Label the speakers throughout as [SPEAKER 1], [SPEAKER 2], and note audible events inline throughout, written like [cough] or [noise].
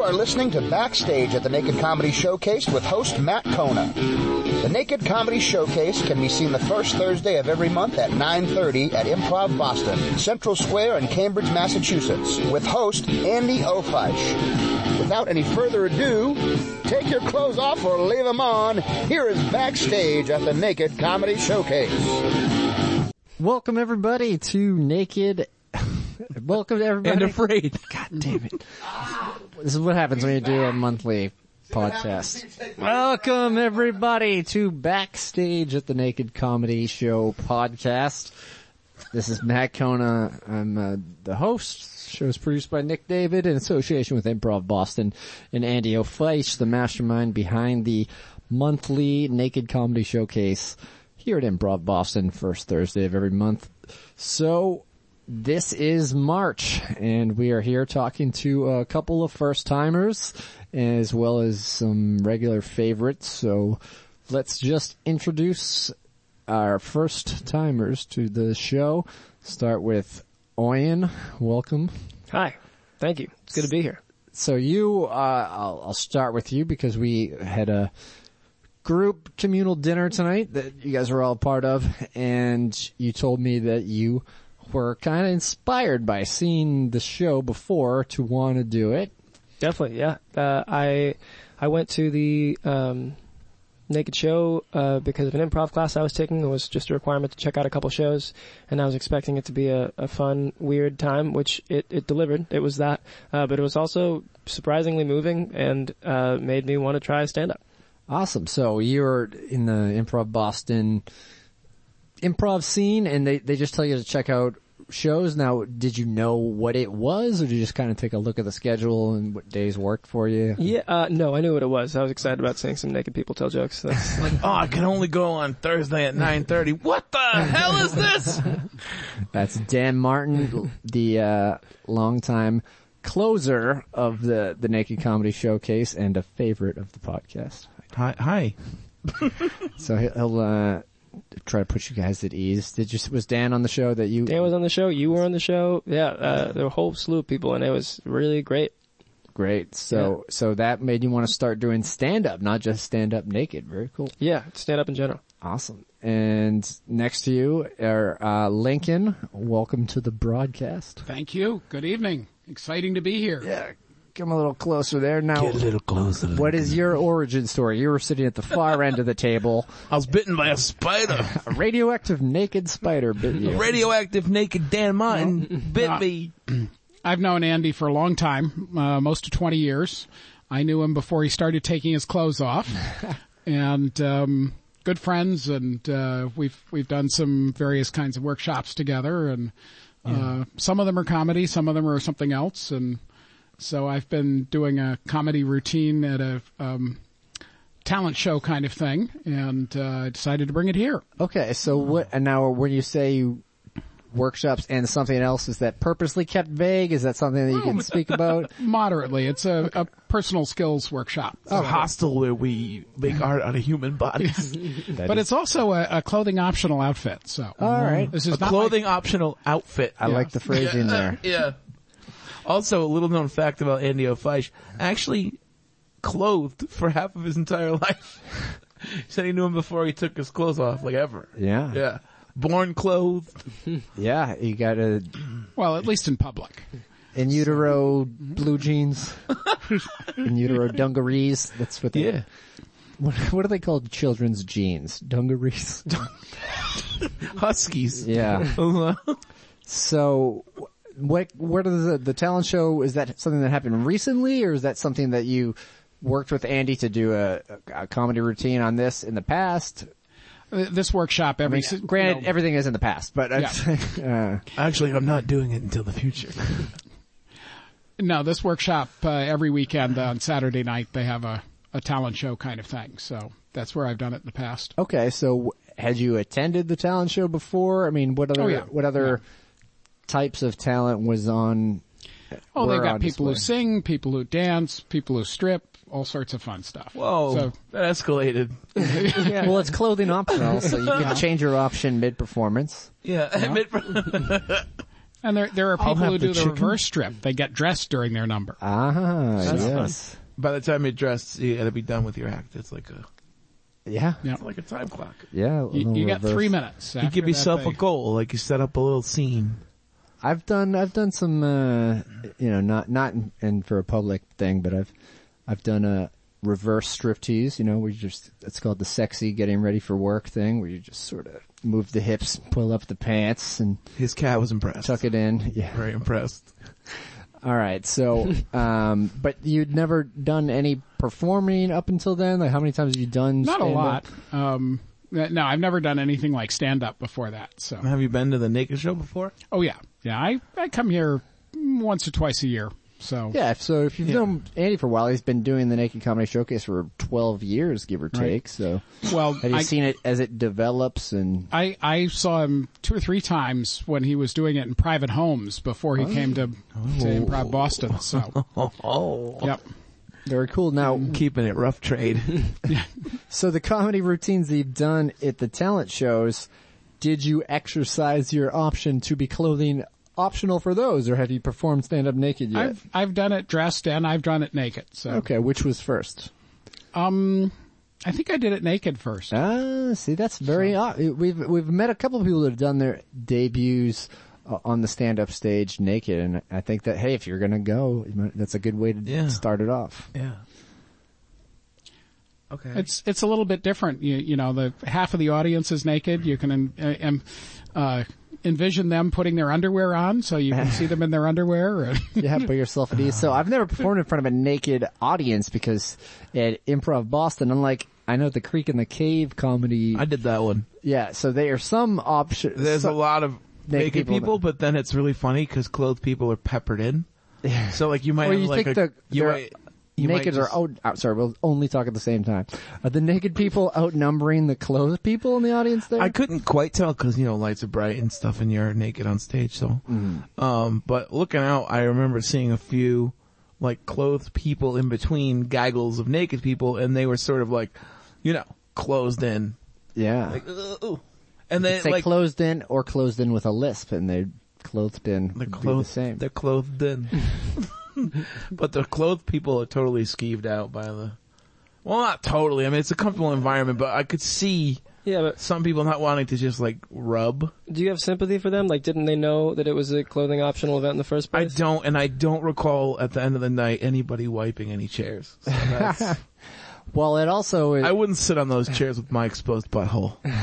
[SPEAKER 1] are listening to Backstage at the Naked Comedy Showcase with host Matt Kona. The Naked Comedy Showcase can be seen the first Thursday of every month at 9.30 at Improv Boston, Central Square in Cambridge, Massachusetts, with host Andy Ofeisch. Without any further ado, take your clothes off or leave them on. Here is Backstage at the Naked Comedy Showcase.
[SPEAKER 2] Welcome everybody to Naked. Welcome to everybody.
[SPEAKER 3] And afraid.
[SPEAKER 2] [laughs] God damn it. This is what happens when you do a monthly podcast. Welcome everybody to Backstage at the Naked Comedy Show podcast. This is Matt Kona. I'm uh, the host. The show is produced by Nick David in association with Improv Boston and Andy O'Fleisch, the mastermind behind the monthly Naked Comedy Showcase here at Improv Boston, first Thursday of every month. So this is March, and we are here talking to a couple of first timers as well as some regular favorites. So let's just introduce our first timers to the show. Start with Oyen. Welcome.
[SPEAKER 4] Hi. Thank you. It's good to be here.
[SPEAKER 2] So you, uh, I'll, I'll start with you because we had a group communal dinner tonight that you guys were all part of, and you told me that you were kind of inspired by seeing the show before to want to do it.
[SPEAKER 4] Definitely, yeah. Uh, I I went to the um, Naked Show uh, because of an improv class I was taking. It was just a requirement to check out a couple shows, and I was expecting it to be a, a fun, weird time, which it, it delivered. It was that, uh, but it was also surprisingly moving and uh, made me want to try stand up.
[SPEAKER 2] Awesome. So you're in the improv Boston improv scene and they, they just tell you to check out shows. Now, did you know what it was or did you just kind of take a look at the schedule and what days worked for you?
[SPEAKER 4] Yeah, uh, no, I knew what it was. I was excited about seeing some naked people tell jokes. That's [laughs]
[SPEAKER 3] like, oh, I can only go on Thursday at 9.30. What the hell is this?
[SPEAKER 2] That's Dan Martin, the, uh, longtime closer of the, the Naked Comedy Showcase and a favorite of the podcast.
[SPEAKER 3] Hi. hi.
[SPEAKER 2] so he'll uh, try to put you guys at ease. Did you? Was Dan on the show that you?
[SPEAKER 4] Dan was on the show. You were on the show. Yeah, uh, there were a whole slew of people, and it was really great.
[SPEAKER 2] Great. So yeah. so that made you want to start doing stand up, not just stand up naked. Very cool.
[SPEAKER 4] Yeah, stand up in general.
[SPEAKER 2] Awesome. And next to you are uh, Lincoln. Welcome to the broadcast.
[SPEAKER 5] Thank you. Good evening. Exciting to be here.
[SPEAKER 2] Yeah come a little closer there. Now,
[SPEAKER 3] get a little closer.
[SPEAKER 2] What is your origin story? You were sitting at the far end of the table.
[SPEAKER 3] I was bitten by a spider.
[SPEAKER 2] [laughs] a radioactive naked spider bit you.
[SPEAKER 3] A radioactive naked Dan Martin bit uh, me.
[SPEAKER 5] I've known Andy for a long time, uh, most of 20 years. I knew him before he started taking his clothes off. and, um, good friends and, uh, we've, we've done some various kinds of workshops together and, yeah. some of them are comedy, some of them are something else and, so I've been doing a comedy routine at a um, talent show kind of thing, and uh, I decided to bring it here.
[SPEAKER 2] Okay, so what? And now, when you say you workshops and something else, is that purposely kept vague? Is that something that you
[SPEAKER 3] [laughs]
[SPEAKER 2] can speak about?
[SPEAKER 5] Moderately, it's a, okay. a personal skills workshop.
[SPEAKER 3] It's oh, a hostel where we make art out of human bodies,
[SPEAKER 5] but it's also a, a, clothing optional outfit. So, Mm-hmm.
[SPEAKER 2] all
[SPEAKER 5] Mm.
[SPEAKER 2] right,
[SPEAKER 3] this is a clothing like, optional outfit.
[SPEAKER 2] I yeah. like the phrasing
[SPEAKER 3] yeah,
[SPEAKER 2] there.
[SPEAKER 3] [laughs] yeah. Also, a little known fact about Andy O'Feisch, actually clothed for half of his entire [laughs] life. he said he knew him before he took his clothes off, like ever.
[SPEAKER 2] Yeah.
[SPEAKER 3] Yeah. Born clothed.
[SPEAKER 2] [laughs] yeah, you gotta.
[SPEAKER 5] Well, at least in public.
[SPEAKER 2] In utero
[SPEAKER 3] [laughs]
[SPEAKER 2] blue jeans. in utero dungarees. That's what they.
[SPEAKER 3] Yeah.
[SPEAKER 2] What, what are they called? Children's jeans. Dungarees.
[SPEAKER 3] [laughs] Huskies. Uh-huh.
[SPEAKER 2] Yeah. so, what where does the, the, talent show is that something that happened recently or is that something that you worked with Andy to do a, a comedy routine on this in the past?
[SPEAKER 5] Uh, This workshop every, I mean,
[SPEAKER 2] granted you know, everything is in the past, but yeah. [laughs]
[SPEAKER 3] uh, actually I'm not doing it until the future.
[SPEAKER 5] no, this workshop uh, every weekend on Saturday night they have a, a talent show kind of thing. So that's where I've done it in the past.
[SPEAKER 2] Okay, so had you attended the talent show before? I mean, what other oh, yeah. what other yeah types of talent was on.
[SPEAKER 5] Oh, they've got people display. who sing, people who dance, people who strip, all sorts of fun
[SPEAKER 3] [laughs]
[SPEAKER 5] stuff.
[SPEAKER 3] Whoa, so, that [laughs] escalated.
[SPEAKER 2] [laughs] yeah. Well, it's
[SPEAKER 3] [laughs]
[SPEAKER 5] [laughs]
[SPEAKER 2] clothing optional, so you can yeah. change your option mid-performance.
[SPEAKER 3] Yeah, yeah. mid.
[SPEAKER 5] And there there are
[SPEAKER 3] I'll
[SPEAKER 5] people
[SPEAKER 3] have
[SPEAKER 5] who
[SPEAKER 3] the
[SPEAKER 5] do the
[SPEAKER 3] chicken.
[SPEAKER 5] reverse strip. They get dressed during their number.
[SPEAKER 2] Ah, yes.
[SPEAKER 3] By the time you're dressed, you gotta be done with your act. It's like a,
[SPEAKER 2] Yeah.
[SPEAKER 5] Yeah.
[SPEAKER 3] it's like a time clock.
[SPEAKER 2] Yeah.
[SPEAKER 5] You,
[SPEAKER 2] no
[SPEAKER 5] you got
[SPEAKER 2] reverse.
[SPEAKER 5] three minutes.
[SPEAKER 3] You give yourself a goal, like you set up a little scene.
[SPEAKER 2] I've done I've done some uh you know not not in, in for a public thing, but I've I've done a reverse striptease. You know, where you just it's called the sexy getting ready for work thing, where you just sort of move the hips, pull up the pants, and
[SPEAKER 3] His cat was impressed.
[SPEAKER 2] tuck it in. Yeah.
[SPEAKER 3] Very impressed.
[SPEAKER 2] [laughs] All right. So, um, but you'd never done any performing up until then. Like, how many times have you done?
[SPEAKER 5] Not a
[SPEAKER 2] stand-up?
[SPEAKER 5] lot. Um, no, I've never done anything like stand up before that. So,
[SPEAKER 3] Have you been to the Naked Show before?
[SPEAKER 5] oh yeah, yeah. I I come here once or twice a year. So
[SPEAKER 2] Yeah. if- So if you've
[SPEAKER 3] Yeah.
[SPEAKER 2] known Andy for a while, he's been doing the Naked Comedy Showcase for 12 years, give or take. So
[SPEAKER 5] well,
[SPEAKER 2] have you
[SPEAKER 5] I,
[SPEAKER 2] seen it as it develops and
[SPEAKER 5] I I saw him two or three times when he was doing it in private homes before he came to, to Improv Boston.
[SPEAKER 2] [laughs]
[SPEAKER 5] So,
[SPEAKER 3] Oh, [laughs] oh.
[SPEAKER 5] yep.
[SPEAKER 2] very cool. Now,
[SPEAKER 3] keeping it rough trade. [laughs]
[SPEAKER 2] so the comedy routines that you've done at the talent shows, did you exercise your option to be clothing optional for those or have you performed stand up naked yet?
[SPEAKER 5] I've I've done it dressed and I've done it naked. So,
[SPEAKER 2] okay. Which was first?
[SPEAKER 5] um, I think I did it naked first.
[SPEAKER 2] Ah, see, that's very odd. We've we've met a couple of people that have done their debuts uh, on the stand-up stage naked, and I think that hey, if you're gonna go, you might- that's a good way to
[SPEAKER 3] Yeah.
[SPEAKER 2] start it off.
[SPEAKER 3] yeah. Okay.
[SPEAKER 5] It's it's a little bit different. You you know the half of the audience is naked. You can en- uh, em- uh, envision them putting their underwear on, so you can see them in their underwear. and-
[SPEAKER 2] Yeah, put yourself at ease.
[SPEAKER 3] Uh.
[SPEAKER 2] So I've never performed in front of a naked audience because at Improv Boston, unlike I know the Creek and the Cave comedy,
[SPEAKER 3] I did that one.
[SPEAKER 2] yeah. So they are some options.
[SPEAKER 3] There's a lot of naked,
[SPEAKER 2] people
[SPEAKER 3] people,
[SPEAKER 2] that-
[SPEAKER 3] but then it's really funny because clothed people are peppered in. So like you might
[SPEAKER 2] Well,
[SPEAKER 3] have
[SPEAKER 2] you
[SPEAKER 3] like
[SPEAKER 2] think
[SPEAKER 3] a,
[SPEAKER 2] the-
[SPEAKER 3] you
[SPEAKER 2] they're-
[SPEAKER 3] might, you might
[SPEAKER 2] naked
[SPEAKER 3] just-
[SPEAKER 2] are out. I'm sorry, we'll only talk at the same time. Are the naked people outnumbering the clothed people in the audience there?
[SPEAKER 3] I couldn't quite tell because you know lights are bright and stuff, and you're naked on stage. So, um, but looking out, I remember seeing a few like clothed people in between gaggles of naked people, and they were sort of like, you know, closed in,
[SPEAKER 2] yeah.
[SPEAKER 3] like, ooh. and
[SPEAKER 2] They
[SPEAKER 3] they
[SPEAKER 2] say
[SPEAKER 3] like
[SPEAKER 2] closed in or closed in with a lisp, and they clothed in.
[SPEAKER 3] they're
[SPEAKER 2] would be
[SPEAKER 3] clothed,
[SPEAKER 2] the same.
[SPEAKER 3] they're clothed in, [laughs] but the clothed people are totally skeeved out by the. Well, not totally. I mean, it's a comfortable environment, but I could see
[SPEAKER 4] Yeah, but
[SPEAKER 3] some people not wanting to just like rub.
[SPEAKER 4] do you have sympathy for them? Like, didn't they know that it was a clothing optional event in the first
[SPEAKER 3] I
[SPEAKER 4] place?
[SPEAKER 3] don't, and I don't recall at the end of the night anybody wiping any chairs.
[SPEAKER 2] [laughs]
[SPEAKER 3] So that's,
[SPEAKER 2] well, it also is,
[SPEAKER 3] I wouldn't sit on those chairs with my exposed butthole.
[SPEAKER 2] [laughs]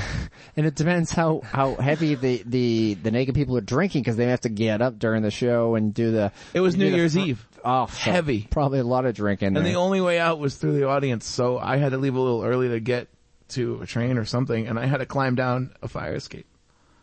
[SPEAKER 2] and it depends how how heavy the the the naked people are drinking because they have to get up during the show and do the.
[SPEAKER 3] It was
[SPEAKER 2] do
[SPEAKER 3] New
[SPEAKER 2] the
[SPEAKER 3] Year's
[SPEAKER 2] fr-
[SPEAKER 3] Eve.
[SPEAKER 2] Oh, so
[SPEAKER 3] Heavy.
[SPEAKER 2] Probably a lot of drinking.
[SPEAKER 3] And
[SPEAKER 2] there.
[SPEAKER 3] the only way out was through the audience, so I had to leave a little early to get to a train or something, and I had to climb down a fire escape.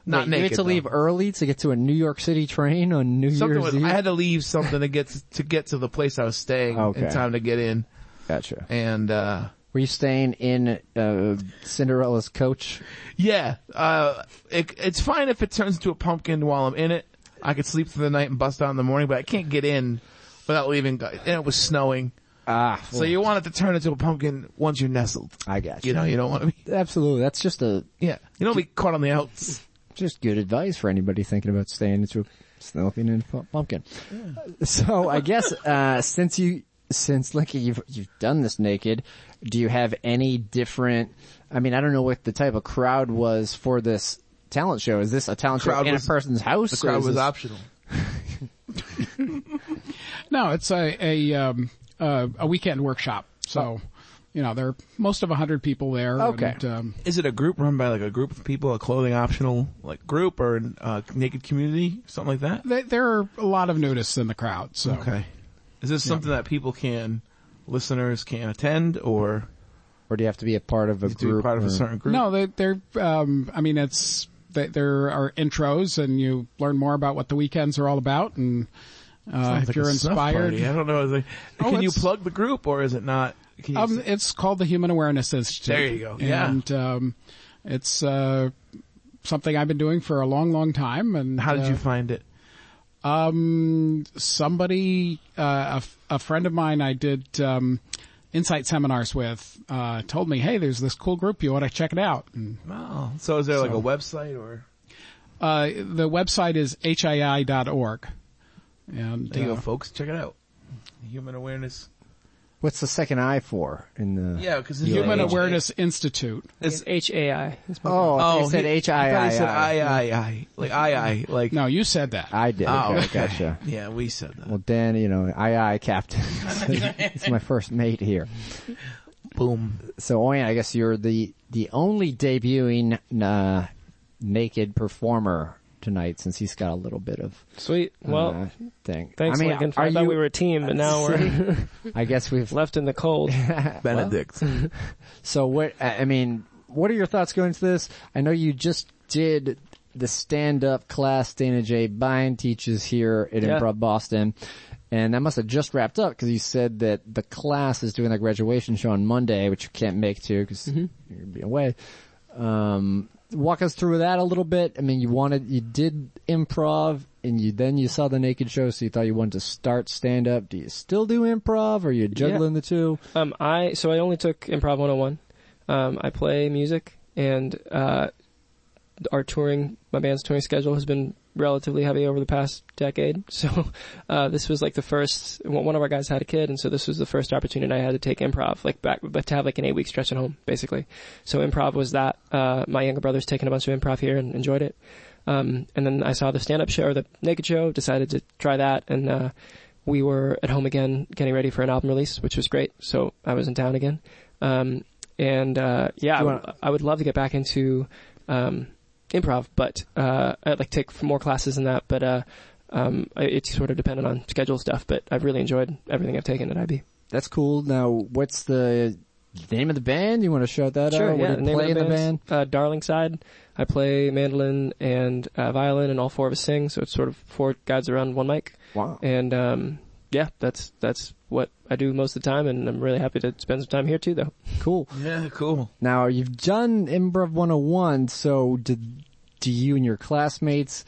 [SPEAKER 3] Not
[SPEAKER 2] Wait,
[SPEAKER 3] naked.
[SPEAKER 2] You had to
[SPEAKER 3] though.
[SPEAKER 2] leave early to get to a New York City train on New
[SPEAKER 3] Something
[SPEAKER 2] Year's
[SPEAKER 3] was, [laughs]
[SPEAKER 2] Eve.
[SPEAKER 3] I had to leave something to get to, to get to the place I was staying
[SPEAKER 2] Okay.
[SPEAKER 3] in time to get in,
[SPEAKER 2] gotcha.
[SPEAKER 3] and uh
[SPEAKER 2] Were you staying in uh, Cinderella's coach?
[SPEAKER 3] Yeah, uh, it, it's fine if it turns into a pumpkin while I'm in it. I could sleep through the night and bust out in the morning, but I can't get in without leaving. And it was snowing,
[SPEAKER 2] Ah,
[SPEAKER 3] so you want it to turn into a pumpkin once you're nestled.
[SPEAKER 2] I
[SPEAKER 3] [laughs]
[SPEAKER 2] got
[SPEAKER 3] You know, you don't want to be.
[SPEAKER 2] [laughs] Absolutely. That's just a
[SPEAKER 3] Yeah, you don't be caught on the outs.
[SPEAKER 2] just good advice for anybody thinking about staying into a snuffing in a pu- pumpkin. [laughs] So I guess uh, since you since Linky you've you've done this naked, do you have any different? I mean, I don't know what the type of crowd was for this talent show. Is this a talent
[SPEAKER 3] Crowd
[SPEAKER 2] show in
[SPEAKER 3] was-
[SPEAKER 2] a person's house?
[SPEAKER 3] The
[SPEAKER 2] or
[SPEAKER 3] crowd
[SPEAKER 2] is
[SPEAKER 3] was
[SPEAKER 2] this-
[SPEAKER 3] optional.
[SPEAKER 5] No, it's a a um, uh, a weekend workshop. So, you know, there are most of a hundred people there.
[SPEAKER 2] Okay.
[SPEAKER 5] And, um,
[SPEAKER 3] Is it a group run by like a group of people, a clothing optional like group or a uh, naked community, something like that?
[SPEAKER 5] th- there are a lot of nudists in the crowd. So,
[SPEAKER 3] Okay, is this something that people can, listeners can attend or
[SPEAKER 2] or do you have to be a part of a
[SPEAKER 3] do
[SPEAKER 2] group?
[SPEAKER 3] part of
[SPEAKER 2] or-
[SPEAKER 3] a certain group?
[SPEAKER 5] no, they, they're. Um, I mean, it's they, there are intros, and you learn more about what the weekends are all about, and uh, if
[SPEAKER 3] Like
[SPEAKER 5] you're
[SPEAKER 3] a snuff
[SPEAKER 5] inspired.
[SPEAKER 3] party. I don't know. It's like,
[SPEAKER 5] Oh,
[SPEAKER 3] can you
[SPEAKER 5] it's-
[SPEAKER 3] plug the group or is it not? Can you
[SPEAKER 5] Um, it's called the Human Awareness Institute.
[SPEAKER 3] There you go. Yeah.
[SPEAKER 5] And um, it's uh, something I've been doing for a long, long time. And
[SPEAKER 3] how did
[SPEAKER 5] uh,
[SPEAKER 3] you find it?
[SPEAKER 5] Um, somebody, uh, a f- a, friend of mine I did, um, insight seminars with, uh, told me, hey, there's this cool group. You want to check it out? And,
[SPEAKER 3] Wow. So is Oh, there like
[SPEAKER 5] so-
[SPEAKER 3] a website or?
[SPEAKER 5] Uh, the website is hii.org. And
[SPEAKER 3] There you
[SPEAKER 5] uh,
[SPEAKER 3] go, folks. Check it out. Human Awareness.
[SPEAKER 2] What's the second eye for in the?
[SPEAKER 3] Yeah, because
[SPEAKER 5] Human Awareness Institute.
[SPEAKER 3] It's,
[SPEAKER 4] H A I.
[SPEAKER 2] Oh, I
[SPEAKER 3] oh,
[SPEAKER 2] thought you said
[SPEAKER 3] he-
[SPEAKER 2] H
[SPEAKER 3] I
[SPEAKER 2] I
[SPEAKER 3] thought
[SPEAKER 2] I
[SPEAKER 3] he said I I I like I I like.
[SPEAKER 5] No, you said that.
[SPEAKER 2] I did.
[SPEAKER 3] Oh,
[SPEAKER 2] okay,
[SPEAKER 3] okay.
[SPEAKER 2] gotcha.
[SPEAKER 3] [laughs] Yeah, we said that.
[SPEAKER 2] Well, Dan, you know, I I captain.
[SPEAKER 3] [laughs]
[SPEAKER 2] it's my first mate here.
[SPEAKER 3] Boom.
[SPEAKER 2] So, Oyan, I guess you're the the only debuting uh, naked performer tonight, since he's got a little bit of
[SPEAKER 4] Sweet. Well,
[SPEAKER 2] uh, thing.
[SPEAKER 4] thanks,
[SPEAKER 2] I mean,
[SPEAKER 4] Lincoln.
[SPEAKER 2] Are
[SPEAKER 4] I thought
[SPEAKER 2] you,
[SPEAKER 4] we were a team, but now we're
[SPEAKER 2] [laughs]
[SPEAKER 4] [laughs]
[SPEAKER 2] I guess we've.
[SPEAKER 4] left in the
[SPEAKER 2] [laughs]
[SPEAKER 4] cold.
[SPEAKER 3] Benedict.
[SPEAKER 2] So, what? I I mean, what are your thoughts going into this? I know you just did the stand-up class Dana J. Byan teaches here at
[SPEAKER 4] Yeah.
[SPEAKER 2] Improv Boston. And that must have just wrapped up because you said that the class is doing their graduation show on Monday, which you can't make to because you're gonna be away. Um, walk us through that a little bit. I mean, you wanted, you did improv and you, then you saw the naked show, so you thought you wanted to start stand up. Do you still do improv or are you juggling the two?
[SPEAKER 4] Um, I so I only took Improv 101. Um, I play music, and uh, our touring, my band's touring schedule has been relatively heavy over the past decade. [laughs] So uh, this was like the first. One one of our guys had a kid, and so this was the first opportunity I had to take improv, like back, but to have like an eight week stretch at home, basically. So improv was that. Uh, my younger brother's taken a bunch of improv here and enjoyed it. Um, and then I saw the stand up show or the naked show, decided to try that, and uh, we were at home again getting ready for an album release, which was great. So I was in town again. Um, and, uh, yeah, I
[SPEAKER 2] You
[SPEAKER 4] would-
[SPEAKER 2] wanna-
[SPEAKER 4] I would love to get back into, um, improv, but, uh, I'd like to take more classes in that, but, uh, um, I- it's sort of dependent on schedule stuff, but I've really enjoyed everything I've taken at IB.
[SPEAKER 2] That's cool. Now, what's the name of the band? You want to shout that out? What do you
[SPEAKER 4] name of
[SPEAKER 2] play in the band?
[SPEAKER 4] band's, Uh, Darling Side. I play mandolin and uh, violin, and all four of us sing. So it's sort of four guys around one mic.
[SPEAKER 2] Wow.
[SPEAKER 4] And um, yeah, that's that's what I do most of the time, and I'm really happy to spend some time here too, though.
[SPEAKER 2] Cool.
[SPEAKER 3] Yeah, cool.
[SPEAKER 2] Now, you've done Improv 101, so did, do you and your classmates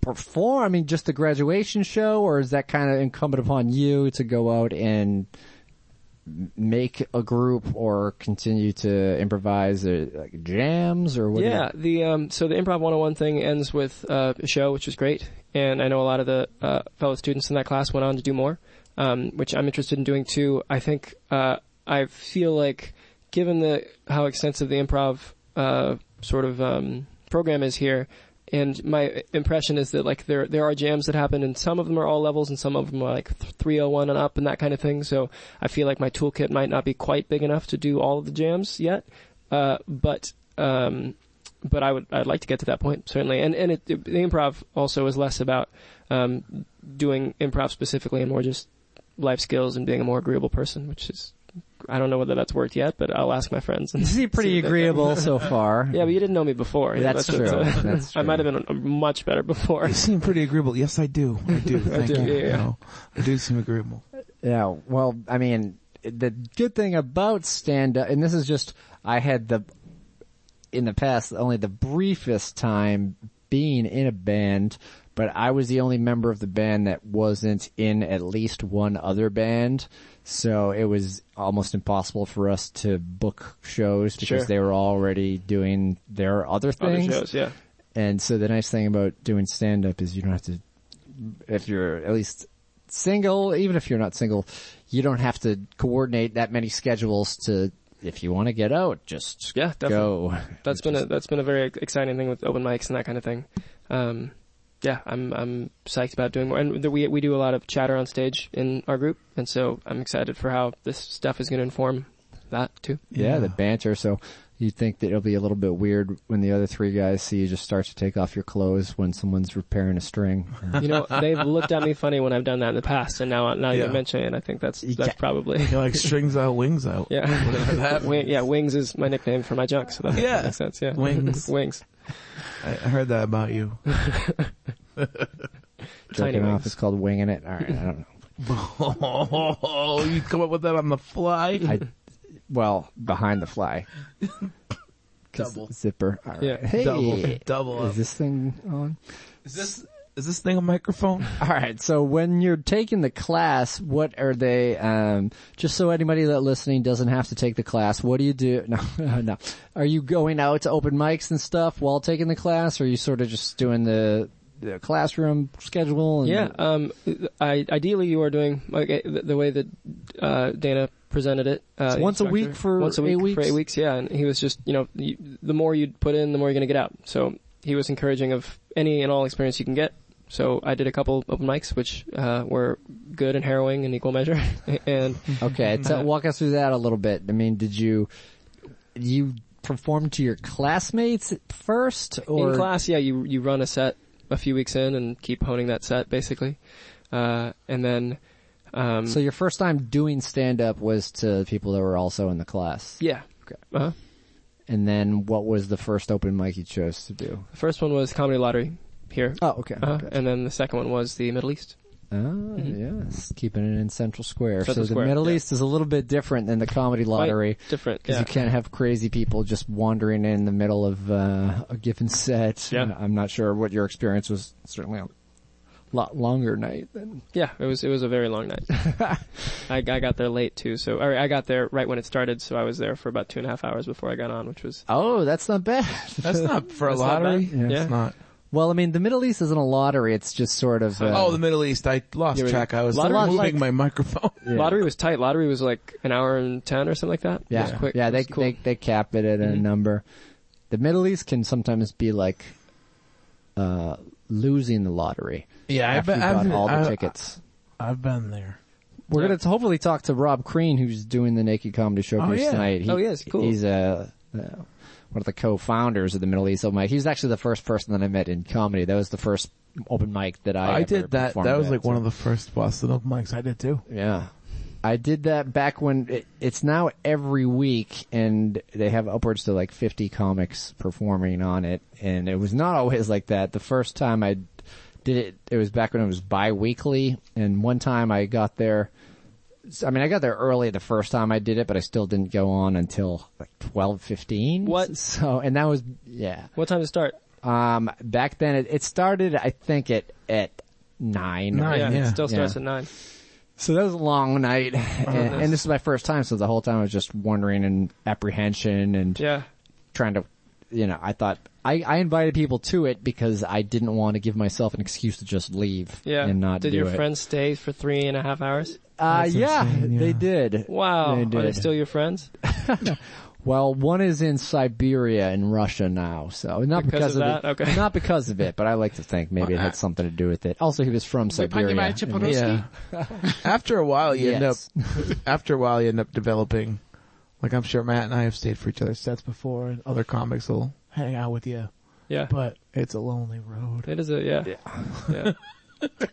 [SPEAKER 2] perform? I mean, just the graduation show, or is that kind of incumbent upon you to go out and m- make a group or continue to improvise or like jams or what? do you-
[SPEAKER 4] yeah, the um, so the improv 101 thing ends with uh, a show, which was great, and I know a lot of the uh, fellow students in that class went on to do more, um, which I'm interested in doing too. I think uh, I feel like, given the how extensive the improv uh, sort of um, program is here. And my impression is that like there there are jams that happen, and some of them are all levels, and some of them are like 301 and up, and that kind of thing. So I feel like my toolkit might not be quite big enough to do all of the jams yet. Uh, but um, but I would I'd like to get to that point certainly. And and it, it- the improv also is less about um, doing improv specifically and more just life skills and being a more agreeable person, which is I don't know whether that's worked yet, but I'll ask my friends. And
[SPEAKER 2] You seem pretty
[SPEAKER 4] see if they-
[SPEAKER 2] agreeable so far.
[SPEAKER 4] [laughs] Yeah, but you didn't know me before. Yeah,
[SPEAKER 2] That's
[SPEAKER 4] what-
[SPEAKER 2] true.
[SPEAKER 4] [laughs]
[SPEAKER 2] That's
[SPEAKER 4] I
[SPEAKER 2] true.
[SPEAKER 4] might have been uh, much better before.
[SPEAKER 3] You seem pretty agreeable. Yes, I do. [laughs] I do. Thank
[SPEAKER 4] do,
[SPEAKER 3] you.
[SPEAKER 4] yeah, yeah.
[SPEAKER 3] No, I do seem agreeable.
[SPEAKER 2] Yeah, well, I mean, the good thing about stand up, and this is just, I had the, in the past, only the briefest time being in a band, but I was the only member of the band that wasn't in at least one other band. So it was almost impossible for us to book shows because
[SPEAKER 4] Sure.
[SPEAKER 2] they were already doing their other
[SPEAKER 4] Other
[SPEAKER 2] things.
[SPEAKER 4] shows, yeah.
[SPEAKER 2] And so the nice thing about doing stand up is you don't have to, if you're at least single, even if you're not single, you don't have to coordinate that many schedules to, if you want to get out, just
[SPEAKER 4] Yeah, definitely.
[SPEAKER 2] go.
[SPEAKER 4] That's been a that's been a very exciting thing with open mics and that kind of thing. Um, yeah, I'm I'm psyched about doing more, and the, we we do a lot of chatter on stage in our group, and so I'm excited for how this stuff is going to inform that too.
[SPEAKER 2] Yeah, the banter. So you think that it'll be a little bit weird when the other three guys see you just start to take off your clothes when someone's repairing a string.
[SPEAKER 4] You know, they've looked at me funny when I've done that in the past, and now now
[SPEAKER 3] Yeah.
[SPEAKER 4] you mention it, I think that's that's
[SPEAKER 2] Yeah.
[SPEAKER 4] probably
[SPEAKER 3] You're like strings out, wings out.
[SPEAKER 4] yeah.
[SPEAKER 3] [laughs] Whatever that
[SPEAKER 4] Wing, yeah, wings is my nickname for my junk, so that makes,
[SPEAKER 3] Yeah.
[SPEAKER 4] makes sense. Yeah,
[SPEAKER 3] Wings.
[SPEAKER 4] [laughs] wings,
[SPEAKER 3] I I heard that about
[SPEAKER 4] [laughs]
[SPEAKER 3] you.
[SPEAKER 4] tiny
[SPEAKER 2] Jerking off
[SPEAKER 4] wings.
[SPEAKER 2] is called winging it. All right, I don't know.
[SPEAKER 3] Oh, [laughs] you come up with that on the fly. [laughs]
[SPEAKER 2] I, well, behind the fly. 'Cause
[SPEAKER 3] Double.
[SPEAKER 2] Zipper. All right.
[SPEAKER 4] Yeah,
[SPEAKER 3] [laughs]
[SPEAKER 2] Hey.
[SPEAKER 3] Double, double up.
[SPEAKER 2] Is this thing on?
[SPEAKER 3] Is this Is this thing a microphone?
[SPEAKER 2] [laughs] All right. So when you're taking the class, what are they? Um, just so anybody that listening doesn't have to take the class, what do you do? [laughs] No, no. Are you going out to open mics and stuff while taking the class, or are you sort of just doing the, the classroom schedule? And,
[SPEAKER 4] Yeah. Um, I, ideally, you are doing like, uh, the, the way that uh, Dana presented it. Uh,
[SPEAKER 2] It's
[SPEAKER 4] the
[SPEAKER 2] once a week
[SPEAKER 4] instructor.
[SPEAKER 2] for
[SPEAKER 4] once a
[SPEAKER 2] eight
[SPEAKER 4] week for
[SPEAKER 2] weeks?
[SPEAKER 4] eight weeks. Yeah, and he was just you know you, the more you put in, the more you're going to get out. So he was encouraging of any and all experience you can get. So I did a couple open mics, which uh, were good and harrowing in equal measure, [laughs] and [laughs]
[SPEAKER 2] Okay. So walk us through that a little bit. I mean, did you you perform to your classmates first, or
[SPEAKER 4] in class, yeah, you you run a set a few weeks in and keep honing that set basically, uh, and then um,
[SPEAKER 2] so your first time doing stand up was to people that were also in the class?
[SPEAKER 4] yeah. Uh-huh.
[SPEAKER 2] And then what was the first open mic you chose to do?
[SPEAKER 4] The first one was comedy lottery here,
[SPEAKER 2] Oh, okay.
[SPEAKER 4] uh,
[SPEAKER 2] okay.
[SPEAKER 4] and then the second one was the Middle East.
[SPEAKER 2] Ah, yes. Keeping it in Central Square.
[SPEAKER 4] Mm-hmm.
[SPEAKER 2] so
[SPEAKER 4] Central
[SPEAKER 2] the
[SPEAKER 4] Square,
[SPEAKER 2] Middle
[SPEAKER 4] yeah.
[SPEAKER 2] East is a little bit different than the comedy lottery.
[SPEAKER 4] Quite different.
[SPEAKER 2] Because
[SPEAKER 4] Yeah.
[SPEAKER 2] you can't have crazy people just wandering in the middle of uh, a given set.
[SPEAKER 4] Yeah.
[SPEAKER 2] I'm not sure what your experience was. Certainly a lot longer night than
[SPEAKER 4] yeah, it was it was a very long night.
[SPEAKER 2] [laughs]
[SPEAKER 4] I, I got there late too, so or I got there right when it started, so I was there for about two and a half hours before I got on, which was
[SPEAKER 2] Oh, that's not bad. [laughs]
[SPEAKER 3] That's not for a
[SPEAKER 4] That's not
[SPEAKER 3] lottery.
[SPEAKER 4] bad. Yeah.
[SPEAKER 3] It's not.
[SPEAKER 2] well, I mean, the Middle East isn't a lottery. It's just sort of. Uh,
[SPEAKER 3] oh, the Middle East. I lost
[SPEAKER 4] Yeah, we-
[SPEAKER 3] track. I was
[SPEAKER 2] Lottery-
[SPEAKER 3] moving
[SPEAKER 2] like-
[SPEAKER 3] my microphone.
[SPEAKER 2] yeah.
[SPEAKER 4] lottery was tight. Lottery was like an hour and ten or something like that. It was
[SPEAKER 2] Yeah,
[SPEAKER 4] quick.
[SPEAKER 2] yeah,
[SPEAKER 4] It
[SPEAKER 2] they,
[SPEAKER 4] was cool.
[SPEAKER 2] they they cap it at
[SPEAKER 3] Mm-hmm.
[SPEAKER 2] a number. The Middle East can sometimes be like uh losing the lottery.
[SPEAKER 3] Yeah,
[SPEAKER 2] after
[SPEAKER 3] I've
[SPEAKER 2] you
[SPEAKER 3] been-
[SPEAKER 2] bought
[SPEAKER 3] I've-
[SPEAKER 2] all the
[SPEAKER 3] I-
[SPEAKER 2] tickets.
[SPEAKER 3] I've been there.
[SPEAKER 2] We're
[SPEAKER 4] Yeah.
[SPEAKER 2] gonna t- hopefully talk to Rob Crean, who's doing the Naked Comedy Showcase
[SPEAKER 3] Oh, yeah.
[SPEAKER 2] tonight.
[SPEAKER 4] Oh, yes, cool.
[SPEAKER 2] He's a. Uh, one of the co-founders of the Middle East Open Mic. He was actually the first person that I met in comedy. That was the first open mic that I
[SPEAKER 3] I,
[SPEAKER 2] ever
[SPEAKER 3] did that.
[SPEAKER 2] performed
[SPEAKER 3] That was
[SPEAKER 2] at,
[SPEAKER 3] like
[SPEAKER 2] so-
[SPEAKER 3] one of the first Boston open mics I did too.
[SPEAKER 2] Yeah. I did that back when it, it's now every week and they have upwards to like 50 comics performing on it and it was not [laughs] always like that. The first time I did it, it was back when it was bi-weekly and one time I got there, I mean I got there early the first time I did it but I still didn't go on until like 12.15.
[SPEAKER 4] What?
[SPEAKER 2] [laughs] So, and that was, yeah.
[SPEAKER 4] What time to start?
[SPEAKER 2] Um back then it, it started I think at, at nine. or
[SPEAKER 3] Nine,
[SPEAKER 4] yeah,
[SPEAKER 3] yeah.
[SPEAKER 4] it still starts
[SPEAKER 2] Yeah.
[SPEAKER 4] at nine.
[SPEAKER 2] so that was a
[SPEAKER 4] [laughs]
[SPEAKER 2] long night, and, and this is my first time, so the whole time I was just wondering and apprehension and
[SPEAKER 4] Yeah,
[SPEAKER 2] trying to, you know, I thought, I, I invited people to it because I didn't want to give myself an excuse to just leave
[SPEAKER 4] yeah.
[SPEAKER 2] and not
[SPEAKER 4] Did
[SPEAKER 2] do
[SPEAKER 4] your
[SPEAKER 2] it.
[SPEAKER 4] friends stay for three and a half hours?
[SPEAKER 2] uh, yeah,
[SPEAKER 4] [laughs]
[SPEAKER 3] insane,
[SPEAKER 2] they
[SPEAKER 3] yeah.
[SPEAKER 2] did.
[SPEAKER 4] Wow,
[SPEAKER 2] They
[SPEAKER 4] are they
[SPEAKER 2] did.
[SPEAKER 4] still your friends?
[SPEAKER 2] [laughs] Well, one is in Siberia in Russia now, so not because,
[SPEAKER 4] Because of
[SPEAKER 2] it,
[SPEAKER 4] that? Okay.
[SPEAKER 2] not because of it, but I like to think maybe it
[SPEAKER 4] [laughs]
[SPEAKER 2] had something to do with it. Also, he was from Siberia.
[SPEAKER 5] Panie Macie Porowski?
[SPEAKER 3] after a while, you end up.
[SPEAKER 2] Yes.
[SPEAKER 3] [laughs] After a while, you end up developing. Like I'm sure Matt and I have stayed for each other's sets before, and other comics will hang out with you.
[SPEAKER 4] Yeah,
[SPEAKER 3] But it's a lonely road.
[SPEAKER 4] it is
[SPEAKER 2] [laughs]
[SPEAKER 4] a yeah. yeah.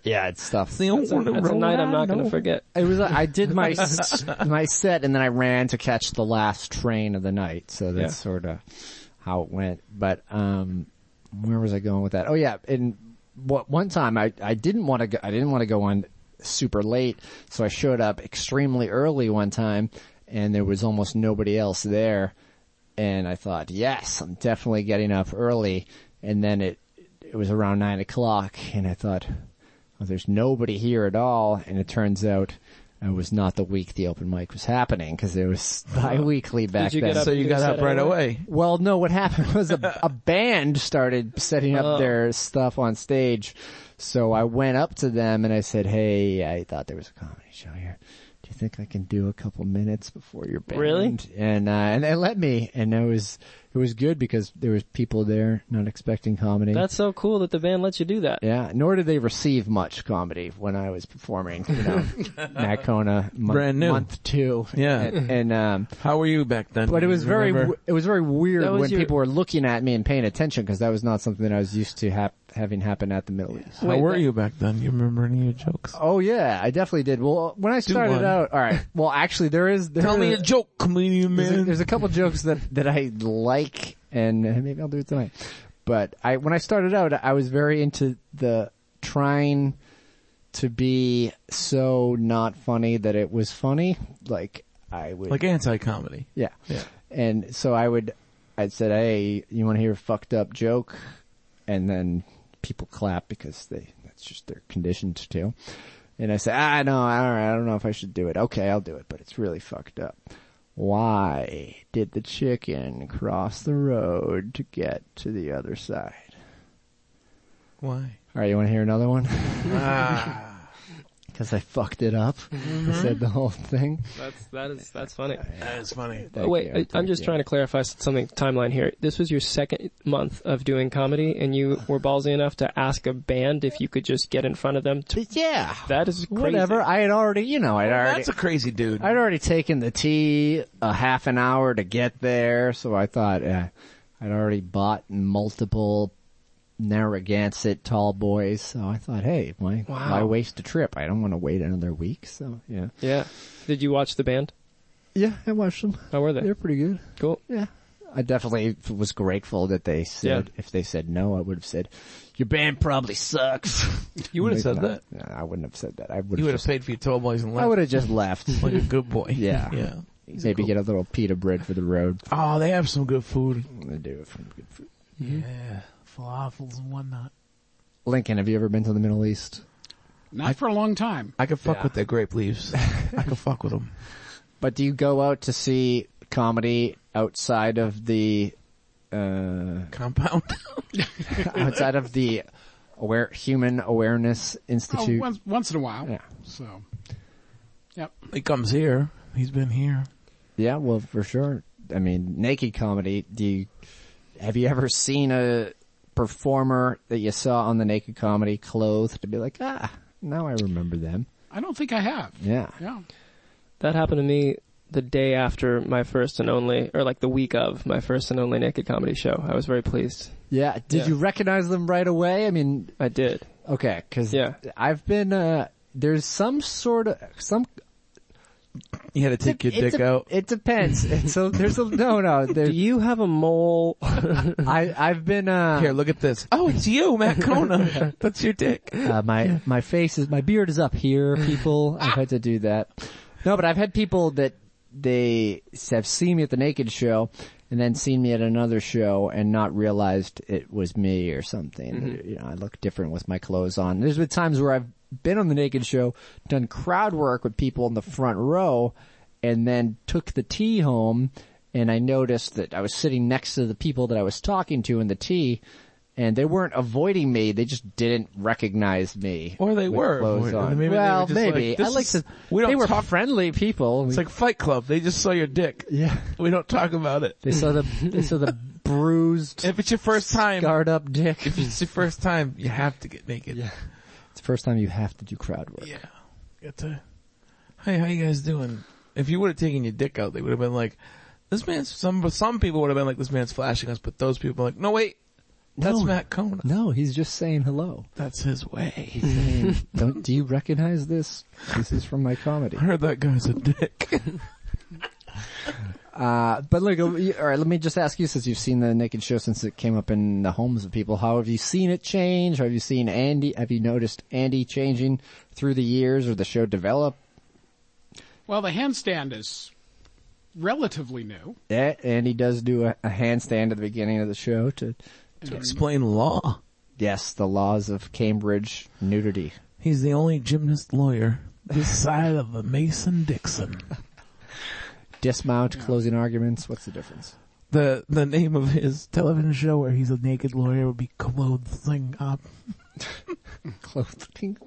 [SPEAKER 2] yeah, it's stuff.
[SPEAKER 3] It's the only
[SPEAKER 4] That's, a, that's a night I'm not going to forget.
[SPEAKER 2] It was uh, I did my s- my set and then I ran to catch the last train of the night. So that's
[SPEAKER 4] Yeah.
[SPEAKER 2] sort of how it went. But um where was I going with that? Oh yeah, and what one time I I didn't want to go I didn't want to go on super late, so I showed up extremely early one time and there was almost nobody else there and I thought, "Yes, I'm definitely getting up early." And then it it was around 9 o'clock and I thought, well, there's nobody here at all. And it turns out it was not the week the open mic was happening because it was bi-weekly back
[SPEAKER 4] Did you
[SPEAKER 2] then.
[SPEAKER 4] get up
[SPEAKER 3] So you got up right away.
[SPEAKER 2] well, no, what happened was a,
[SPEAKER 4] [laughs]
[SPEAKER 2] a band started setting up
[SPEAKER 4] Oh.
[SPEAKER 2] their stuff on stage. So I went up to them and I said, hey, I thought there was a comedy show here. Do you think I can do a couple minutes before your band?
[SPEAKER 4] Really?
[SPEAKER 2] And, uh, and they let me and it was, it was good because there was people there not expecting comedy.
[SPEAKER 4] That's so cool that the band lets you do that.
[SPEAKER 2] Yeah, nor did they receive much comedy when I was performing,
[SPEAKER 3] [laughs]
[SPEAKER 2] you know, Nakona month,
[SPEAKER 3] Uh-uh. Brand new.
[SPEAKER 2] month two.
[SPEAKER 3] Yeah.
[SPEAKER 2] And, and, um,
[SPEAKER 3] How were you back then?
[SPEAKER 2] but it
[SPEAKER 3] Do
[SPEAKER 2] was
[SPEAKER 3] you
[SPEAKER 2] very,
[SPEAKER 3] remember?
[SPEAKER 2] w- it was very weird
[SPEAKER 4] That was
[SPEAKER 2] when
[SPEAKER 4] your-
[SPEAKER 2] people were looking at me and paying attention because that was not something that I was used to hap- having happen at the Middle East.
[SPEAKER 3] How
[SPEAKER 4] Wait,
[SPEAKER 3] were
[SPEAKER 4] that-
[SPEAKER 3] you back then? You remember any of your jokes?
[SPEAKER 2] Oh yeah, I definitely did. Well, when I
[SPEAKER 3] one.
[SPEAKER 2] started
[SPEAKER 4] [laughs]
[SPEAKER 2] out, alright, well actually there is, there
[SPEAKER 3] Tell me
[SPEAKER 2] is-
[SPEAKER 3] a joke, comedian
[SPEAKER 2] There's a,
[SPEAKER 3] man.
[SPEAKER 2] there's a couple jokes that that I like, and [laughs] uh, maybe I'll do it tonight. But I, when I started out, I was very into the trying to be so not funny that it was funny. Like I would,
[SPEAKER 3] like anti-comedy.
[SPEAKER 2] yeah.
[SPEAKER 3] Yeah.
[SPEAKER 2] And so I would, I would said, "Hey, you want to hear a fucked up joke?" And then people clap because they, that's just they're conditioned to. And I say, ah, no, I I don't know if I should do it. Okay, I'll do it, but it's really fucked up. Why did the chicken cross the road to get to the other side?
[SPEAKER 3] Why?
[SPEAKER 2] All right, you want to hear another one? [laughs]
[SPEAKER 3] Ah, Mm-hmm.
[SPEAKER 2] Because I fucked it up. I said the whole thing.
[SPEAKER 4] That's that is that's funny.
[SPEAKER 3] that is funny.
[SPEAKER 2] Thank
[SPEAKER 4] Wait,
[SPEAKER 2] you,
[SPEAKER 4] I, I'm
[SPEAKER 2] thank
[SPEAKER 4] just
[SPEAKER 2] you.
[SPEAKER 4] trying to clarify s- something timeline here. This was your second month of doing comedy, and
[SPEAKER 2] [laughs]
[SPEAKER 4] you were ballsy enough to ask a band if you could just get in front of them. To,
[SPEAKER 2] Yeah.
[SPEAKER 4] that is crazy.
[SPEAKER 2] ah, Whatever. I had already, you know, I'd already,
[SPEAKER 3] That's a crazy dude.
[SPEAKER 2] I'd already taken the tea a half an hour to get there, so I thought uh, I'd already bought multiple Narragansett tall boys, so I thought, hey, why,
[SPEAKER 4] Wow.
[SPEAKER 2] why waste a trip? I don't want to wait another week, so yeah.
[SPEAKER 4] Yeah. Did you watch the band?
[SPEAKER 2] Yeah, I watched them.
[SPEAKER 4] How were they?
[SPEAKER 2] They're pretty good.
[SPEAKER 4] Cool.
[SPEAKER 2] Yeah. I definitely was grateful that they said, if they said no, I would have said, your band probably sucks.
[SPEAKER 3] [laughs] You would have said
[SPEAKER 2] No,
[SPEAKER 3] that.
[SPEAKER 2] no, I wouldn't have said that. I would
[SPEAKER 3] You
[SPEAKER 2] have
[SPEAKER 3] would have
[SPEAKER 2] just,
[SPEAKER 3] paid for your toll boys and left.
[SPEAKER 2] I would have just left.
[SPEAKER 3] [laughs] like a good boy.
[SPEAKER 2] Yeah.
[SPEAKER 3] Yeah.
[SPEAKER 2] Maybe get a little pita bread for the road.
[SPEAKER 3] Oh, they have some good food.
[SPEAKER 2] I'm gonna do it from good food.
[SPEAKER 3] Yeah. Falafels and whatnot.
[SPEAKER 2] Lincoln, have you ever been to the Middle East?
[SPEAKER 5] Not for a long time.
[SPEAKER 3] I could fuck
[SPEAKER 2] Yeah.
[SPEAKER 3] with their grape
[SPEAKER 2] [laughs]
[SPEAKER 3] leaves. I could fuck with them.
[SPEAKER 2] But do you go out to see comedy outside of the uh
[SPEAKER 3] Compound.
[SPEAKER 2] [laughs] outside of the aware human awareness
[SPEAKER 5] Oh,
[SPEAKER 2] institute?
[SPEAKER 5] once, once in a while.
[SPEAKER 2] Yeah.
[SPEAKER 5] So, yep.
[SPEAKER 3] he comes here. He's been here.
[SPEAKER 2] Yeah, well, for sure. I mean, naked comedy. Do you, have you ever seen a performer that you saw on the naked comedy clothed to be like, ah, now I remember them?
[SPEAKER 5] I don't think I have.
[SPEAKER 2] Yeah.
[SPEAKER 5] Yeah.
[SPEAKER 4] That happened to me the day after my first and only, or like the week of my first and only naked comedy show. I was very pleased.
[SPEAKER 2] Yeah. Did
[SPEAKER 4] Yeah.
[SPEAKER 2] you recognize them right away? I mean,
[SPEAKER 4] I did.
[SPEAKER 2] Okay, because
[SPEAKER 4] Yeah.
[SPEAKER 2] I've been uh, there's some sort of some.
[SPEAKER 3] You had to take your
[SPEAKER 2] it
[SPEAKER 3] dick
[SPEAKER 2] de-
[SPEAKER 3] out.
[SPEAKER 2] It depends. [laughs] And so there's a no, no.
[SPEAKER 4] Do
[SPEAKER 2] There,
[SPEAKER 4] you have a mole?
[SPEAKER 2] [laughs] I I've been uh,
[SPEAKER 3] Here, look at this. Oh, it's you, [laughs] Matt Kona. That's your dick.
[SPEAKER 2] uh, my my face is my beard is up here. People, I've had to do that. No, but I've had people that they have seen me at the naked show and then seen me at another show and not realized it was me or something.
[SPEAKER 3] Mm-hmm.
[SPEAKER 2] You know, I look different with my clothes on. There's been times where I've been on the naked show, done crowd work with people in the front row, and then took the tea home. And I noticed that I was sitting next to the people that I was talking to in the tea, and they weren't avoiding me. They just didn't recognize me.
[SPEAKER 3] Or they
[SPEAKER 2] with
[SPEAKER 3] were
[SPEAKER 2] clothes
[SPEAKER 3] avoiding-
[SPEAKER 2] on.
[SPEAKER 3] maybe they
[SPEAKER 2] well,
[SPEAKER 3] were just
[SPEAKER 2] maybe.
[SPEAKER 3] like,
[SPEAKER 2] I
[SPEAKER 3] this
[SPEAKER 2] like
[SPEAKER 3] is-
[SPEAKER 2] to.
[SPEAKER 3] we don't
[SPEAKER 2] they were
[SPEAKER 3] talk-
[SPEAKER 2] friendly people.
[SPEAKER 3] It's like Fight Club. They just saw your dick.
[SPEAKER 2] yeah,
[SPEAKER 3] We don't talk about it.
[SPEAKER 2] they saw the they
[SPEAKER 3] [laughs]
[SPEAKER 2] saw the bruised,
[SPEAKER 3] If it's your first time,
[SPEAKER 2] scarred up dick.
[SPEAKER 3] if it's your first time, you have to get naked.
[SPEAKER 2] Yeah. It's the first time you have to do crowd work.
[SPEAKER 3] Yeah. Get to, hey, how you guys doing? If you would have taken your dick out, they would have been like, this man's, some, some people would have been like, this man's flashing us, but those people are like, no wait, that's
[SPEAKER 2] No.
[SPEAKER 3] Matt Kona.
[SPEAKER 2] No, he's just saying hello.
[SPEAKER 3] That's his way.
[SPEAKER 2] He's saying, "Don't do you recognize this? This is from my comedy."
[SPEAKER 3] I heard that guy's a dick.
[SPEAKER 2] [laughs] Uh, but look, all right. Let me just ask you, since you've seen the naked show since it came up in the homes of people, how have you seen it change? Have you seen Andy? Have you noticed Andy changing through the years, or the show develop?
[SPEAKER 5] Well, the handstand is relatively new.
[SPEAKER 2] Yeah, Andy does do a, a handstand at the beginning of the show to,
[SPEAKER 3] to explain law.
[SPEAKER 2] yes, the laws of Cambridge nudity.
[SPEAKER 3] He's the only gymnast lawyer
[SPEAKER 2] [laughs]
[SPEAKER 3] this side of the Mason Dixon.
[SPEAKER 2] Dismount, closing arguments. What's the difference?
[SPEAKER 3] The the name of his television show where he's a naked lawyer would be clothing up.
[SPEAKER 2] [laughs] Clothing.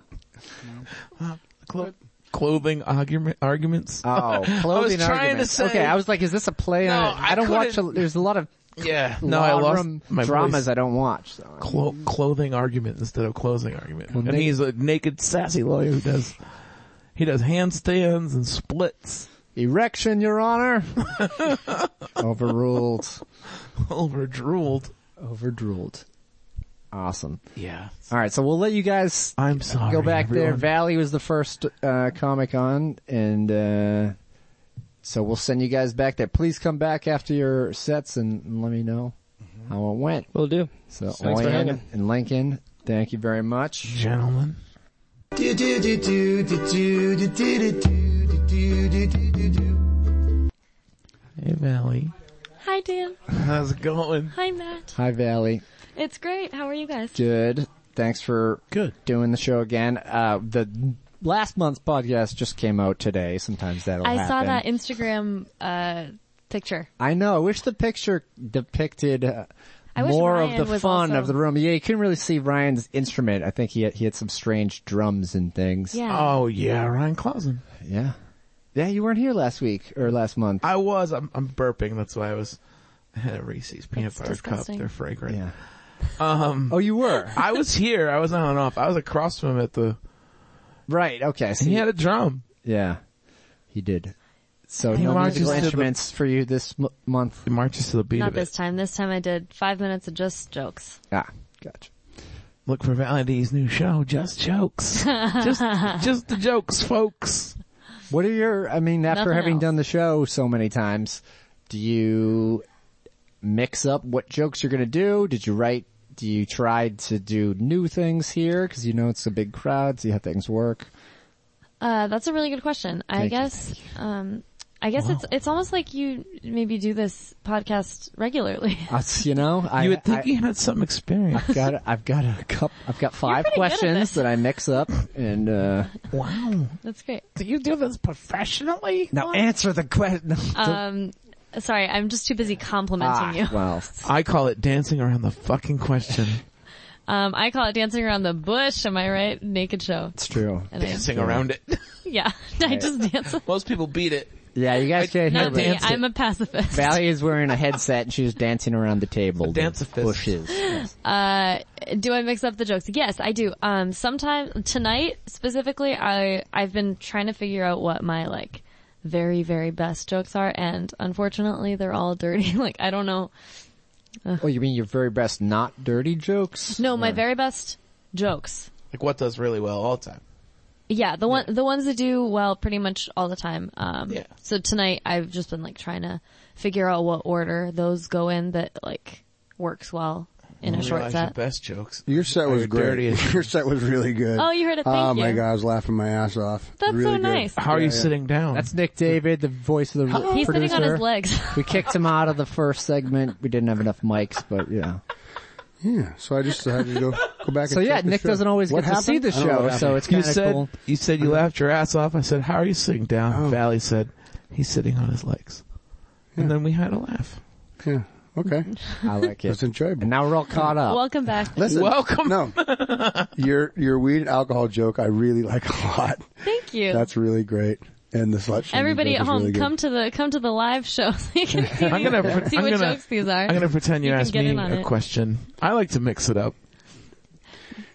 [SPEAKER 3] Uh, Clo- clothing argument arguments. [laughs]
[SPEAKER 2] Oh, clothing
[SPEAKER 3] trying to
[SPEAKER 2] arguments.
[SPEAKER 3] say-
[SPEAKER 2] okay, I was like, is this a play on?
[SPEAKER 3] No,
[SPEAKER 2] I
[SPEAKER 3] I
[SPEAKER 2] don't watch. A,
[SPEAKER 3] couldn't-
[SPEAKER 2] there's a lot of
[SPEAKER 3] yeah. No,
[SPEAKER 2] no,
[SPEAKER 3] I lost my
[SPEAKER 2] dramas
[SPEAKER 3] voice.
[SPEAKER 2] I don't watch. So.
[SPEAKER 3] Clo- clothing argument instead of closing argument. and
[SPEAKER 2] naked-
[SPEAKER 3] he's a naked sassy lawyer who does he does handstands and splits
[SPEAKER 2] Erection, Your Honor. [laughs] Overruled.
[SPEAKER 3] over drooled.
[SPEAKER 2] Overdrooled. Awesome.
[SPEAKER 3] Yeah.
[SPEAKER 2] All right, so we'll let you guys
[SPEAKER 3] I'm sorry.
[SPEAKER 2] go back there.
[SPEAKER 3] everyone.
[SPEAKER 2] Valley was the first uh, Comic Con, and uh, so we'll send you guys back there. Please come back after your sets and, and let me know
[SPEAKER 3] Mm-hmm.
[SPEAKER 2] how it went.
[SPEAKER 4] Will do.
[SPEAKER 2] So,
[SPEAKER 4] Thanks for
[SPEAKER 2] Owen
[SPEAKER 4] hanging.
[SPEAKER 2] and Lincoln, thank you very much.
[SPEAKER 3] Gentlemen. Hey Valley.
[SPEAKER 6] Hi, Dan.
[SPEAKER 3] How's it going?
[SPEAKER 6] Hi, Matt.
[SPEAKER 2] Hi, Valley.
[SPEAKER 6] It's great. How are you guys?
[SPEAKER 2] Good. Thanks for
[SPEAKER 3] Good.
[SPEAKER 2] doing the show again. Uh, the last month's podcast just came out today. Sometimes that'll
[SPEAKER 6] I
[SPEAKER 2] happen.
[SPEAKER 6] saw that Instagram uh, picture.
[SPEAKER 2] I know. I wish the picture depicted uh,
[SPEAKER 6] I wish
[SPEAKER 2] more
[SPEAKER 6] Ryan
[SPEAKER 2] of the
[SPEAKER 6] was
[SPEAKER 2] fun
[SPEAKER 6] also-
[SPEAKER 2] of the room. Yeah, you couldn't really see Ryan's instrument. I think he had, he had some strange drums and things.
[SPEAKER 6] Yeah.
[SPEAKER 3] Oh yeah, Ryan Clausen.
[SPEAKER 2] Yeah. Yeah, you weren't here last week or last month.
[SPEAKER 3] I was. I'm, I'm burping. That's why I was. I had a Reese's peanut
[SPEAKER 6] That's
[SPEAKER 3] butter
[SPEAKER 6] disgusting.
[SPEAKER 3] cup. They're fragrant.
[SPEAKER 2] yeah.
[SPEAKER 3] [laughs] Um,
[SPEAKER 2] Oh, you were.
[SPEAKER 3] I was here. I was on and off. I was across from him at the.
[SPEAKER 2] right. Okay. So
[SPEAKER 3] He
[SPEAKER 2] you-
[SPEAKER 3] had a drum.
[SPEAKER 2] yeah. He did. So
[SPEAKER 3] He
[SPEAKER 2] no
[SPEAKER 3] marches
[SPEAKER 2] musical
[SPEAKER 3] to the-
[SPEAKER 2] instruments for you this m- month.
[SPEAKER 3] He marches to the beat
[SPEAKER 6] Not
[SPEAKER 3] of it.
[SPEAKER 6] this time. This time I did five minutes of just jokes.
[SPEAKER 2] Ah, gotcha.
[SPEAKER 3] Look for Validee's new show, Just Jokes. just, just the jokes, folks.
[SPEAKER 2] [laughs] What are your? I mean, after
[SPEAKER 6] Nothing
[SPEAKER 2] having
[SPEAKER 6] else.
[SPEAKER 2] done the show so many times, do you mix up what jokes you're going to do? Did you write? Do you try to do new things here because you know it's a big crowd? See how things work.
[SPEAKER 6] Uh, that's a really good question. I
[SPEAKER 2] Thank you,
[SPEAKER 6] guess, um, I guess it's, it's almost like you maybe do this podcast regularly. [laughs]
[SPEAKER 2] That's, Uh, you know, I,
[SPEAKER 3] you would think
[SPEAKER 2] I,
[SPEAKER 3] he had some experience.
[SPEAKER 2] have got I've got a cup. I've got five
[SPEAKER 6] pretty good at
[SPEAKER 2] questions
[SPEAKER 6] this.
[SPEAKER 2] that I mix up and uh
[SPEAKER 3] wow.
[SPEAKER 6] that's great.
[SPEAKER 3] Do you do this professionally?
[SPEAKER 2] now answer the question.
[SPEAKER 6] Um, sorry, I'm just too busy
[SPEAKER 3] Ah,
[SPEAKER 6] complimenting you.
[SPEAKER 2] well,
[SPEAKER 3] I call it dancing around the fucking question.
[SPEAKER 6] Um, I call it dancing around the bush. Am I right? Naked show.
[SPEAKER 2] it's true.
[SPEAKER 6] And I-
[SPEAKER 3] dancing around it.
[SPEAKER 6] [laughs] yeah, I just dance.
[SPEAKER 3] Most people beat it.
[SPEAKER 2] Yeah, you guys can't hear
[SPEAKER 6] Not me.
[SPEAKER 2] me.
[SPEAKER 6] I'm a pacifist.
[SPEAKER 2] Valley is wearing a headset and she's dancing around the table.
[SPEAKER 3] Dance a fist.
[SPEAKER 2] bushes.
[SPEAKER 6] [laughs] Uh, do I mix up the jokes? Yes, I do. Um, sometimes tonight specifically, I I've been trying to figure out what my like very very best jokes are, and unfortunately, they're all dirty. [laughs] like I don't know.
[SPEAKER 2] Oh, you mean your very best not dirty jokes?
[SPEAKER 6] No, my very best jokes.
[SPEAKER 3] Like what does really well all the time.
[SPEAKER 6] Yeah, the one the ones that do well pretty much all the time. Um,
[SPEAKER 3] Yeah.
[SPEAKER 6] So tonight, I've just been like trying to figure out what order those go in that like works well in a short
[SPEAKER 3] Realize
[SPEAKER 6] set.
[SPEAKER 3] your best jokes.
[SPEAKER 1] Your set
[SPEAKER 3] Are
[SPEAKER 1] was
[SPEAKER 3] your
[SPEAKER 1] great. [laughs]
[SPEAKER 3] dirtiest-
[SPEAKER 1] Your set was really good.
[SPEAKER 6] Oh, you heard it. Thank
[SPEAKER 1] oh my
[SPEAKER 6] you.
[SPEAKER 1] god, I was laughing my ass off.
[SPEAKER 6] That's
[SPEAKER 1] really
[SPEAKER 6] so
[SPEAKER 1] good.
[SPEAKER 6] nice.
[SPEAKER 3] How are you sitting down?
[SPEAKER 2] That's Nick David, the voice of the
[SPEAKER 6] He's
[SPEAKER 2] producer.
[SPEAKER 6] sitting on his legs.
[SPEAKER 2] [laughs] We kicked him out of the first segment. We didn't have enough mics, but yeah.
[SPEAKER 1] Yeah, so I just decided to go, go back.
[SPEAKER 2] So
[SPEAKER 1] and
[SPEAKER 2] yeah,
[SPEAKER 1] check the
[SPEAKER 2] Nick
[SPEAKER 1] show.
[SPEAKER 2] doesn't always
[SPEAKER 1] What
[SPEAKER 2] get to see
[SPEAKER 1] happened?
[SPEAKER 2] the
[SPEAKER 1] I don't know
[SPEAKER 2] show,
[SPEAKER 1] what
[SPEAKER 2] so
[SPEAKER 1] happened.
[SPEAKER 2] it's
[SPEAKER 3] you
[SPEAKER 2] kind of
[SPEAKER 3] said
[SPEAKER 2] cool. Uh-huh.
[SPEAKER 3] you said you laughed your ass off. I said, "How are you sitting down?"
[SPEAKER 1] Oh.
[SPEAKER 3] Valley said, "He's sitting on his legs," and then we had a laugh.
[SPEAKER 1] yeah, okay,
[SPEAKER 2] [laughs] I like
[SPEAKER 1] it's
[SPEAKER 2] it.
[SPEAKER 1] enjoyable.
[SPEAKER 2] And now we're all caught up.
[SPEAKER 6] Welcome back.
[SPEAKER 1] Listen,
[SPEAKER 3] Welcome.
[SPEAKER 1] No, [laughs] your your weed and alcohol joke I really like a lot.
[SPEAKER 6] Thank you.
[SPEAKER 1] That's really great. And the slut. shaming
[SPEAKER 6] Everybody
[SPEAKER 1] joke
[SPEAKER 6] at
[SPEAKER 1] was
[SPEAKER 6] home,
[SPEAKER 1] really good.
[SPEAKER 6] come to the come to the live show. [laughs] so you can see,
[SPEAKER 3] I'm gonna.
[SPEAKER 6] [laughs]
[SPEAKER 3] pre-
[SPEAKER 6] see
[SPEAKER 3] I'm
[SPEAKER 6] what
[SPEAKER 3] gonna.
[SPEAKER 6] jokes these are.
[SPEAKER 3] I'm gonna pretend you,
[SPEAKER 6] You can
[SPEAKER 3] asked
[SPEAKER 6] get
[SPEAKER 3] me
[SPEAKER 6] in on
[SPEAKER 3] a
[SPEAKER 6] it.
[SPEAKER 3] question. I like to mix it up.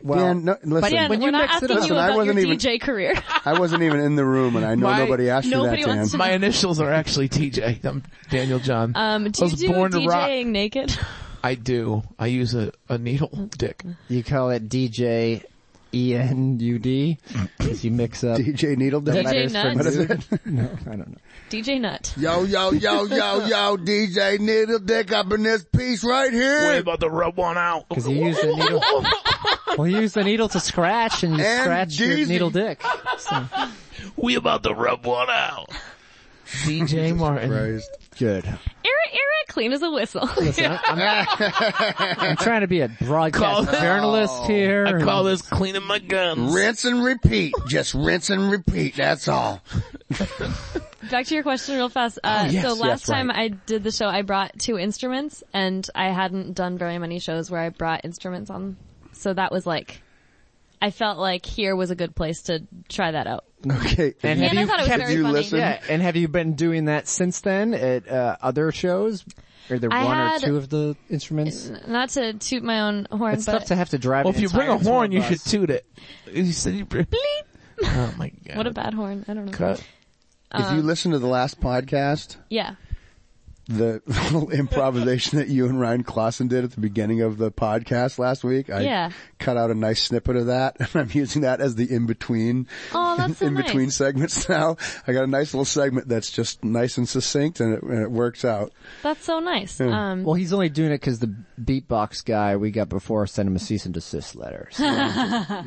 [SPEAKER 2] well,
[SPEAKER 1] Dan, no, listen,
[SPEAKER 6] Dan,
[SPEAKER 2] when
[SPEAKER 6] we're
[SPEAKER 2] you
[SPEAKER 6] not
[SPEAKER 2] mix it
[SPEAKER 6] asking
[SPEAKER 2] up-
[SPEAKER 6] you
[SPEAKER 1] Listen, I
[SPEAKER 6] about your
[SPEAKER 1] wasn't even-
[SPEAKER 6] DJ
[SPEAKER 3] [laughs]
[SPEAKER 6] career.
[SPEAKER 1] I wasn't even in the room, and I know
[SPEAKER 3] My-
[SPEAKER 1] nobody asked you
[SPEAKER 6] nobody
[SPEAKER 1] that, Dan.
[SPEAKER 6] wants to-
[SPEAKER 3] My initials are actually TJ. I'm Daniel John.
[SPEAKER 6] Um, do
[SPEAKER 3] I
[SPEAKER 6] you
[SPEAKER 3] was
[SPEAKER 6] do
[SPEAKER 3] born to rock.
[SPEAKER 6] DJing naked? [laughs]
[SPEAKER 3] I do. I use a, a needle dick.
[SPEAKER 2] you call it DJ E N U D because you mix up.
[SPEAKER 1] DJ Needle. Down.
[SPEAKER 6] DJ Nuts?
[SPEAKER 1] What is it?
[SPEAKER 2] [laughs] I don't know.
[SPEAKER 6] DJ nut.
[SPEAKER 1] Yo, yo, yo, yo, yo, DJ Needle Dick up in this piece right
[SPEAKER 3] We're
[SPEAKER 1] here.
[SPEAKER 3] about to rub one
[SPEAKER 2] [laughs]
[SPEAKER 3] out.
[SPEAKER 2] Because you
[SPEAKER 1] [laughs]
[SPEAKER 2] use the needle. well, you use the needle to scratch and you
[SPEAKER 1] And
[SPEAKER 2] scratch your
[SPEAKER 1] Jeezy.
[SPEAKER 2] needle
[SPEAKER 1] [laughs]
[SPEAKER 2] dick.
[SPEAKER 3] We about to rub one out. DJ Martin.
[SPEAKER 1] Christ.
[SPEAKER 6] [laughs]
[SPEAKER 2] Good.
[SPEAKER 6] Eric, Eric, clean as a whistle.
[SPEAKER 2] Listen, I'm,
[SPEAKER 6] [laughs]
[SPEAKER 1] [laughs]
[SPEAKER 2] I'm trying to be a broadcast
[SPEAKER 3] Call-
[SPEAKER 2] journalist here.
[SPEAKER 3] I call this cleaning my guns.
[SPEAKER 1] Rinse and repeat. Just rinse and repeat. That's all.
[SPEAKER 6] Back to your question real fast. Uh,
[SPEAKER 2] Oh, yes,
[SPEAKER 6] so
[SPEAKER 2] yes,
[SPEAKER 6] last time
[SPEAKER 2] right.
[SPEAKER 6] I did the show, I brought two instruments and I hadn't done very many shows where I brought instruments on. So that was like, I felt like here was a good place to try that out.
[SPEAKER 1] Okay.
[SPEAKER 2] And
[SPEAKER 6] Yeah,
[SPEAKER 2] have
[SPEAKER 6] and I
[SPEAKER 2] you
[SPEAKER 6] thought it was
[SPEAKER 2] kept-
[SPEAKER 6] very
[SPEAKER 1] you
[SPEAKER 6] funny.
[SPEAKER 1] listen?
[SPEAKER 2] Yeah, and have you been doing that since then at uh, other shows? Are there
[SPEAKER 6] I
[SPEAKER 2] one
[SPEAKER 6] had-
[SPEAKER 2] or two of the instruments?
[SPEAKER 6] Not to toot my own horn,
[SPEAKER 2] It's
[SPEAKER 6] but
[SPEAKER 2] tough to have to drive.
[SPEAKER 3] Well,
[SPEAKER 2] an
[SPEAKER 3] if you bring a
[SPEAKER 2] entire tour
[SPEAKER 3] horn, you
[SPEAKER 2] bus.
[SPEAKER 3] should toot it. You said you bring. Oh my god.
[SPEAKER 6] what a bad horn. I don't know.
[SPEAKER 3] cut.
[SPEAKER 1] if you listen to the last podcast,
[SPEAKER 6] Yeah.
[SPEAKER 1] the [laughs] little improvisation that you and Ryan Clausen did at the beginning of the podcast last week, I
[SPEAKER 6] Yeah.
[SPEAKER 1] [laughs] cut out a nice snippet of that, and I'm using that as the in between
[SPEAKER 6] Oh, that's
[SPEAKER 1] [laughs]
[SPEAKER 6] so
[SPEAKER 7] in between
[SPEAKER 6] nice.
[SPEAKER 7] segments now. I got a nice little segment that's just nice and succinct and it, and it works out.
[SPEAKER 6] That's so nice.
[SPEAKER 7] Yeah.
[SPEAKER 6] Um, [laughs]
[SPEAKER 2] Well, he's only doing it because the beatbox guy we got before sent him a cease and desist letter.
[SPEAKER 6] [laughs]
[SPEAKER 2] So.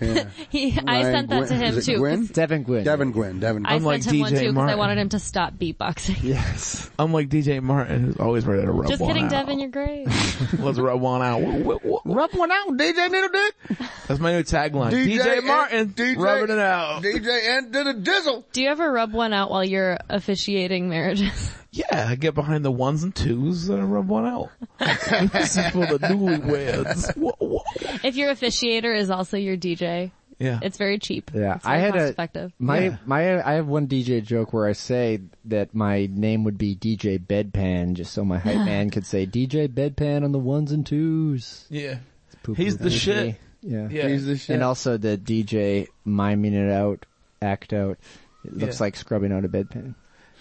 [SPEAKER 7] Yeah.
[SPEAKER 6] he, I sent
[SPEAKER 7] Ryan
[SPEAKER 6] that to
[SPEAKER 7] Gwynn-
[SPEAKER 6] him
[SPEAKER 7] is it
[SPEAKER 6] too.
[SPEAKER 7] Gwynn?
[SPEAKER 2] Devin Gwynn.
[SPEAKER 7] Devin Gwynn. Devin
[SPEAKER 6] I
[SPEAKER 7] Gwynn.
[SPEAKER 3] Unlike
[SPEAKER 6] sent him
[SPEAKER 3] DJ
[SPEAKER 6] one too because I
[SPEAKER 3] Martin.
[SPEAKER 6] wanted him to stop beatboxing.
[SPEAKER 2] Yes.
[SPEAKER 3] I'm like DJ Martin, who's always ready to rub
[SPEAKER 6] [laughs] Just
[SPEAKER 3] one
[SPEAKER 6] kidding,
[SPEAKER 3] out.
[SPEAKER 6] Devin, you're great.
[SPEAKER 3] [laughs] Let's rub one out. Wha- wha- wha-
[SPEAKER 7] Rub one out, DJ Little Dick.
[SPEAKER 3] That's my new tagline. DJ, Martin,
[SPEAKER 7] DJ,
[SPEAKER 3] rubbing it out.
[SPEAKER 7] DJ and did a dizzle.
[SPEAKER 6] Do you ever rub one out while you're officiating marriages? [laughs]
[SPEAKER 3] Yeah, I get behind the ones and twos and I rub one
[SPEAKER 7] [laughs]
[SPEAKER 3] out. this is for the newlyweds. Wha- wha-
[SPEAKER 6] if your officiator is also your DJ,
[SPEAKER 3] Yeah.
[SPEAKER 6] it's very cheap.
[SPEAKER 2] Yeah,
[SPEAKER 6] It's
[SPEAKER 2] I
[SPEAKER 6] very
[SPEAKER 2] had
[SPEAKER 6] cost
[SPEAKER 2] a
[SPEAKER 6] effective.
[SPEAKER 2] my [laughs] my I have one DJ joke where I say that my name would be DJ Bedpan just so
[SPEAKER 6] [laughs]
[SPEAKER 2] my hype man could say DJ Bedpan on the ones and twos.
[SPEAKER 3] yeah.
[SPEAKER 2] Poo-poo
[SPEAKER 3] He's the
[SPEAKER 2] poo-poo.
[SPEAKER 3] shit.
[SPEAKER 2] Yeah.
[SPEAKER 3] Yeah.
[SPEAKER 7] He's the shit.
[SPEAKER 2] And also the DJ miming it out, act out. It looks
[SPEAKER 3] Yeah.
[SPEAKER 2] like scrubbing out a bedpan.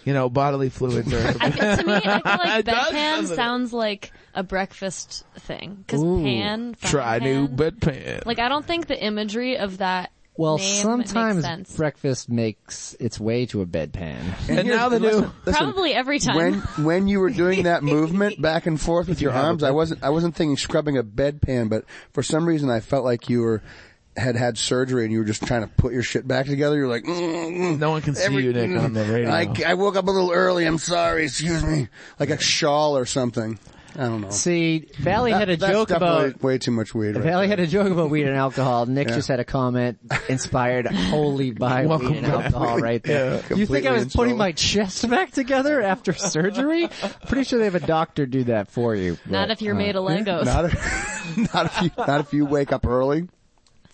[SPEAKER 3] you know, bodily fluids
[SPEAKER 6] I
[SPEAKER 3] are.
[SPEAKER 6] feel- to me, I feel like
[SPEAKER 3] It does,
[SPEAKER 6] bedpan
[SPEAKER 3] doesn't it?
[SPEAKER 6] sounds like a breakfast thing. Cause
[SPEAKER 2] Ooh.
[SPEAKER 6] pan, frying
[SPEAKER 3] Try new
[SPEAKER 6] pan.
[SPEAKER 3] bedpan.
[SPEAKER 6] Like I don't think the imagery of that.
[SPEAKER 2] Well,
[SPEAKER 6] name
[SPEAKER 2] sometimes
[SPEAKER 6] makes sense.
[SPEAKER 2] breakfast makes its way to a bedpan.
[SPEAKER 7] And,
[SPEAKER 3] And now
[SPEAKER 7] here's-
[SPEAKER 3] the new-
[SPEAKER 7] listen, listen,
[SPEAKER 6] probably every time.
[SPEAKER 7] when when you were
[SPEAKER 2] [laughs]
[SPEAKER 7] doing that movement back and forth with your
[SPEAKER 3] have a
[SPEAKER 7] arms, I wasn't I wasn't thinking scrubbing a bedpan, but for some reason I felt like you were had had surgery and you were just trying to put your shit back together. You're like, mm,
[SPEAKER 3] No one can see you, Nick, on the radio.
[SPEAKER 7] I, I woke up a little early. I'm sorry. Excuse me. Like a shawl or something. I don't know.
[SPEAKER 2] See, Valley had a
[SPEAKER 7] That's
[SPEAKER 2] joke
[SPEAKER 7] definitely
[SPEAKER 2] about
[SPEAKER 7] way too much weed. Right
[SPEAKER 2] Valley
[SPEAKER 7] there.
[SPEAKER 2] had a joke about weed and alcohol. Nick
[SPEAKER 7] Yeah.
[SPEAKER 2] just had a comment inspired wholly by
[SPEAKER 3] Welcome
[SPEAKER 2] weed and
[SPEAKER 3] back.
[SPEAKER 2] alcohol right there. you think
[SPEAKER 7] completely
[SPEAKER 2] I was putting
[SPEAKER 7] insulted.
[SPEAKER 2] my chest back together after surgery? Pretty sure they have a doctor do that for you.
[SPEAKER 6] Not
[SPEAKER 2] but,
[SPEAKER 6] if you're
[SPEAKER 2] uh,
[SPEAKER 6] made of Legos.
[SPEAKER 7] Not if, [laughs] not if you not if you wake up early.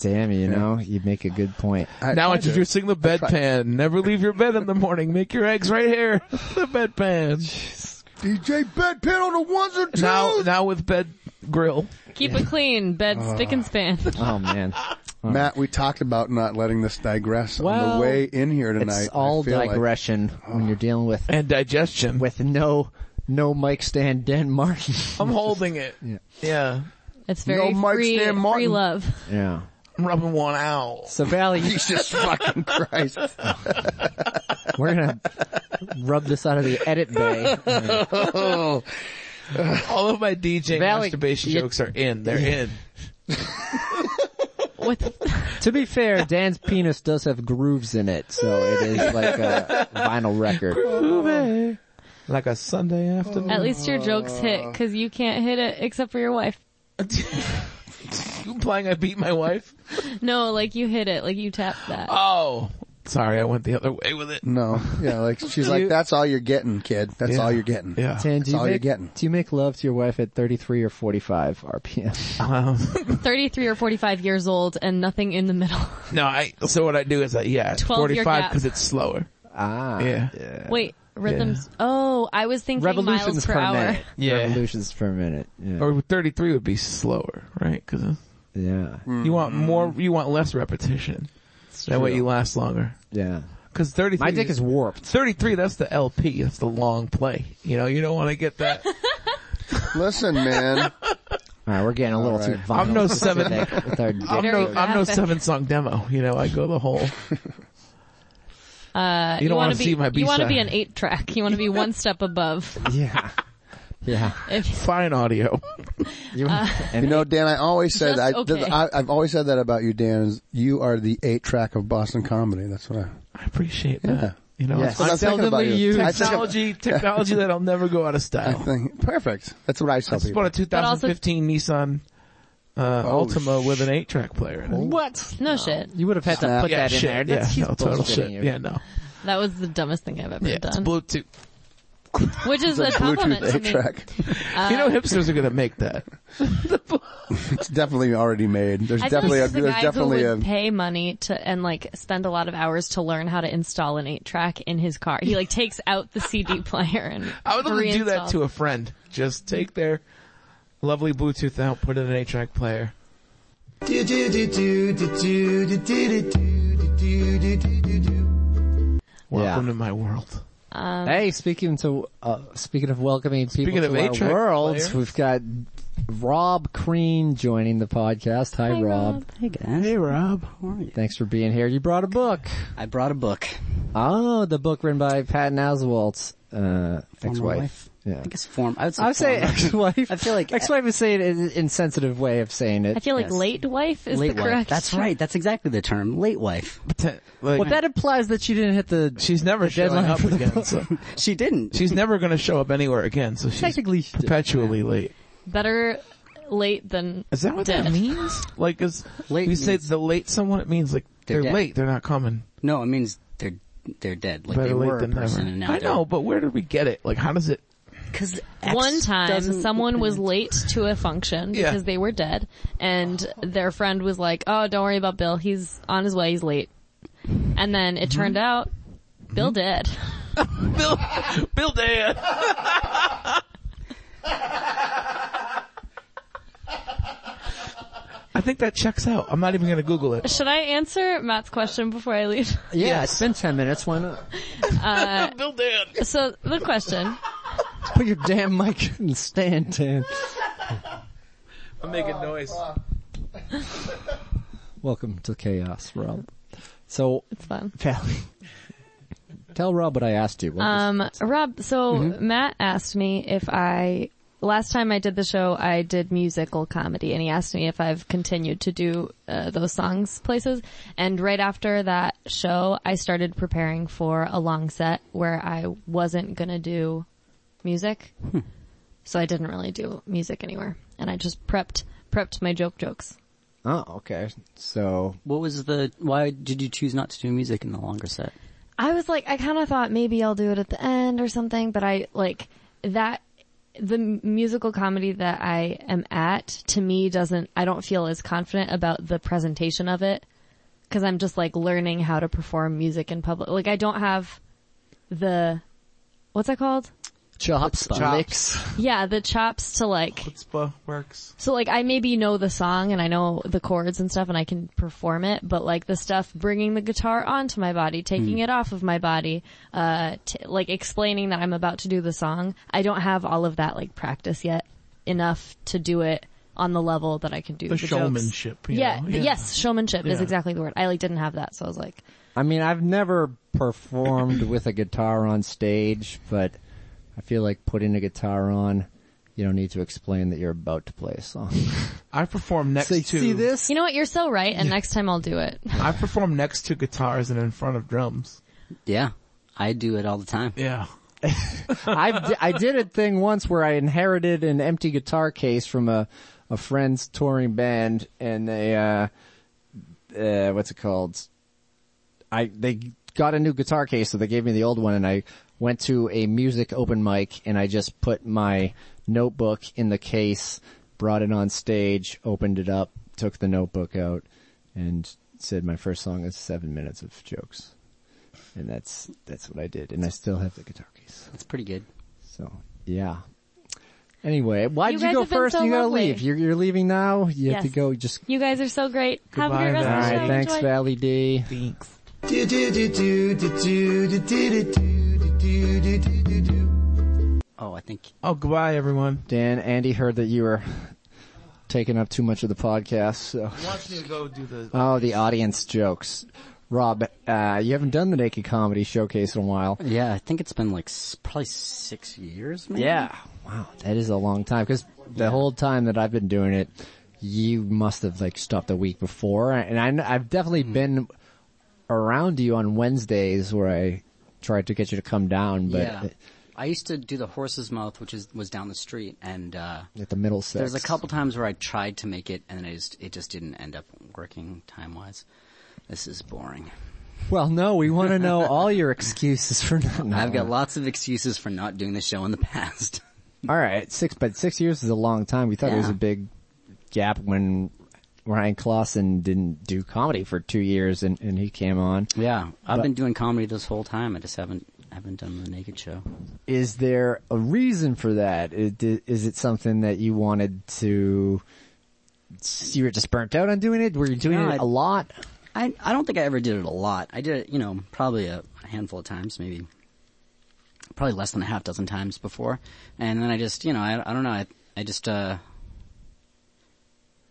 [SPEAKER 2] Damn, you know, you make a good point.
[SPEAKER 7] I
[SPEAKER 3] now
[SPEAKER 7] tried to-
[SPEAKER 3] introducing the bedpan. Never leave your bed in the morning. Make your eggs right here. The bedpan.
[SPEAKER 7] DJ bedpan on the ones and twos.
[SPEAKER 3] Now, now with bed
[SPEAKER 2] [laughs]
[SPEAKER 3] grill.
[SPEAKER 6] [laughs] Keep it clean, bed spick and span.
[SPEAKER 2] Oh man.
[SPEAKER 7] [laughs] Matt, we talked about not letting this digress on
[SPEAKER 2] Well,
[SPEAKER 7] the way in here tonight.
[SPEAKER 2] It's
[SPEAKER 7] I
[SPEAKER 2] all
[SPEAKER 7] feel like-
[SPEAKER 2] digression when you're dealing with
[SPEAKER 3] and digestion.
[SPEAKER 2] with no no mic stand Den
[SPEAKER 7] [laughs]
[SPEAKER 2] Martin.
[SPEAKER 3] I'm holding it. Yeah.
[SPEAKER 6] It's very
[SPEAKER 7] Mike
[SPEAKER 6] free,
[SPEAKER 7] Stan
[SPEAKER 6] free
[SPEAKER 7] Martin.
[SPEAKER 6] love.
[SPEAKER 2] yeah.
[SPEAKER 3] I'm rubbing one out.
[SPEAKER 2] So Valley,
[SPEAKER 7] Jesus [laughs] fucking Christ.
[SPEAKER 2] [laughs] we're gonna rub this out of the edit bay.
[SPEAKER 3] [laughs]
[SPEAKER 7] Oh.
[SPEAKER 3] All of my DJ
[SPEAKER 2] Valley-
[SPEAKER 3] masturbation
[SPEAKER 2] you-
[SPEAKER 3] jokes are in. They're in.
[SPEAKER 2] To be fair, Dan's penis does have grooves in it, so it is like a vinyl record.
[SPEAKER 3] Like a Sunday afternoon.
[SPEAKER 6] At least your jokes hit because you can't hit it except for your wife.
[SPEAKER 3] [laughs] you implying I beat my wife?
[SPEAKER 6] No, like you hit it, like you tapped that.
[SPEAKER 3] Oh. Sorry, I went the other way with it.
[SPEAKER 7] No. Yeah, like she's like, that's all you're getting, kid. That's
[SPEAKER 3] Yeah.
[SPEAKER 7] all you're getting.
[SPEAKER 3] Yeah.
[SPEAKER 2] Dan, do
[SPEAKER 7] That's
[SPEAKER 2] you,
[SPEAKER 7] all
[SPEAKER 2] make,
[SPEAKER 7] you're getting.
[SPEAKER 2] do you make love to your wife at 33 or 45 RPM?
[SPEAKER 3] [laughs] Um,
[SPEAKER 6] 33 or 45 years old and nothing in the middle.
[SPEAKER 3] no, I, so what I do is I, yeah, it's
[SPEAKER 6] 12 year
[SPEAKER 3] 45
[SPEAKER 6] gap.
[SPEAKER 3] because it's slower.
[SPEAKER 2] Ah.
[SPEAKER 3] Yeah.
[SPEAKER 6] [laughs] Wait, rhythms. Oh, I was thinking miles
[SPEAKER 2] Revolutions
[SPEAKER 6] per,
[SPEAKER 2] per,
[SPEAKER 6] hour.
[SPEAKER 2] minute.
[SPEAKER 3] [laughs] Yeah.
[SPEAKER 2] Revolutions per minute. Yeah.
[SPEAKER 3] Or 33 would be slower, right? Cause
[SPEAKER 2] yeah.
[SPEAKER 7] Hmm.
[SPEAKER 3] you
[SPEAKER 2] Mm.
[SPEAKER 3] want more, you want less repetition. That way you last longer.
[SPEAKER 2] Yeah.
[SPEAKER 3] Cause 33.
[SPEAKER 2] My dick is warped.
[SPEAKER 3] 33, that's the LP. That's the long play. You know, you don't want to get that.
[SPEAKER 7] [laughs] Listen, man.
[SPEAKER 2] Alright, we're getting a little too
[SPEAKER 7] right.
[SPEAKER 2] violent.
[SPEAKER 3] I'm no seven-
[SPEAKER 2] specific with our dick.
[SPEAKER 3] I'm
[SPEAKER 6] Very
[SPEAKER 3] no, I'm no
[SPEAKER 6] graphic.
[SPEAKER 3] seven song demo. You know, I go the
[SPEAKER 2] [laughs]
[SPEAKER 3] whole.
[SPEAKER 6] Uh,
[SPEAKER 3] You don't
[SPEAKER 6] wanna
[SPEAKER 3] wanna
[SPEAKER 6] be-
[SPEAKER 3] see my
[SPEAKER 6] You want to
[SPEAKER 3] B-side.
[SPEAKER 6] be an eight track. You want to
[SPEAKER 3] [laughs]
[SPEAKER 6] be one step above. [laughs]
[SPEAKER 2] Yeah. Yeah.
[SPEAKER 6] If,
[SPEAKER 3] fine audio. Uh,
[SPEAKER 2] You, and
[SPEAKER 7] You know, Dan, I always said
[SPEAKER 6] Just
[SPEAKER 7] that.
[SPEAKER 6] okay.
[SPEAKER 7] I, have always said that about you, Dan. Is you are the eight track of Boston comedy. That's what I.
[SPEAKER 3] I appreciate that. You know,
[SPEAKER 2] Yes.
[SPEAKER 3] it's
[SPEAKER 7] I'm
[SPEAKER 3] like
[SPEAKER 7] thinking about
[SPEAKER 2] seldomly
[SPEAKER 7] you.
[SPEAKER 2] used.
[SPEAKER 7] I think- [laughs]
[SPEAKER 3] technology, technology that'll never go out of
[SPEAKER 7] I
[SPEAKER 3] style.
[SPEAKER 7] think perfect. That's what I
[SPEAKER 3] I
[SPEAKER 7] tell
[SPEAKER 3] just
[SPEAKER 7] people.
[SPEAKER 3] bought a 2015 Nissan uh,
[SPEAKER 7] Oh,
[SPEAKER 3] Altima with an eight track player. In it.
[SPEAKER 2] what?
[SPEAKER 6] no shit.
[SPEAKER 2] You would have had to put
[SPEAKER 3] yeah,
[SPEAKER 2] that in
[SPEAKER 3] shit.
[SPEAKER 2] there. That's,
[SPEAKER 3] yeah,
[SPEAKER 2] he's
[SPEAKER 3] no, total
[SPEAKER 2] bullshitting
[SPEAKER 3] shit.
[SPEAKER 2] you.
[SPEAKER 3] Yeah, no.
[SPEAKER 6] That was the dumbest thing I've ever
[SPEAKER 3] Yeah, it's
[SPEAKER 6] done.
[SPEAKER 3] Bluetooth. [laughs]
[SPEAKER 6] Which is a
[SPEAKER 7] It's a
[SPEAKER 6] compliment
[SPEAKER 7] Bluetooth
[SPEAKER 6] to
[SPEAKER 7] eight
[SPEAKER 6] me. Uh,
[SPEAKER 7] track.
[SPEAKER 3] you
[SPEAKER 2] Uh,
[SPEAKER 3] know, hipsters are gonna make that.
[SPEAKER 7] [laughs] It's definitely already made. There's
[SPEAKER 6] I feel
[SPEAKER 7] definitely
[SPEAKER 6] like
[SPEAKER 7] a,
[SPEAKER 6] this is a
[SPEAKER 7] there's
[SPEAKER 6] guy
[SPEAKER 7] definitely
[SPEAKER 6] who
[SPEAKER 7] a
[SPEAKER 6] would pay money to and like spend a lot of hours to learn how to install an eight track in his car. He like takes out
[SPEAKER 3] [laughs]
[SPEAKER 6] the CD player and
[SPEAKER 3] I would love to do that
[SPEAKER 6] reinstalls.
[SPEAKER 3] to a friend. Just take their lovely Bluetooth out, put it in an eight track player. Welcome
[SPEAKER 2] Yeah.
[SPEAKER 3] to my world.
[SPEAKER 2] Hey, speaking to uh, speaking of welcoming people
[SPEAKER 3] Speaking
[SPEAKER 2] to
[SPEAKER 3] of
[SPEAKER 2] our
[SPEAKER 3] A-track
[SPEAKER 2] worlds,
[SPEAKER 3] player.
[SPEAKER 2] we've got Rob Crean joining the podcast. Hi,
[SPEAKER 6] Hi,
[SPEAKER 2] Rob.
[SPEAKER 8] Hey guys. Hey Rob. How are you?
[SPEAKER 2] Thanks for being here. You brought a book.
[SPEAKER 8] I brought a book.
[SPEAKER 2] Oh, the book written by Patton Oswalt's uh, ex-wife.
[SPEAKER 8] wife.
[SPEAKER 2] Yeah.
[SPEAKER 8] I guess form. I would say.
[SPEAKER 2] I would say
[SPEAKER 8] former. [laughs]
[SPEAKER 2] ex-wife.
[SPEAKER 8] I feel
[SPEAKER 2] [laughs]
[SPEAKER 8] like-
[SPEAKER 2] ex-wife is saying it in an insensitive way of saying it.
[SPEAKER 6] I feel like
[SPEAKER 8] Yes.
[SPEAKER 6] late wife is
[SPEAKER 8] late
[SPEAKER 6] the
[SPEAKER 8] wife.
[SPEAKER 6] correct.
[SPEAKER 8] That's right. That's exactly the term. Late wife.
[SPEAKER 3] Pretend- like,
[SPEAKER 2] [laughs] Well, that implies that she didn't hit the.
[SPEAKER 3] she's never
[SPEAKER 2] the
[SPEAKER 3] showing
[SPEAKER 2] deadline
[SPEAKER 3] up
[SPEAKER 2] for the
[SPEAKER 3] again.
[SPEAKER 2] book. [laughs]
[SPEAKER 3] So
[SPEAKER 8] She didn't.
[SPEAKER 3] she's never going to show up anywhere again. So she's
[SPEAKER 2] Technically, she did.
[SPEAKER 3] perpetually late.
[SPEAKER 6] Better late than
[SPEAKER 3] Is that what that
[SPEAKER 6] dead.
[SPEAKER 3] means? Like, is
[SPEAKER 8] Late
[SPEAKER 3] you say
[SPEAKER 8] means-
[SPEAKER 3] the late someone? It means like
[SPEAKER 8] They're
[SPEAKER 3] they're,
[SPEAKER 8] dead.
[SPEAKER 3] late. They're not coming.
[SPEAKER 8] no, it means they're they're dead. Like
[SPEAKER 3] Better
[SPEAKER 8] they
[SPEAKER 3] late
[SPEAKER 8] were a
[SPEAKER 3] than never.
[SPEAKER 8] person and now
[SPEAKER 3] I know, but where did we get it? Like, how does it?
[SPEAKER 8] Because
[SPEAKER 6] One time, someone was late to a function
[SPEAKER 3] Yeah.
[SPEAKER 6] because they were dead, and their friend was like, "Oh, don't worry about Bill. He's on his way. He's late." And then it turned out Bill did.
[SPEAKER 3] Mm-hmm. [laughs] Bill Dan. I think that checks out. I'm not even going to Google it.
[SPEAKER 6] Should I answer Matt's question before I
[SPEAKER 3] [laughs]
[SPEAKER 6] leave? Uh,
[SPEAKER 2] Yeah, it's been ten minutes. Why not?
[SPEAKER 8] [laughs]
[SPEAKER 3] Bill Dan.
[SPEAKER 6] so the question.
[SPEAKER 2] Put your damn mic in the stand, Dan.
[SPEAKER 3] I'm making noise.
[SPEAKER 2] Welcome to chaos, Rob. So,
[SPEAKER 6] It's fun.
[SPEAKER 2] tell, [laughs] tell Rob what I asked you. What was-
[SPEAKER 6] Um, Rob, so Matt asked me if I, last time I did the show, I did musical comedy and he asked me if I've continued to do uh, those songs places. And right after that show, I started preparing for a long set where I wasn't gonna do music. So I didn't really do music anywhere and I just prepped, prepped my joke jokes.
[SPEAKER 2] oh, okay. So,
[SPEAKER 8] What was the? Why did you choose not to do music in the longer set?
[SPEAKER 6] I was like, I kind of thought maybe I'll do it at the end or something, but I like that the m- musical comedy that I am at to me doesn't, I don't feel as confident about the presentation of it because I'm just like learning how to perform music in public. Like I don't have the, what's that called?
[SPEAKER 2] chops,
[SPEAKER 3] Chops.
[SPEAKER 2] licks.
[SPEAKER 6] Yeah, the chops to like,
[SPEAKER 3] Chutzpah works.
[SPEAKER 6] so like I maybe know the song and I know the chords and stuff and I can perform it, but like the stuff bringing the guitar onto my body, taking
[SPEAKER 3] Hmm.
[SPEAKER 6] it off of my body, uh, t- like explaining that I'm about to do the song, I don't have all of that like practice yet enough to do it on the level that I can do
[SPEAKER 3] The
[SPEAKER 6] the, jokes.
[SPEAKER 3] showmanship. you
[SPEAKER 6] Yeah,
[SPEAKER 3] know?
[SPEAKER 6] th- yes, showmanship is
[SPEAKER 3] Yeah.
[SPEAKER 6] exactly the word. I like didn't have that, so I was like,
[SPEAKER 2] I mean, I've never performed with a guitar on stage, but I feel like putting a guitar on, you don't need to explain that you're about to play a song.
[SPEAKER 3] I perform next to.
[SPEAKER 6] you know what, you're so right, and next time I'll do it.
[SPEAKER 3] I perform next to guitars and in front of drums.
[SPEAKER 8] Yeah, I do it all the time.
[SPEAKER 3] Yeah.
[SPEAKER 2] I've d- I did a thing once where I inherited an empty guitar case from a, a friend's touring band and they, uh, uh, what's it called? I, they got a new guitar case so they gave me the old one and I went to a music open mic and I just put my notebook in the case, brought it on stage, opened it up, took the notebook out and said my first song is seven minutes of jokes. And that's, that's what I did. And I still have the guitar case.
[SPEAKER 8] That's pretty good.
[SPEAKER 2] So yeah. Anyway, why
[SPEAKER 6] You
[SPEAKER 2] did you
[SPEAKER 6] guys
[SPEAKER 2] go
[SPEAKER 6] have been
[SPEAKER 2] first?
[SPEAKER 6] so
[SPEAKER 2] you gotta
[SPEAKER 6] lovely.
[SPEAKER 2] leave. You're, you're leaving now. You have to
[SPEAKER 6] Yes.
[SPEAKER 2] go. Just
[SPEAKER 6] You guys are so great. have a
[SPEAKER 3] Goodbye,
[SPEAKER 6] great rest
[SPEAKER 2] all
[SPEAKER 6] of the
[SPEAKER 2] right.
[SPEAKER 6] show.
[SPEAKER 2] Thanks,
[SPEAKER 6] Enjoy.
[SPEAKER 2] Valley D.
[SPEAKER 3] Thanks.
[SPEAKER 8] Oh, I think
[SPEAKER 3] Oh, goodbye, everyone.
[SPEAKER 2] Dan, Andy heard that you were taking up too much of the podcast. So
[SPEAKER 3] Watch me go do the.
[SPEAKER 2] oh, the audience jokes. Rob, uh, you haven't done the Naked Comedy Showcase in a while.
[SPEAKER 8] Yeah, I think it's been like s- probably six years, maybe.
[SPEAKER 2] Yeah. Wow, that is a long time. Because the whole time that I've been doing it, you must have like stopped a week before, and I, kn- I've definitely
[SPEAKER 8] Hmm.
[SPEAKER 2] been around you on Wednesdays where I tried to get you to come down, but
[SPEAKER 8] yeah. I used to do the horse's mouth, which is was down the street, and uh,
[SPEAKER 2] at the middle set.
[SPEAKER 8] there's a couple times where I tried to make it, and I just it just didn't end up working time wise. This is boring.
[SPEAKER 2] [laughs] Well, no, we want to know all your excuses for not.
[SPEAKER 8] [laughs]
[SPEAKER 2] no.
[SPEAKER 8] I've got lots of excuses for not doing the show in the [laughs] past.
[SPEAKER 2] All right, six, but six years is a long time. We thought it was
[SPEAKER 8] Yeah.
[SPEAKER 2] a big gap when Ryan Clausen didn't do comedy for two years, and, and he came on.
[SPEAKER 8] yeah, I've
[SPEAKER 2] But-
[SPEAKER 8] been doing comedy this whole time. I just haven't haven't done the naked show.
[SPEAKER 2] is there a reason for that? It- Is it something that you wanted to? You were just burnt out on doing it. Were you doing
[SPEAKER 8] No,
[SPEAKER 2] it
[SPEAKER 8] I-
[SPEAKER 2] a lot?
[SPEAKER 8] I I don't think I ever did it a lot. I did it, you know, probably a handful of times, maybe, probably less than a half dozen times before, and then I just, you know, I I don't know, I I just uh,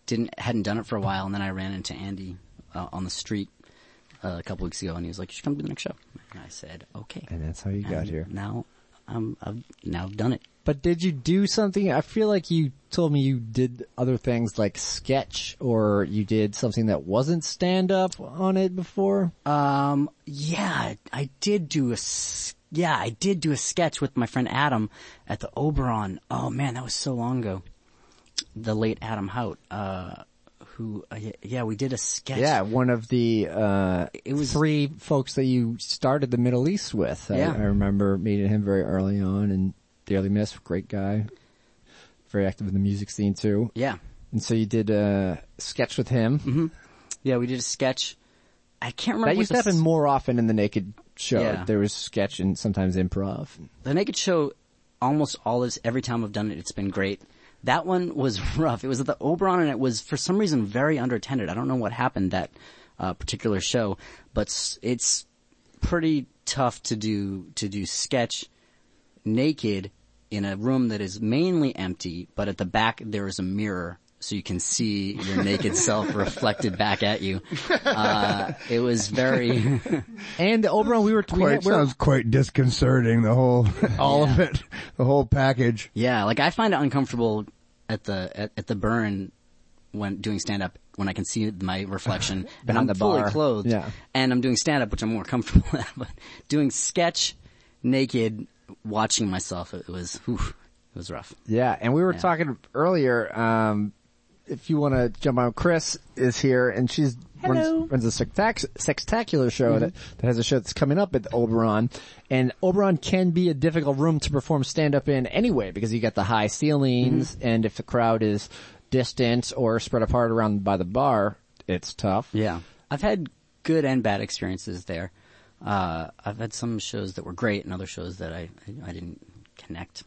[SPEAKER 8] didn't hadn't done it for a while, and then I ran into Andy uh, on the street uh, a couple weeks ago, and he was like, "You should come to the next show." And I said, "Okay."
[SPEAKER 2] And that's how you got
[SPEAKER 8] And
[SPEAKER 2] here.
[SPEAKER 8] Now, I'm I've now I've done it.
[SPEAKER 2] But did you do something? I feel like you told me you did other things like sketch or you did something that wasn't stand up on it before.
[SPEAKER 8] Um, yeah, I did do a, s- yeah, I did do a sketch with my friend Adam at the Oberon. Oh man, that was so long ago. The late Adam Hout, uh, who, uh, y- yeah, we did a sketch.
[SPEAKER 2] Yeah, one of the uh
[SPEAKER 8] It was-
[SPEAKER 2] three folks that you started the Middle East with. I,
[SPEAKER 8] Yeah.
[SPEAKER 2] I remember meeting him very early on and Daily Miss, great guy. Very active in the music scene too.
[SPEAKER 8] Yeah.
[SPEAKER 2] And so you did a sketch with him.
[SPEAKER 8] Yeah, we did a sketch. I can't remember.
[SPEAKER 2] That
[SPEAKER 8] what
[SPEAKER 2] used to
[SPEAKER 8] the s-
[SPEAKER 2] happen more often in the naked show.
[SPEAKER 8] Yeah.
[SPEAKER 2] There was sketch and sometimes improv.
[SPEAKER 8] The Naked Show, almost all is every time I've done it, it's been great. That one was [laughs] rough. It was at the Oberon, and it was for some reason very underattended. I don't know what happened that uh, particular show, but s- it's pretty tough to do to do sketch naked in a room that is mainly empty, but at the back there is a mirror. So you can see your naked self reflected back at you. Uh, it was very,
[SPEAKER 2] And the Oberon, we were we
[SPEAKER 7] Quite,
[SPEAKER 2] had- we were-
[SPEAKER 7] sounds quite disconcerting. The whole, [laughs] all of
[SPEAKER 8] Yeah.
[SPEAKER 7] it, the whole package.
[SPEAKER 8] Yeah, like I find it uncomfortable at the at, at the burn when doing stand up when I can see my [laughs] reflection and I'm
[SPEAKER 2] Behind the
[SPEAKER 8] fully
[SPEAKER 2] bar.
[SPEAKER 8] clothed
[SPEAKER 2] Yeah.
[SPEAKER 8] and I'm doing stand up which I'm more comfortable at but doing sketch naked watching myself it was whew, it was rough.
[SPEAKER 2] Yeah, and we were talking earlier. Um, if you want to jump on, Chris is here, and she's runs, runs a sextac- sextacular show that, that has a show that's coming up at the Oberon. And Oberon can be a difficult room to perform stand up in anyway because you got the high ceilings, and if the crowd is distant or spread apart around by the bar, it's tough.
[SPEAKER 8] Yeah. I've had good and bad experiences there. Uh, I've had some shows that were great and other shows that I, I, I didn't connect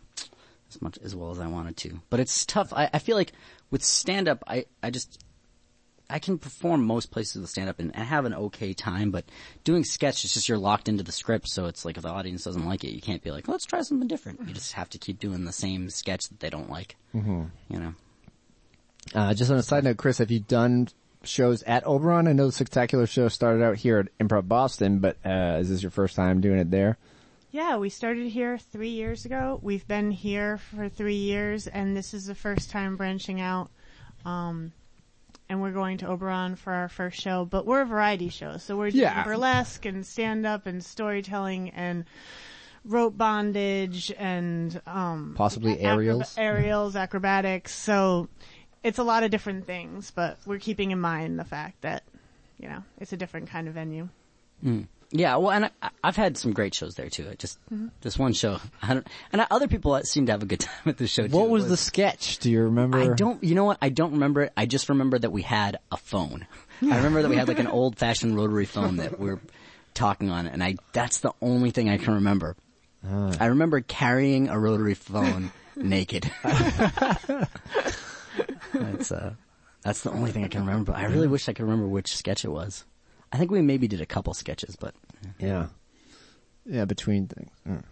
[SPEAKER 8] as much as well as I wanted to. But it's tough. I, I feel like with stand up, I, I just, I can perform most places with stand up and, and have an okay time, but doing sketch, it's just you're locked into the script. So it's like if the audience doesn't like it, you can't be like, let's try something different. You just have to keep doing the same sketch that they don't like. Mm-hmm. You know?
[SPEAKER 2] Uh, just on a side note, Chris, have you done shows at Oberon? I know the spectacular show started out here at Improv Boston, but uh, is this your first time doing it there?
[SPEAKER 9] Yeah, we started here three years ago. We've been here for three years, and this is the first time branching out. Um, and we're going to Oberon for our first show, but we're a variety show, so we're doing
[SPEAKER 5] Yeah.
[SPEAKER 9] burlesque and stand up and storytelling and rope bondage and um,
[SPEAKER 2] Possibly
[SPEAKER 9] acroba-
[SPEAKER 2] aerials?
[SPEAKER 9] aerials, acrobatics. So it's a lot of different things, but we're keeping in mind the fact that you know it's a different kind of venue.
[SPEAKER 8] Yeah, well, and I, I've had some great shows there too. I just
[SPEAKER 9] Hmm. Mm-hmm.
[SPEAKER 8] this one show, [laughs] I don't, and other people seem to have a good [laughs] time at the show too.
[SPEAKER 2] What was
[SPEAKER 8] It
[SPEAKER 2] the sketch? Do you remember?
[SPEAKER 8] I don't. You know what? I don't remember it. I just remember that we had a
[SPEAKER 2] [laughs]
[SPEAKER 8] phone. I remember that we had like an old fashioned rotary phone that we are talking on, and I that's the only thing I can remember.
[SPEAKER 2] Ah.
[SPEAKER 8] I remember carrying a rotary
[SPEAKER 2] [laughs]
[SPEAKER 8] phone naked. that's uh, that's the only thing I can remember. I really wish I could remember which sketch it was. I think we maybe did a couple sketches, but
[SPEAKER 2] Yeah. Yeah, between things. Mm.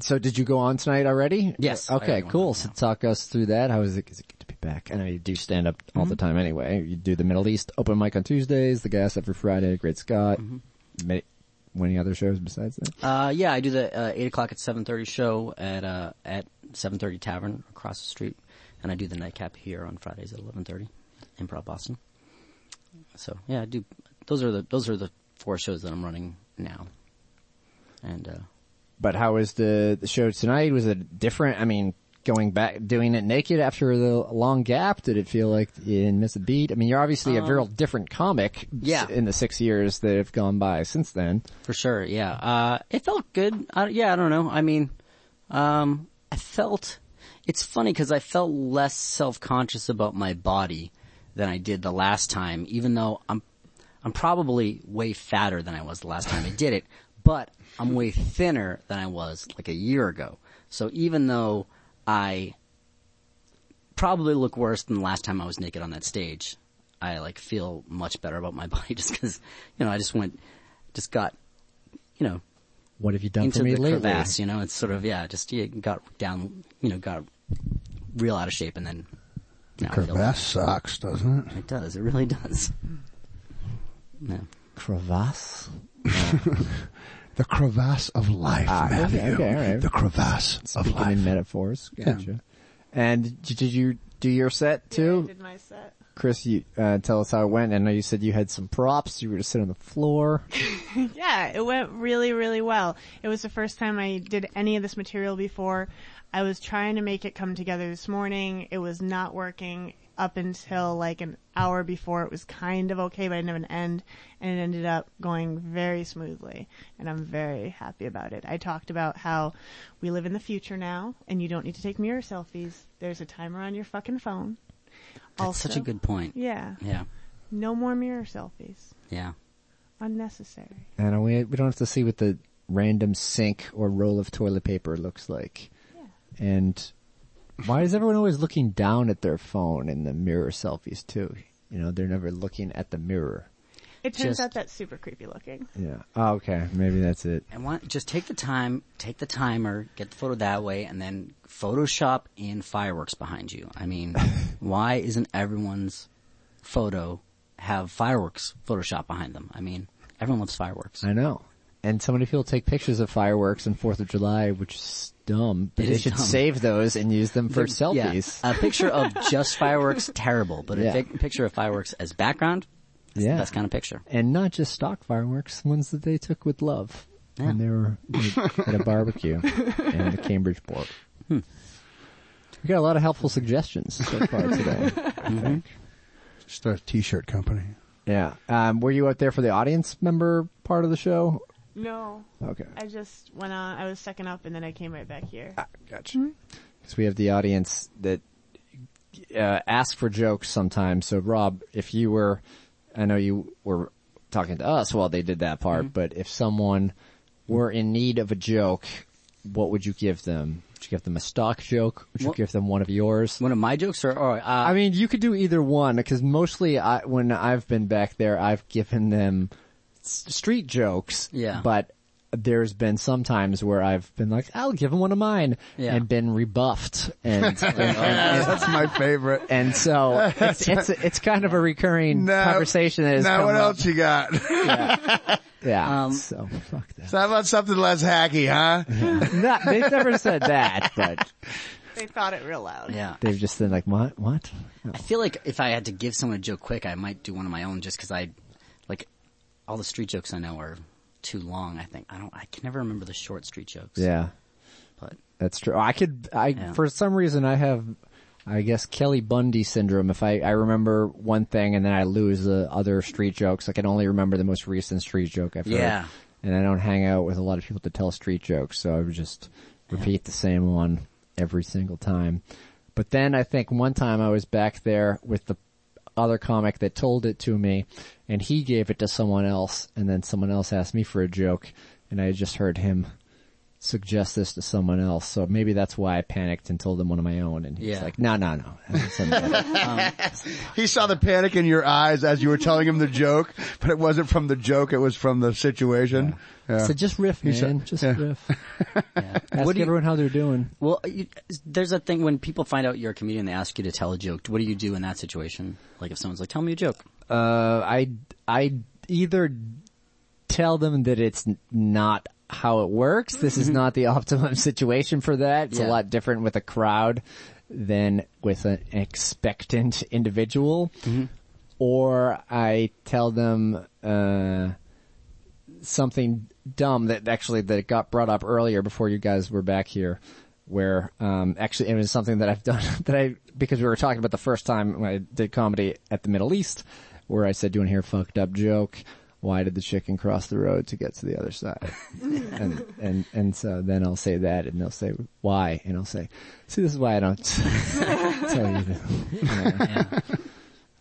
[SPEAKER 2] So did you go on tonight already?
[SPEAKER 8] Yes, I
[SPEAKER 2] Okay,
[SPEAKER 8] already went
[SPEAKER 2] cool.
[SPEAKER 8] on,
[SPEAKER 2] So
[SPEAKER 8] yeah.
[SPEAKER 2] talk us through that. How is it, is it good to be back? I know you do stand up all
[SPEAKER 8] Mm-hmm.
[SPEAKER 2] the time anyway. You do the Middle East open mic on Tuesdays, the gas every Friday, Great Scott.
[SPEAKER 8] Mm-hmm.
[SPEAKER 2] Ma- Many other shows besides that?
[SPEAKER 8] Uh, yeah, I do the uh, eight o'clock at seven thirty show at uh, at seven thirty tavern across the street, and I do the nightcap here on Fridays at eleven thirty, Improv Boston. So yeah, I do. Those are the those are the four shows that I'm running now, and uh,
[SPEAKER 2] But how was the, the show tonight? Was it different? I mean, going back, doing it naked after the long gap, did it feel like you didn't miss a beat? I mean, you're obviously a very different comic
[SPEAKER 8] Um, yeah.
[SPEAKER 2] in the six years that have gone by since then.
[SPEAKER 8] For sure, yeah. Uh, it felt good. I, yeah, I don't know. I mean, um, I felt. It's funny because I felt less self-conscious about my body than I did the last time, even though I'm, I'm probably way fatter than I was the last time I did it, but I'm way thinner than I was like a year ago. So even though I probably look worse than the last time I was naked on that stage. I like feel much better about my [laughs] body just because, you know, I just went, just got, you know,
[SPEAKER 2] What have you done
[SPEAKER 8] into
[SPEAKER 2] for me
[SPEAKER 8] the
[SPEAKER 2] lately?
[SPEAKER 8] crevasse. You know, it's sort of yeah, just you got down, you know, got real out of shape, and then No, I don't.
[SPEAKER 7] Crevasse sucks, doesn't it?
[SPEAKER 8] It does. It really
[SPEAKER 2] [laughs]
[SPEAKER 8] does. No.
[SPEAKER 2] Crevasse?
[SPEAKER 7] [laughs] The crevasse of life,
[SPEAKER 2] Ah, okay,
[SPEAKER 7] Matthew.
[SPEAKER 2] okay, all right.
[SPEAKER 7] The crevasse
[SPEAKER 2] Speaking
[SPEAKER 7] of life.
[SPEAKER 2] in metaphors. Gotcha. And d- did you do your set
[SPEAKER 9] Yeah, I
[SPEAKER 2] too?
[SPEAKER 9] did my set.
[SPEAKER 2] Chris, you, uh, tell us how it went. I know you said you had some props. You were to sit on the
[SPEAKER 8] [laughs]
[SPEAKER 2] floor.
[SPEAKER 9] [laughs] Yeah, it went really, really well. It was the first time I did any of this material before. I was trying to make it come together this morning. It was not working up until like an hour before. It was kind of okay, but I didn't have an end, and it ended up going very smoothly. And I'm very happy about it. I talked about how we live in the future now, and you don't need to take mirror selfies. There's a timer on your fucking phone.
[SPEAKER 8] That's such a good point.
[SPEAKER 9] Yeah,
[SPEAKER 8] Yeah.
[SPEAKER 9] no more mirror selfies.
[SPEAKER 8] Yeah.
[SPEAKER 9] Unnecessary.
[SPEAKER 2] And we, we don't have to see what the random sink or roll of toilet paper looks like. And why is everyone always looking down at their phone in the mirror selfies too? You know, they're never looking at the mirror.
[SPEAKER 9] It turns
[SPEAKER 8] Just-
[SPEAKER 9] out that's super creepy looking.
[SPEAKER 2] Yeah. Oh, okay. Maybe that's it.
[SPEAKER 8] And why, just take the time, take the timer, get the photo that way, and then Photoshop in fireworks behind you. I
[SPEAKER 2] [laughs]
[SPEAKER 8] mean, why isn't everyone's photo have fireworks Photoshop behind them? I mean, everyone loves fireworks.
[SPEAKER 2] I know. And so many people take pictures of fireworks on 4th of July, which is dumb, but
[SPEAKER 8] It
[SPEAKER 2] they
[SPEAKER 8] is
[SPEAKER 2] should
[SPEAKER 8] dumb.
[SPEAKER 2] save those and use them for
[SPEAKER 8] Yeah,
[SPEAKER 2] selfies.
[SPEAKER 8] a picture
[SPEAKER 2] [laughs]
[SPEAKER 8] of just fireworks, terrible, but
[SPEAKER 2] Yeah.
[SPEAKER 8] a pic- picture of fireworks as background, that's
[SPEAKER 2] Yeah.
[SPEAKER 8] the best kind of picture.
[SPEAKER 2] and not just stock fireworks, ones that they took with love
[SPEAKER 8] Yeah.
[SPEAKER 2] when they were at a barbecue in the Cambridge port. We got a lot of helpful suggestions so far today.
[SPEAKER 7] Just a t-shirt company.
[SPEAKER 2] yeah. Um, were you out there for the audience member part of the show?
[SPEAKER 9] No,
[SPEAKER 2] Okay.
[SPEAKER 9] I just went on. I was second up, and then I came right back here. Mm-hmm.
[SPEAKER 2] Gotcha. Because we have the audience that uh, ask for jokes sometimes. So Rob, if you were, I know you were talking to us while they did that part,
[SPEAKER 8] Mm-hmm.
[SPEAKER 2] but if someone were in need of a joke, what would you give them? Would you give them a stock joke? Would you
[SPEAKER 8] What-
[SPEAKER 2] give them one of yours?
[SPEAKER 8] One of my jokes are, or, uh,
[SPEAKER 2] I mean, you could do either one because mostly I, when I've been back there, I've given them s- street jokes.
[SPEAKER 8] Yeah.
[SPEAKER 2] But there's been some times where I've been like, I'll give them one of mine
[SPEAKER 8] Yeah.
[SPEAKER 2] and been rebuffed.
[SPEAKER 8] [laughs]
[SPEAKER 2] And, and, and-
[SPEAKER 7] That's my favorite.
[SPEAKER 2] and so it's, it's, it's kind of a recurring
[SPEAKER 7] No.
[SPEAKER 2] conversation that is
[SPEAKER 7] Now what else you got? [laughs]
[SPEAKER 9] [laughs]
[SPEAKER 2] Yeah.
[SPEAKER 8] Um,
[SPEAKER 2] so fuck that.
[SPEAKER 7] So how about something less
[SPEAKER 2] [laughs]
[SPEAKER 7] hacky, huh?
[SPEAKER 2] Not- they've never said that, but
[SPEAKER 9] They thought it real loud. [laughs]
[SPEAKER 8] [laughs] yeah.
[SPEAKER 2] they've just been like, what? What?
[SPEAKER 8] I feel like if I had to give someone a joke quick, I might do one of my own just cause I, like, all the street jokes I know are too long, I think. I don't, I can never remember the short street jokes.
[SPEAKER 2] Yeah.
[SPEAKER 8] But,
[SPEAKER 2] That's true. I could, I,
[SPEAKER 8] Yeah.
[SPEAKER 2] for some reason I have, I guess Kelly Bundy syndrome. If I, I remember one thing and then I lose the other street jokes, I can only remember the most recent street joke I've heard.
[SPEAKER 8] Yeah.
[SPEAKER 2] And I don't hang out with a lot of people to tell street jokes, so I would just repeat the same one every single time. But then I think one time I was back there with the other comic that told it to me and he gave it to someone else and then someone else asked me for a joke and I just heard him suggest this to someone else. So maybe that's why I panicked and told him one of my own. And he's
[SPEAKER 8] Yeah.
[SPEAKER 2] like, no, no, no. And I [laughs] said,
[SPEAKER 8] [laughs]
[SPEAKER 2] "No."
[SPEAKER 7] he saw the panic in your eyes as you were telling him the joke, but it wasn't from the joke, it was from the situation. Yeah.
[SPEAKER 2] so just riff, man.
[SPEAKER 7] He said-
[SPEAKER 2] just
[SPEAKER 7] yeah.
[SPEAKER 2] riff.
[SPEAKER 8] yeah.
[SPEAKER 2] Ask
[SPEAKER 8] What do you-
[SPEAKER 2] everyone how they're doing.
[SPEAKER 8] Well, you, there's a thing when people find out you're a comedian, they ask you to tell a joke. What do you do in that situation? Like if someone's like, tell me a joke.
[SPEAKER 2] Uh, I, I either tell them that it's n- not how it works. This is not the [laughs] optimum situation for that. It's a
[SPEAKER 8] Yeah.
[SPEAKER 2] lot different with a crowd than with an expectant individual. Or I tell them, uh, something dumb that actually that got brought up earlier before you guys were back here where um actually it was something that I've [laughs] done that I because we were talking about the first time when I did comedy at the Middle East where I said do you want to hear a fucked up joke why did the chicken cross the road to get to the other side and and and so then I'll say that and they'll say why and I'll say see this is why I don't [laughs] tell you that."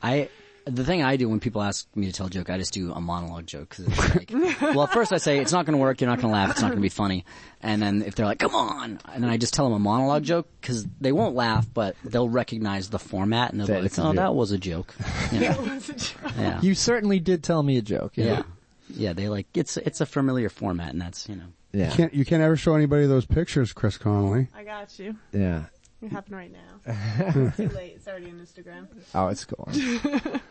[SPEAKER 8] I the thing I do when people ask me to tell a joke, I just do a monologue joke. 'cause it's like, well, at first I say it's not going to work. You're not going to laugh. It's not going to be funny. And then if they're like, "Come on," and then I just tell them a monologue joke because they won't laugh, but they'll recognize the format and they'll
[SPEAKER 2] That
[SPEAKER 8] be
[SPEAKER 2] it's
[SPEAKER 8] like,
[SPEAKER 2] a
[SPEAKER 8] "Oh,
[SPEAKER 2] joke."
[SPEAKER 8] that was a joke." You know?
[SPEAKER 9] [laughs]
[SPEAKER 8] yeah,
[SPEAKER 2] you certainly did tell me a joke you know?
[SPEAKER 8] yeah, yeah. They like it's it's a familiar format, and that's you know.
[SPEAKER 2] yeah
[SPEAKER 7] can't, you can't ever show anybody those pictures, Chris Connolly.
[SPEAKER 9] I got you.
[SPEAKER 2] Yeah.
[SPEAKER 9] It happened right now. Too late. It's already on Instagram.
[SPEAKER 2] Oh,
[SPEAKER 9] [laughs]
[SPEAKER 2] it's gone.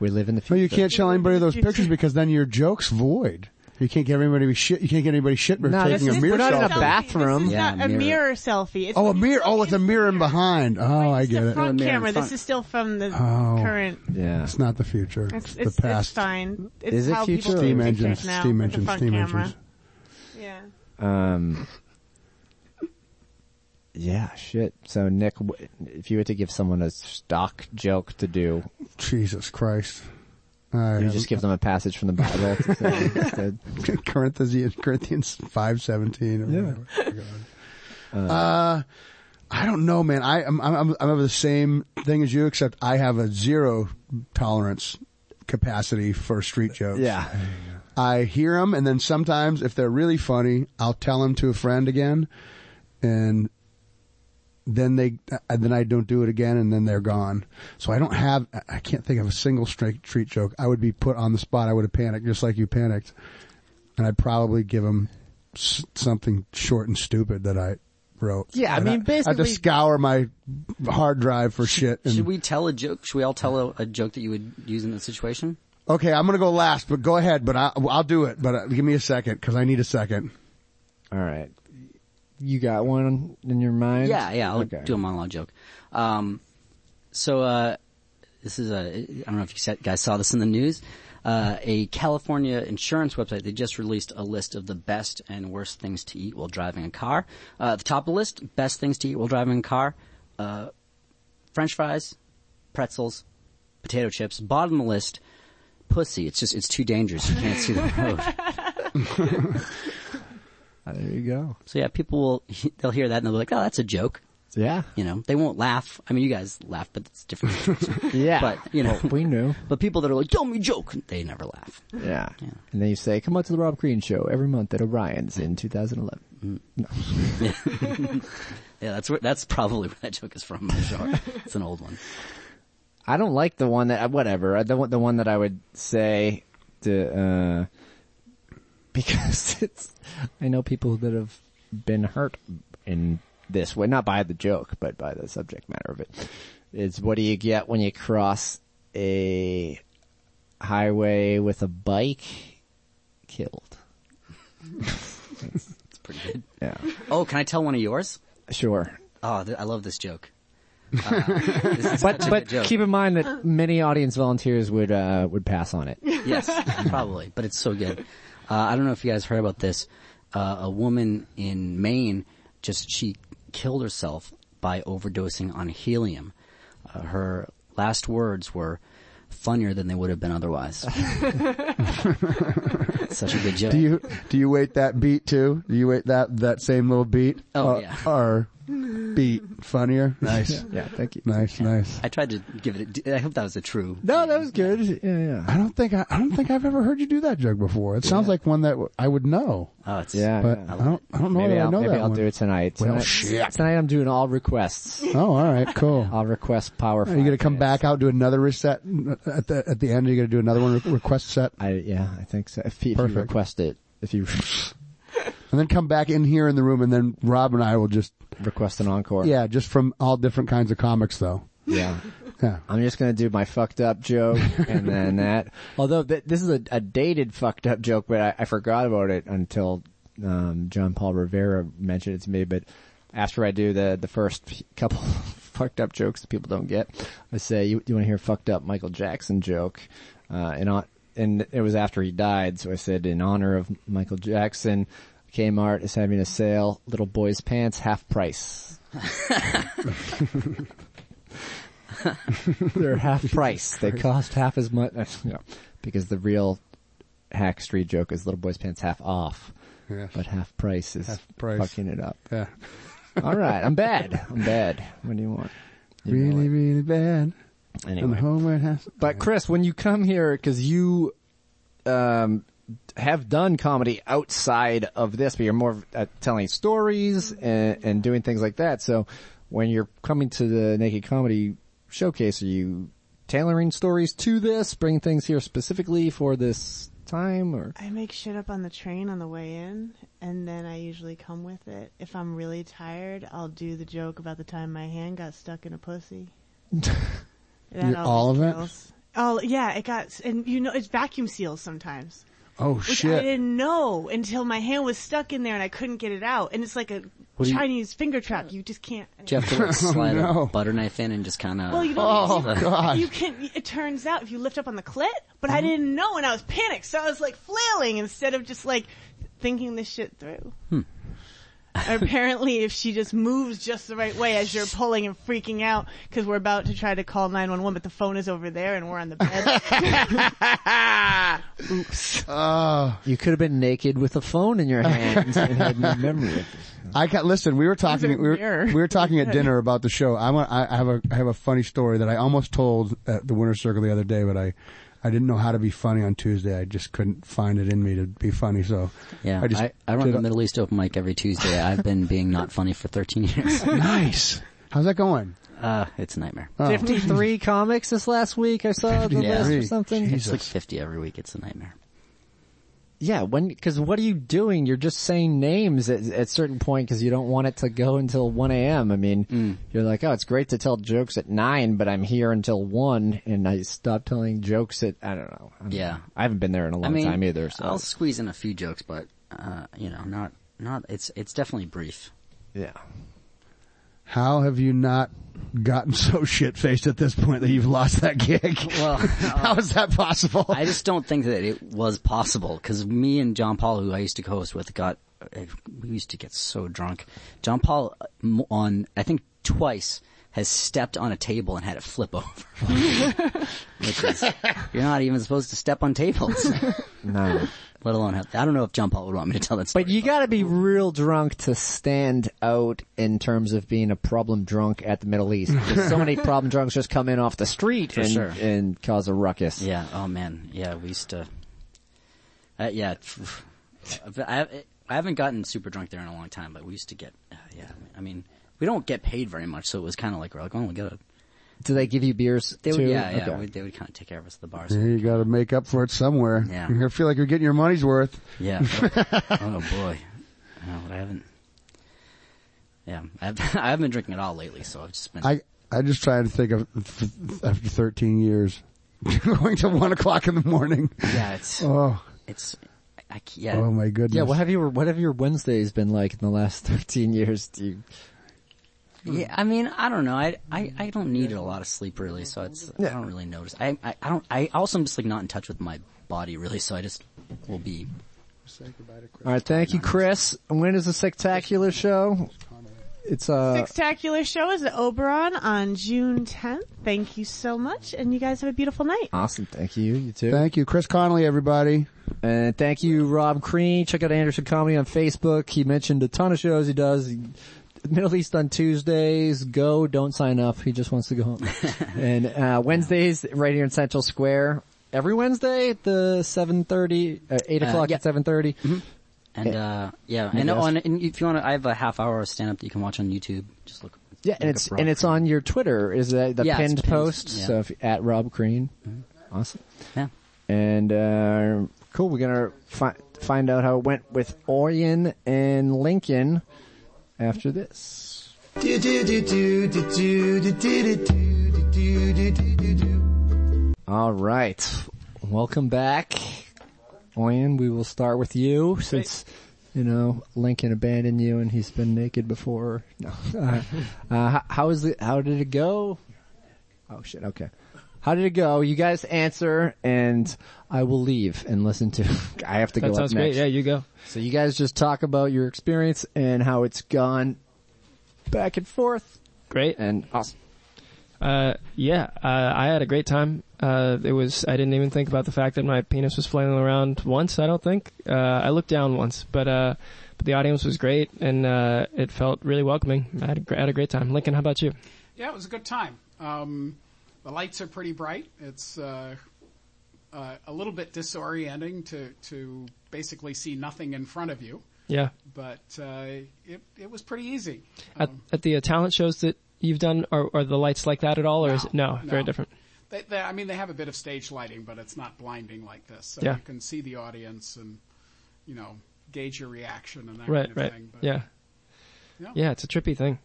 [SPEAKER 2] we live in the future.
[SPEAKER 7] No, you can't show anybody those pictures because then your joke's void. You can't get anybody shit. You can't get anybody shit for
[SPEAKER 2] No, this
[SPEAKER 7] taking a
[SPEAKER 2] is-
[SPEAKER 7] mirror
[SPEAKER 2] we're not in a
[SPEAKER 7] selfie.
[SPEAKER 2] bathroom.
[SPEAKER 9] This is
[SPEAKER 2] Yeah,
[SPEAKER 9] not a
[SPEAKER 2] mirror.
[SPEAKER 9] mirror, selfie. It's
[SPEAKER 7] Oh, a mirror. Oh, with a mirror in behind. Oh, I get
[SPEAKER 9] the
[SPEAKER 7] it.
[SPEAKER 9] front
[SPEAKER 8] mirror in
[SPEAKER 9] camera.
[SPEAKER 8] front.
[SPEAKER 9] This is still from the
[SPEAKER 7] Oh.
[SPEAKER 9] current.
[SPEAKER 2] Yeah.
[SPEAKER 7] It's not the future.
[SPEAKER 9] It's,
[SPEAKER 7] It's,
[SPEAKER 9] it's,
[SPEAKER 7] the
[SPEAKER 9] it's
[SPEAKER 7] past.
[SPEAKER 9] fine. It's
[SPEAKER 2] Is it
[SPEAKER 9] how people take
[SPEAKER 2] future
[SPEAKER 7] Steam
[SPEAKER 2] or-
[SPEAKER 9] pictures
[SPEAKER 7] engines.
[SPEAKER 9] now,
[SPEAKER 7] Steam
[SPEAKER 9] with the
[SPEAKER 7] engines.
[SPEAKER 9] front
[SPEAKER 7] Steam
[SPEAKER 9] camera.
[SPEAKER 7] engines.
[SPEAKER 9] Yeah.
[SPEAKER 2] Um, yeah, shit. So Nick, w- if you were to give someone a stock joke to do,
[SPEAKER 7] Jesus Christ. I
[SPEAKER 2] you just give them a passage from the
[SPEAKER 7] [laughs]
[SPEAKER 2] Bible to say instead.
[SPEAKER 7] Corinthians, Corinthians five seventeen. Or whatever. Uh, I don't know, man. I, I'm, I'm, I'm of the same thing as you, except I have a zero tolerance capacity for street jokes.
[SPEAKER 2] Yeah.
[SPEAKER 7] I hear them, and then sometimes if they're really funny, I'll tell them to a friend again, and then they and then I don't do it again, and then they're gone. So I don't have I can't think of a single straight treat joke. I would be put on the spot. I would have panicked just like you panicked, and I'd probably give them s- something short and stupid that I wrote.
[SPEAKER 2] Yeah, I
[SPEAKER 7] And
[SPEAKER 2] mean,
[SPEAKER 7] I have to
[SPEAKER 2] basically-
[SPEAKER 7] scour my hard drive for shit. And,
[SPEAKER 8] Should we tell a joke? Should we all tell a, a joke that you would use in that situation?
[SPEAKER 7] okay, I'm gonna go last, but go ahead. But I, I'll do it. But uh, give me a second because I need a second.
[SPEAKER 2] All right. You got one in your mind?
[SPEAKER 8] Yeah, yeah, I'll
[SPEAKER 2] Okay.
[SPEAKER 8] do a monologue joke. Um, so uh, this is a I don't know if you sa- guys saw this in the news. Uh, a California insurance website they just released a list of the best and worst things to eat while driving a car. Uh, at the top of the list: best things to eat while driving a car, uh, French fries, pretzels, potato chips. Bottom of the list: pussy. It's just it's too dangerous. You can't see the road.
[SPEAKER 2] Ah, [laughs] there you go.
[SPEAKER 8] So yeah, people will [laughs] they'll hear that and they'll be like, "Oh, that's a joke."
[SPEAKER 2] Yeah.
[SPEAKER 8] You know, they won't laugh. I mean, you guys laugh, but it's different. [laughs]
[SPEAKER 2] [laughs] Yeah.
[SPEAKER 8] But, you know.
[SPEAKER 2] Well, we knew.
[SPEAKER 8] but people that are like, tell me a joke, they never laugh.
[SPEAKER 2] Yeah. And then you say, come out to the Rob Green show every month at Orion's in 2011.
[SPEAKER 8] [laughs] Yeah, that's where, that's probably where that joke is from. I'm sure. it's an old one.
[SPEAKER 2] I don't like the one that uh, whatever the one- the one that I would say to uh, [laughs] because it's I know people that have been hurt in this way, not by the joke, but by the subject matter of it. It's what do you get when you cross a highway with a bike? Killed.
[SPEAKER 8] It's pretty good.
[SPEAKER 2] Yeah,
[SPEAKER 8] Oh, can I tell one of yours?
[SPEAKER 2] sure.
[SPEAKER 8] Oh, th- I love this
[SPEAKER 7] [laughs]
[SPEAKER 8] joke. Uh, this is
[SPEAKER 2] But
[SPEAKER 8] such a
[SPEAKER 2] but
[SPEAKER 8] good joke.
[SPEAKER 2] keep in mind that many audience volunteers would uh, would pass on it.
[SPEAKER 8] [laughs] yes, probably, but it's so good. Uh, I don't know if you guys heard about this. Uh, a woman in Maine just she killed herself by overdosing on helium. Uh, her last words were funnier than they would have been
[SPEAKER 7] [laughs]
[SPEAKER 8] otherwise. Such a good joke.
[SPEAKER 7] Do you do you wait that beat too? Do you wait that that same little beat?
[SPEAKER 8] Oh,
[SPEAKER 7] Or-
[SPEAKER 8] yeah.
[SPEAKER 7] Or beat funnier? Nice,
[SPEAKER 2] Yeah, thank you.
[SPEAKER 7] nice, nice.
[SPEAKER 8] I tried to give it. A, I hope that was a true.
[SPEAKER 2] No, that was good. Yeah, yeah.
[SPEAKER 7] I don't think I, I don't think I've ever heard you do that joke before. It sounds like one that w- I would know,
[SPEAKER 8] Oh, it's,
[SPEAKER 2] Yeah.
[SPEAKER 7] but I don't I don't know
[SPEAKER 2] Maybe
[SPEAKER 7] that
[SPEAKER 2] I'll,
[SPEAKER 7] I know
[SPEAKER 2] maybe
[SPEAKER 7] that
[SPEAKER 2] I'll
[SPEAKER 7] one.
[SPEAKER 2] do it tonight.
[SPEAKER 7] Well,
[SPEAKER 2] tonight,
[SPEAKER 7] shit.
[SPEAKER 2] tonight I'm doing all requests.
[SPEAKER 7] Oh, all right, cool.
[SPEAKER 2] [laughs] I'll request power.
[SPEAKER 7] Are you going to come back out do another reset at the at the end? Are you going to do another one re- request set
[SPEAKER 2] I yeah, I think so. If, you- if you
[SPEAKER 7] Perfect.
[SPEAKER 2] request it, if you
[SPEAKER 7] [laughs] and then come back in here in the room and then Rob and I will just
[SPEAKER 2] request an encore,
[SPEAKER 7] yeah just from all different kinds of comics though.
[SPEAKER 2] yeah.
[SPEAKER 7] Yeah.
[SPEAKER 2] I'm just gonna do my fucked up joke and then that. Although th- this is a, a dated fucked up joke, but I, I forgot about it until um, John Paul Rivera mentioned it to me. But after I do the the first f- couple [laughs] fucked up jokes that people don't get, I say, "You, you want to hear a fucked up Michael Jackson joke?" Uh, and on, and it was after he died, so I said, "In honor of Michael Jackson, Kmart is having a sale. Little boy's pants half price." [laughs] [laughs] They're half price. They cost half as much. [laughs] Yeah. Because the real hack street joke is little boy's pants half off.
[SPEAKER 7] Yeah.
[SPEAKER 2] But half price is
[SPEAKER 7] Half price.
[SPEAKER 2] fucking it up.
[SPEAKER 7] Yeah,
[SPEAKER 2] All right, I'm bad. I'm bad. What do you [laughs] want? You know
[SPEAKER 7] [laughs] really,
[SPEAKER 2] it.
[SPEAKER 7] really bad. And the
[SPEAKER 2] Anyway.
[SPEAKER 7] homeward has
[SPEAKER 2] Mm-hmm. But Chris, when you come here, because you um, have done comedy outside of this, but you're more of, uh, telling stories and, and doing things like that. So when you're coming to the Naked Comedy Showcase, are you tailoring stories to this, bringing things here specifically for this time or?
[SPEAKER 9] I make shit up on the train on the way in, and then I usually come with it. If I'm really tired, I'll do the joke about the time my hand got stuck in a
[SPEAKER 7] [laughs]
[SPEAKER 9] pussy. That
[SPEAKER 7] You're- all
[SPEAKER 9] always
[SPEAKER 7] of it?
[SPEAKER 9] kills. Oh yeah, it got and you know it's vacuum seals sometimes.
[SPEAKER 7] Oh
[SPEAKER 9] Which I
[SPEAKER 7] shit!
[SPEAKER 9] didn't know until my hand was stuck in there and I couldn't get it out. And it's like a
[SPEAKER 7] do you-
[SPEAKER 9] Chinese finger trap. You just can't.
[SPEAKER 8] Do you have
[SPEAKER 7] [laughs]
[SPEAKER 8] to like
[SPEAKER 7] Oh,
[SPEAKER 8] slide
[SPEAKER 7] no.
[SPEAKER 8] a butter knife in and just kind of?
[SPEAKER 9] Well, you don't.
[SPEAKER 7] Oh,
[SPEAKER 9] you,
[SPEAKER 7] God. Mm-hmm.
[SPEAKER 9] You can. It turns out if you lift up on the clit, but I didn't know, and I was panicked, so I was like flailing instead of just like thinking this shit through.
[SPEAKER 7] Hmm.
[SPEAKER 9] [laughs] Apparently, if she just moves just the right way as you're pulling and freaking out, because we're about to try to call 911, but the phone is over there and we're on the
[SPEAKER 7] [laughs]
[SPEAKER 9] bed.
[SPEAKER 7] Ah.
[SPEAKER 2] You could have been naked with a phone in your hand and had no memory of it.
[SPEAKER 7] I got listen. We were talking. We were,
[SPEAKER 9] mirror.
[SPEAKER 7] we were
[SPEAKER 8] [laughs]
[SPEAKER 7] talking at dinner about the show. I want. I I have a. I have a funny story that I almost told at the Winner's Circle the other day, but I, I didn't know how to be funny on Tuesday. I just couldn't find it in me to be funny. So
[SPEAKER 8] yeah,
[SPEAKER 7] I just
[SPEAKER 8] I, I run
[SPEAKER 7] did
[SPEAKER 8] the
[SPEAKER 7] a-
[SPEAKER 8] Middle East open mic every Tuesday. I've been being not funny for 13 years. [laughs]
[SPEAKER 7] [laughs] nice. How's that going? Oh.
[SPEAKER 8] Uh, it's a nightmare.
[SPEAKER 7] [laughs]
[SPEAKER 2] 53 comics this last week I saw on the
[SPEAKER 8] Yeah.
[SPEAKER 2] list or
[SPEAKER 7] 53.
[SPEAKER 2] something.
[SPEAKER 8] It's
[SPEAKER 7] Jesus.
[SPEAKER 8] like 50 every week. It's a nightmare.
[SPEAKER 2] Yeah, when cuz what are you doing? You're just saying names at at certain point cuz you don't want it to go until 1 a.m. I mean,
[SPEAKER 8] Mm.
[SPEAKER 2] you're like, "Oh, it's great to tell jokes at 9, but I'm here until 1 and I stop telling jokes at I don't know." I don't
[SPEAKER 8] Yeah.
[SPEAKER 2] know. I haven't been there in a long
[SPEAKER 8] I mean,
[SPEAKER 2] time either, so [laughs]
[SPEAKER 8] I'll squeeze in a few jokes, but uh, you know, not not. It's it's definitely brief.
[SPEAKER 2] yeah.
[SPEAKER 7] How have you not gotten [laughs] so shit faced at this point that you've lost that gig?
[SPEAKER 8] Well,
[SPEAKER 7] [laughs]
[SPEAKER 8] uh,
[SPEAKER 7] How is that possible?
[SPEAKER 8] I just don't think that it was possible because me and John Paul, who I used to co-host with, got uh, we used to get so drunk. John Paul uh, m- on I think twice has stepped on a table and had it flip [laughs] over. Which is you're not even supposed to step on
[SPEAKER 7] [laughs]
[SPEAKER 8] tables,
[SPEAKER 2] No.
[SPEAKER 8] [laughs] let alone have. I don't know if John Paul would want me to tell that story. Mm.
[SPEAKER 2] But you gotta be real drunk to stand out in terms of being a problem drunk at the Middle East. 'Cause
[SPEAKER 8] [laughs]
[SPEAKER 2] so many problem drunks just come in off the street and,
[SPEAKER 8] sure.
[SPEAKER 2] and cause a ruckus.
[SPEAKER 8] Yeah. Oh man. Yeah, we used to. Uh, yeah. But I I haven't gotten super drunk there in a long time, but we used to get. Uh, yeah. I mean, we don't get paid very much, so it was kind of like we're like, oh, we gotta.
[SPEAKER 2] Do they give you beers
[SPEAKER 8] They would,
[SPEAKER 2] too?
[SPEAKER 8] yeah, yeah.
[SPEAKER 2] Okay.
[SPEAKER 8] we- they would kind of take care of us at the bars.
[SPEAKER 7] Yeah, you gotta make up for it somewhere.
[SPEAKER 8] Yeah.
[SPEAKER 7] You're gonna feel like you're getting your money's worth. [laughs]
[SPEAKER 8] Yeah. oh, boy. No, but I haven't. Yeah, I've I haven't [laughs] been drinking at all lately, so I've just been.
[SPEAKER 7] I, [laughs] I just try to think of, after 13 years, going to one o'clock in the morning.
[SPEAKER 8] yeah, it's
[SPEAKER 7] Oh,
[SPEAKER 8] it's. I, I, yeah.
[SPEAKER 7] oh my goodness.
[SPEAKER 2] Yeah, what have your what have your Wednesdays been like in the last [laughs] thirteen years? Do you,
[SPEAKER 7] Hmm.
[SPEAKER 8] Yeah, I mean, I don't know. I, I, I don't need a lot of sleep really, so it's I don't really notice. I, I, I don't. I also am just like not in touch with my body really, so I just will be.
[SPEAKER 2] all right, thank you, Chris. When is the spectacular show? It's uh,
[SPEAKER 9] Spectacular show is at Oberon on June 10th. Thank you so much, and you guys have a beautiful night.
[SPEAKER 2] awesome. Thank you, you too,
[SPEAKER 7] Thank you. Chris Connolly, everybody.
[SPEAKER 2] and thank you, Rob Crean. Check out Anderson Comedy on Facebook. He mentioned a ton of shows he does. Middle East on Tuesdays. Go, don't sign up. He just wants to go
[SPEAKER 7] [laughs]
[SPEAKER 2] home. and uh, Wednesdays, right here in Central Square. Every Wednesday, at the seven thirty, uh, eight
[SPEAKER 8] Uh,
[SPEAKER 2] o'clock
[SPEAKER 8] yeah.
[SPEAKER 2] at seven thirty.
[SPEAKER 7] Mm-hmm.
[SPEAKER 8] And uh, yeah, and
[SPEAKER 2] Yes.
[SPEAKER 8] on and if you want, to, I have a half hour of stand up that you can watch on YouTube. Just look.
[SPEAKER 2] Yeah, and
[SPEAKER 8] look
[SPEAKER 2] it's
[SPEAKER 8] up Rob
[SPEAKER 2] and it's on your Twitter. Is that the
[SPEAKER 8] Yeah, it's
[SPEAKER 2] pinned
[SPEAKER 8] pinned,
[SPEAKER 2] post?
[SPEAKER 8] yeah. Mm-hmm.
[SPEAKER 2] So if, at Rob Green, awesome.
[SPEAKER 8] Yeah.
[SPEAKER 2] And uh, cool. We're gonna fi- find out how it went with Orion and Lincoln after this. All right, welcome back, Orion. We will start with you since. You know, Lincoln abandoned you, and he's been naked before. No, uh, uh, how, how is it? How did it go? Oh shit. Okay. How did it go? You guys answer, and I will leave and listen to. [laughs] I have to
[SPEAKER 4] That
[SPEAKER 2] go up
[SPEAKER 4] sounds great.
[SPEAKER 2] next.
[SPEAKER 4] Yeah, you go.
[SPEAKER 2] So you guys just talk about your experience and how it's gone back and forth.
[SPEAKER 4] Great.
[SPEAKER 2] And awesome.
[SPEAKER 4] Uh, yeah, uh, I had a great time. Uh, it was, I didn't even think about the fact that my penis was flailing around once, I don't think. Uh, I looked down once, but, uh, but the audience was great and, uh, it felt really welcoming. I had a, gr- had a great time. Lincoln, how about you?
[SPEAKER 5] Yeah, it was a good time. Um, the lights are pretty bright. It's uh, uh, a little bit disorienting to to basically see nothing in front of you,
[SPEAKER 4] Yeah.
[SPEAKER 5] but uh, it it was pretty easy. Um,
[SPEAKER 4] At, at the uh, talent shows that you've done, are, are the lights like that at all or is
[SPEAKER 5] No,
[SPEAKER 4] it, no, very
[SPEAKER 5] no.
[SPEAKER 4] different.
[SPEAKER 5] They, they, I mean, they have a bit of stage lighting, but it's not blinding like this. So
[SPEAKER 4] Yeah.
[SPEAKER 5] you can see the audience and, you know, gauge your reaction and that
[SPEAKER 4] right,
[SPEAKER 5] kind of
[SPEAKER 4] right.
[SPEAKER 5] thing. But
[SPEAKER 4] yeah.
[SPEAKER 5] Yeah. Mm-hmm.
[SPEAKER 4] Yeah, it's a trippy thing.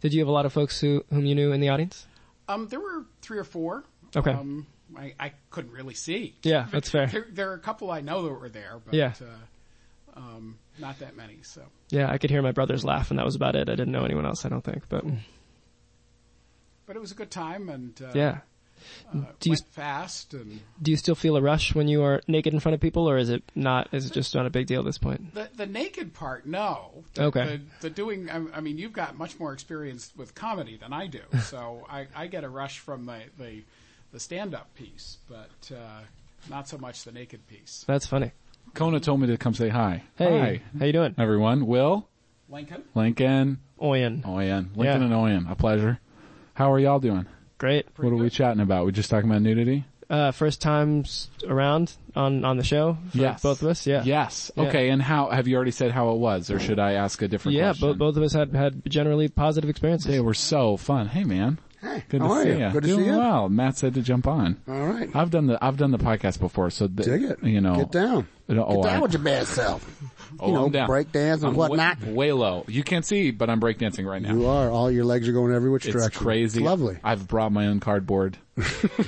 [SPEAKER 4] Did you have a lot of folks who whom you knew in the audience?
[SPEAKER 5] Um, there were three or four.
[SPEAKER 4] Okay.
[SPEAKER 5] Um, I, I couldn't really see.
[SPEAKER 4] Yeah, that's fair.
[SPEAKER 5] There, there are a couple I know that were there, but
[SPEAKER 4] Yeah.
[SPEAKER 5] uh, um, not that many. So
[SPEAKER 4] Yeah, I could hear my brothers laugh, and that was about it. I didn't know anyone else, I don't think. But
[SPEAKER 5] Mm. but it was a good time and uh,
[SPEAKER 4] yeah,
[SPEAKER 5] uh,
[SPEAKER 4] Do you-
[SPEAKER 5] went fast and
[SPEAKER 4] do you still feel a rush when you are naked in front of people, or is it not? Is it just not a big deal at this point?
[SPEAKER 5] the the naked part no the,
[SPEAKER 4] Okay.
[SPEAKER 5] the, the doing I, I mean you've got much more experience with comedy than
[SPEAKER 4] [laughs]
[SPEAKER 5] I do so I, I get a rush from the the, the stand up piece but uh, not so much the naked piece
[SPEAKER 4] That's funny.
[SPEAKER 10] Kona told me to come say hi.
[SPEAKER 4] Hey,
[SPEAKER 10] Hi,
[SPEAKER 4] how you doing?
[SPEAKER 10] everyone. Will,
[SPEAKER 5] Lincoln
[SPEAKER 10] Lincoln,
[SPEAKER 4] Oyen,
[SPEAKER 10] Oyen. Lincoln
[SPEAKER 4] Yeah.
[SPEAKER 10] and Oyen. A pleasure. How are y'all doing?
[SPEAKER 4] great.
[SPEAKER 10] what are we chatting about? We just talking about nudity?
[SPEAKER 4] Uh, first times around on on the show for
[SPEAKER 10] Yes.
[SPEAKER 4] both of us. Yeah,
[SPEAKER 10] Yes.
[SPEAKER 4] Yeah.
[SPEAKER 10] Okay. And how have you already said how it was, or should I ask a different
[SPEAKER 4] yeah.
[SPEAKER 10] question?
[SPEAKER 4] Both both of us had had generally positive experiences.
[SPEAKER 10] They were so fun. Hey, man. Good
[SPEAKER 7] how
[SPEAKER 10] to
[SPEAKER 7] are
[SPEAKER 10] see
[SPEAKER 7] you?
[SPEAKER 10] ya.
[SPEAKER 7] Good to
[SPEAKER 10] Doing
[SPEAKER 7] see ya.
[SPEAKER 10] well. Matt said to jump on.
[SPEAKER 7] All right.
[SPEAKER 10] I've done the I've done the podcast before, so the,
[SPEAKER 7] Dig it.
[SPEAKER 10] You know,
[SPEAKER 7] Get down.
[SPEAKER 10] you know, oh,
[SPEAKER 7] Get down
[SPEAKER 10] I-
[SPEAKER 7] with your bad self.
[SPEAKER 10] oh,
[SPEAKER 7] you know,
[SPEAKER 10] I'm down.
[SPEAKER 7] break dance and
[SPEAKER 10] I'm
[SPEAKER 7] whatnot.
[SPEAKER 10] Way, way low. You can't see, but I'm breakdancing right now.
[SPEAKER 7] You are. All your legs are going every which
[SPEAKER 10] It's
[SPEAKER 7] direction.
[SPEAKER 10] crazy.
[SPEAKER 7] It's lovely.
[SPEAKER 10] I've brought my own cardboard.
[SPEAKER 7] [laughs]